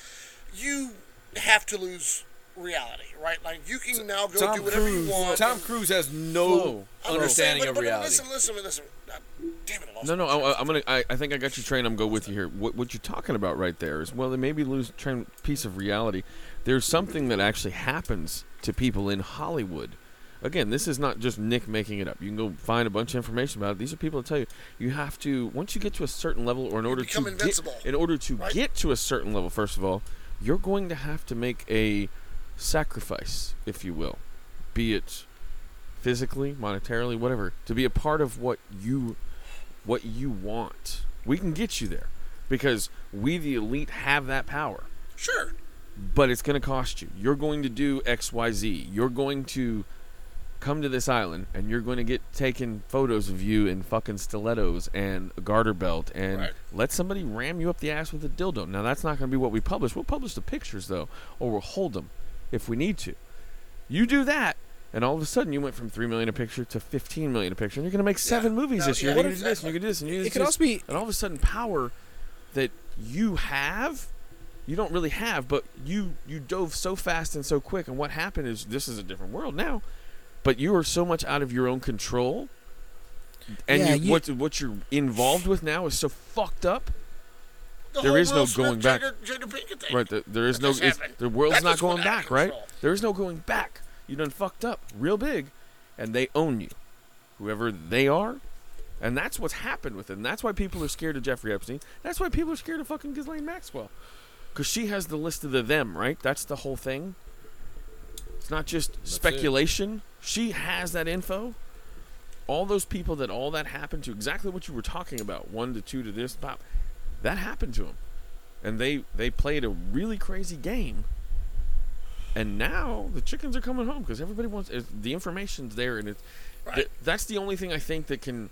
You have to lose reality, right? Like you can now go do whatever you want. Tom Cruise has no Whoa. I'm just saying, understanding but- of but reality. Listen, listen, listen. Uh, damn it, I lost No, my no, train of I, I'm gonna. I, I think I got you trained. I'm go with you here. What, what you're talking about right there is well, they maybe lose train piece of reality. There's something that actually happens to people in Hollywood. Again, this is not just Nick making it up. You can go find a bunch of information about it. These are people that tell you you have to once you get to a certain level, or in order become to invincible, get, in order to right? get to a certain level, first of all, you're going to have to make a sacrifice, if you will, be it physically, monetarily, whatever, to be a part of what you what you want. We can get you there because we the elite have that power. Sure. But it's going to cost you. You're going to do XYZ. You're going to come to this island and you're going to get taken photos of you in fucking stilettos and a garter belt and Right. let somebody ram you up the ass with a dildo. Now that's not going to be what we publish. We'll publish the pictures though, or we'll hold them if we need to. You do that, and all of a sudden you went from three million a picture to fifteen million a picture, and you're going to make seven movies No, this year. yeah. You're What going to do this, and you're going to do this, and you It could also be and all of a sudden power that you have you don't really have but you you dove so fast and so quick and what happened is this is a different world now but you are so much out of your own control and Yeah, you, you- what what you're involved with now is so fucked up The There whole is no Will Smith, going back. Jada- Jada Pinkett thing. right there, there is no just it's- happened. the world's That not just going went out of back right control. there is no going back you done fucked up real big and they own you whoever they are and that's what's happened with it. And that's why people are scared of Jeffrey Epstein. That's why people are scared of fucking Ghislaine Maxwell. Because she has the list of the them, right? That's the whole thing. It's not just speculation. She has that info. All those people that all that happened to, exactly what you were talking about, one to two to this, pop, that happened to them. And they, they played a really crazy game. And now the chickens are coming home because everybody wants it's- the information's there, and it's th- that's the only thing I think that can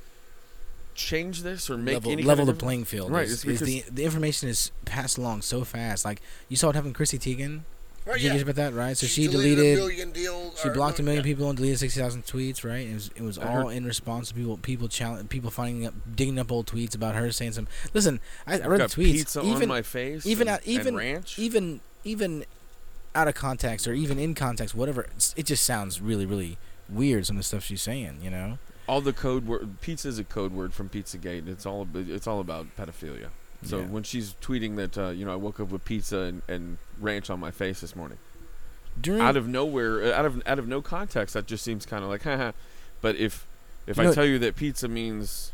change this or make level, any level kind the of difference. playing field. Right, Right. Is, it's is the the information is passed along so fast. Like you saw what happened, to Chrissy Teigen. Right, Did you Oh, yeah. hear about that? Right. So she, a deleted. million deals. she or- blocked a yeah. million people and deleted sixty thousand tweets, right? It was, it was I all in response to people people challenge people finding up digging up old tweets about her saying some. Listen, I, I read Got the tweets. pizza even on my face, even and, out- even- e- and ranch. even even out of context or even in context, whatever. it's- It just sounds really really weird. Some of the stuff she's saying, you know. all the code word pizza is a code word from Pizzagate. It's all ab- it's all about pedophilia. So Yeah. when she's tweeting that uh, you know I woke up with pizza and, and ranch on my face this morning, During out of nowhere, uh, out of out of no context, that just seems kind of like haha. But if if No. I tell you that pizza means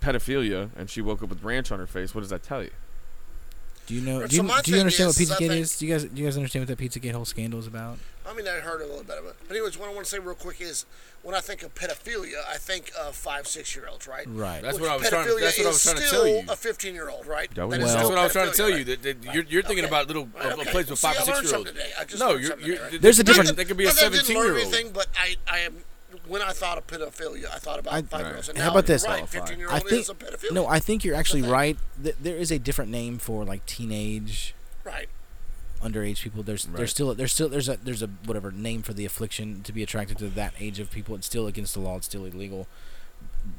pedophilia and she woke up with ranch on her face, what does that tell you? do you know? Right, Do you, so my do you thing understand is, I what PizzaGate think- is? Do you guys do you guys understand what that PizzaGate whole scandal is about? I mean, I heard a little bit of it. But anyways, what I want to say real quick is, when I think of pedophilia, I think of five, six year olds, right? Right. That's Which what I was pedophilia trying to- that's what I was is trying to still tell you. A fifteen year old, right? Oh, That is yeah. That's still what I was trying to tell pedophilia, you. right? That, that you're, you're thinking Okay. about little a- a Okay. place with See, five I or learned six year olds. something today. I just No, learned you're, something you're, today. There's a there difference. could- There could be a Not that I didn't seventeen learn year old. anything, but I, I am. When I thought of pedophilia, I thought about I- five year olds. how about this? Right, fifteen year I old think is a pedophile. no, I think you're actually thing. right. Th- There is a different name for like teenage right. underage people. There's Right. there's still there's still there's a there's a whatever name for the affliction to be attracted to that age of people. It's still against the law. It's still illegal.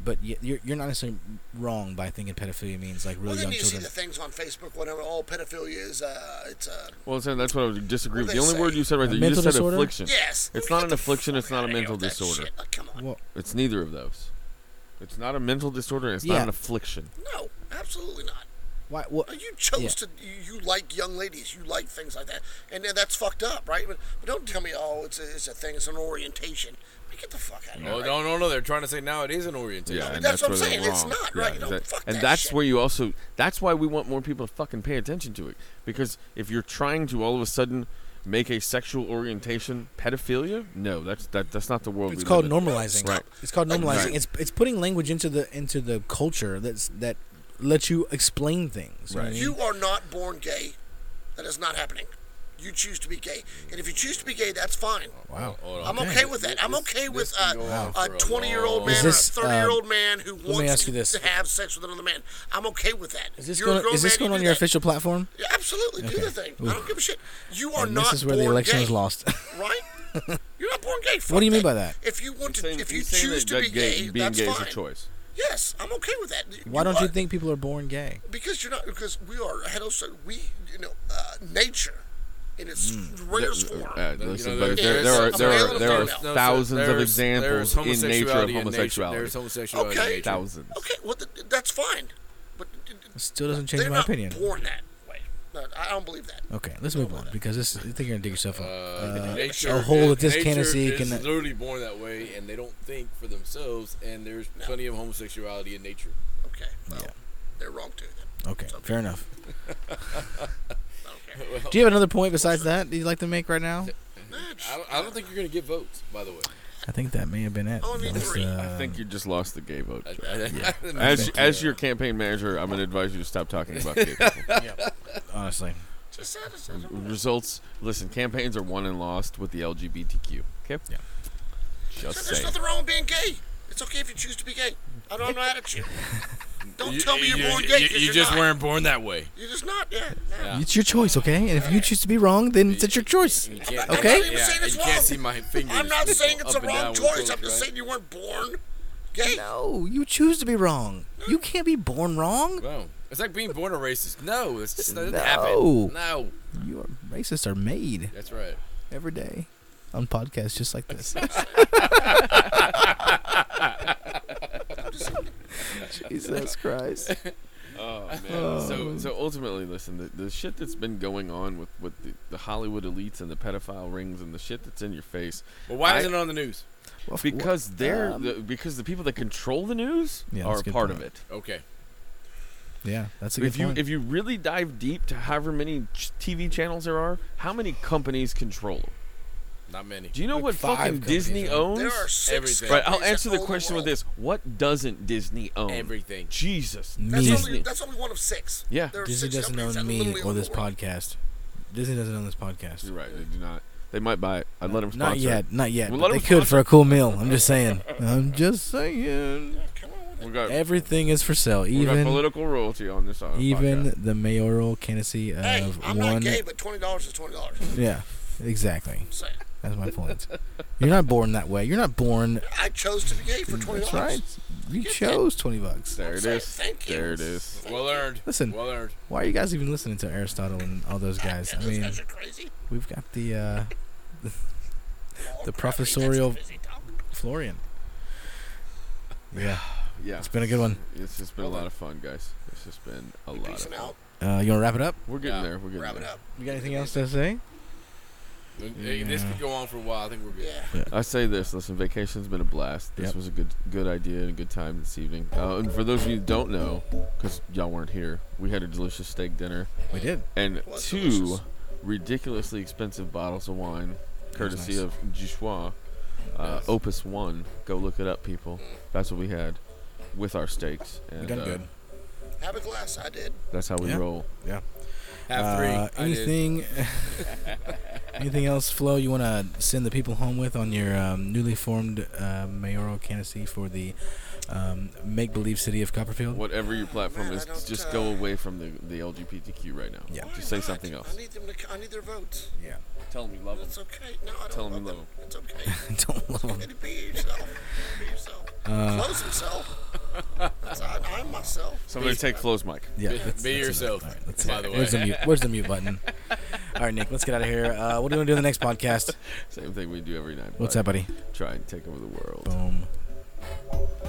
But y- you're you're not necessarily wrong by thinking pedophilia means like really well, then young you children. see the things on Facebook. Whatever, all pedophilia is. Uh, it's uh, Well, so that's what I would disagree What with. do The they only word say? you said right there, you just mental said disorder? affliction. yes. It's Get not an the affliction, it's fuck not a outta here mental with that disorder. shit. Like, come on. well, It's neither of those. It's not a mental disorder. and It's Yeah. not an affliction. No, absolutely not. why? What? Uh, You chose Yeah. to. You, you like young ladies. You like things like that, and, and that's fucked up, right? But, but don't tell me, oh, it's a, it's a thing. It's an orientation. Man, get the fuck out of here. Oh, right? no, no, no. They're trying to say now it is an orientation. and that's what I'm where they're saying, it's wrong. not right, no, that- fuck and that that's shit. where you also. That's why we want more people to fucking pay attention to it. Because if you're trying to all of a sudden make a sexual orientation pedophilia, no, that's that that's not the world. It's we called live in. normalizing. Right. It's called normalizing. Right. It's it's putting language into the into the culture that's that lets you explain things. you know what I Right. mean? You are not born gay. That is not happening. You choose to be gay, and if you choose to be gay, that's fine. Wow. I'm okay with that. I'm okay with this uh, can go on a for a 20 year old long- man Is this, uh, or a 30 year old man who me wants ask to you this. have sex with another man. I'm okay with that. Is this You're a going? grown Is this man, you going on do your that. official platform? Yeah, absolutely, do Okay. the thing. I Ooh. don't give a shit. You are And not this is where the born election gay, was lost. right? You're not born gay. What do you fuck mean by that? If you want to, Saying- if he's you saying choose that- to that be gay, being that's gay fine. is a choice. Yes, I'm okay with that. Why don't you are- think people are born gay? Because you're not. Because we are heterosexual. We, you know, uh, nature in its Hmm. rarest There- form. uh, You know, listen, there- buddy, there, there's there are some there are available there are female. No, sir, thousands of there's- examples there's in nature of homosexuality in nature. homosexuality. There's homosexuality. in Okay. nature. Thousands. Okay, well, th- that's fine. But th- th- It still doesn't change they're my not opinion. born that way. No, I don't believe that. Okay, let's move on because this. I think you're gonna dig yourself up. Uh, nature, a hole that this nature can of sea is can. literally born that way, and they don't think for themselves. And there's plenty of homosexuality in nature. Okay, well, Yeah. they're wrong too. Then. Okay, fair enough. I don't care. Do you have another point besides that? that you like to make right now? I don't, I don't think you're gonna get votes. By the way, I think that may have been it. Only That was, three. uh, I think you just lost the gay vote. I- I- As, as your campaign manager, I'm going to advise you to stop talking about gay people. honestly. Just said it, said it. Results, listen, campaigns are won and lost with the LGBTQ. Okay? Yeah. Just There's saying. nothing wrong with being gay. It's okay if you choose to be gay. I don't I'm not mad at you. Don't You- tell me you're you- born gay. you- 'cause You you're just not. weren't born that way. You're just not. Yeah. no. Yeah. It's your choice, okay? And if you choose to be wrong, then it's your choice. You can't- Okay. I'm not even saying it's you can't wrong. see my fingers. I'm not saying it's up a and down wrong with choice. those, I'm just right? saying you weren't born gay. No, you choose to be wrong. You can't be born wrong. Wow. It's like being born a racist. No, it's just that doesn't No. happen. No, You are racists are made that's right. every day on podcasts just like this. Jesus Christ. Oh man. So so ultimately, listen, the, the shit that's been going on with with the, the Hollywood elites and the pedophile rings and the shit that's in your face. Well, why I- isn't it on the news? Well, Because they're um, the, because the people that control the news Yeah, are that's a a good part point. of it. Okay. yeah, that's a good If you point. if you really dive deep to however many ch- TV channels there are, how many companies control them? Not many. Do you know Like what five fucking companies, Disney right? owns? There are six. Everything. Right, I'll companies that answer own the question with world. this: What doesn't Disney own? Everything. Jesus. Me. That's only, Disney. that's only one of six. Yeah. There are Disney six doesn't companies own that me literally or own the this world. podcast. Disney doesn't own this podcast. You're right. They do not. They might buy it. I'd let them sponsor. Not yet, not yet. Well, but let they them could for a cool meal. I'm just saying. I'm just saying. Come on with it. It. We got Everything is for sale. we got Even political royalty on this. uh, even podcast. the mayoral candidacy of Hey, I'm one. not gay, but twenty dollars is twenty dollars. Yeah, exactly. Saying That's my point. You're not born that way. You're not born. I chose to be gay for twenty That's dollars. right. You chose twenty bucks. There it saying, is. thank you. There it is. Well earned. Listen. Well earned. Why are you guys even listening to Aristotle and all those guys? I mean, That's crazy. we've got the uh, the Lord, crap, that's professorial- crazy talk. Florian. Yeah, Yeah. it's been a good one. It's just been a lot of fun, guys. It's just been a lot of Peacing fun. out. Uh, you want to wrap it up? We're getting Yeah, there. We're getting Wrap it there. up. You got anything else to say? Hey, This Yeah. could go on for a while. I think we're good. Yeah. I say this. Listen, vacation's been a blast. This Yep. was a good good idea and a good time this evening. Uh, and for those of you who don't know, because y'all weren't here, we had a delicious steak dinner We did. and was two delicious. ridiculously expensive bottles of wine, courtesy nice. of Joshua, uh, Opus One. Go look it up, people. That's what we had with our steaks. And, We done uh, good. Have a glass. I did. That's how we Yeah. roll. Have three. Uh, I did. anything? anything else, Flo? You want to send the people home with on your um, newly formed uh, mayoral candidacy for the um, make believe city of Copperfield? Whatever your platform Man, I is, don't, just uh, go away from the, the LGBTQ right now. Yeah. Just say Why not? something else. I need them to. I need their votes. Yeah. Tell them you love It's okay. No, I don't. Tell 'em love you love them. It's okay. Don't love 'em. Okay, Be yourself. Be yourself. Uh, Close himself. That's, I, I'm myself. Somebody take Flo's mic. Yeah. Be- that's- be that's yourself, enough. All right, by it. the Where's the way. mute? Where's the mute button? All right, Nick. Let's get out of here. Uh, what do you want to do in the next podcast? Same thing we do every night. What's buddy. that, buddy? Try and take over the world. Boom.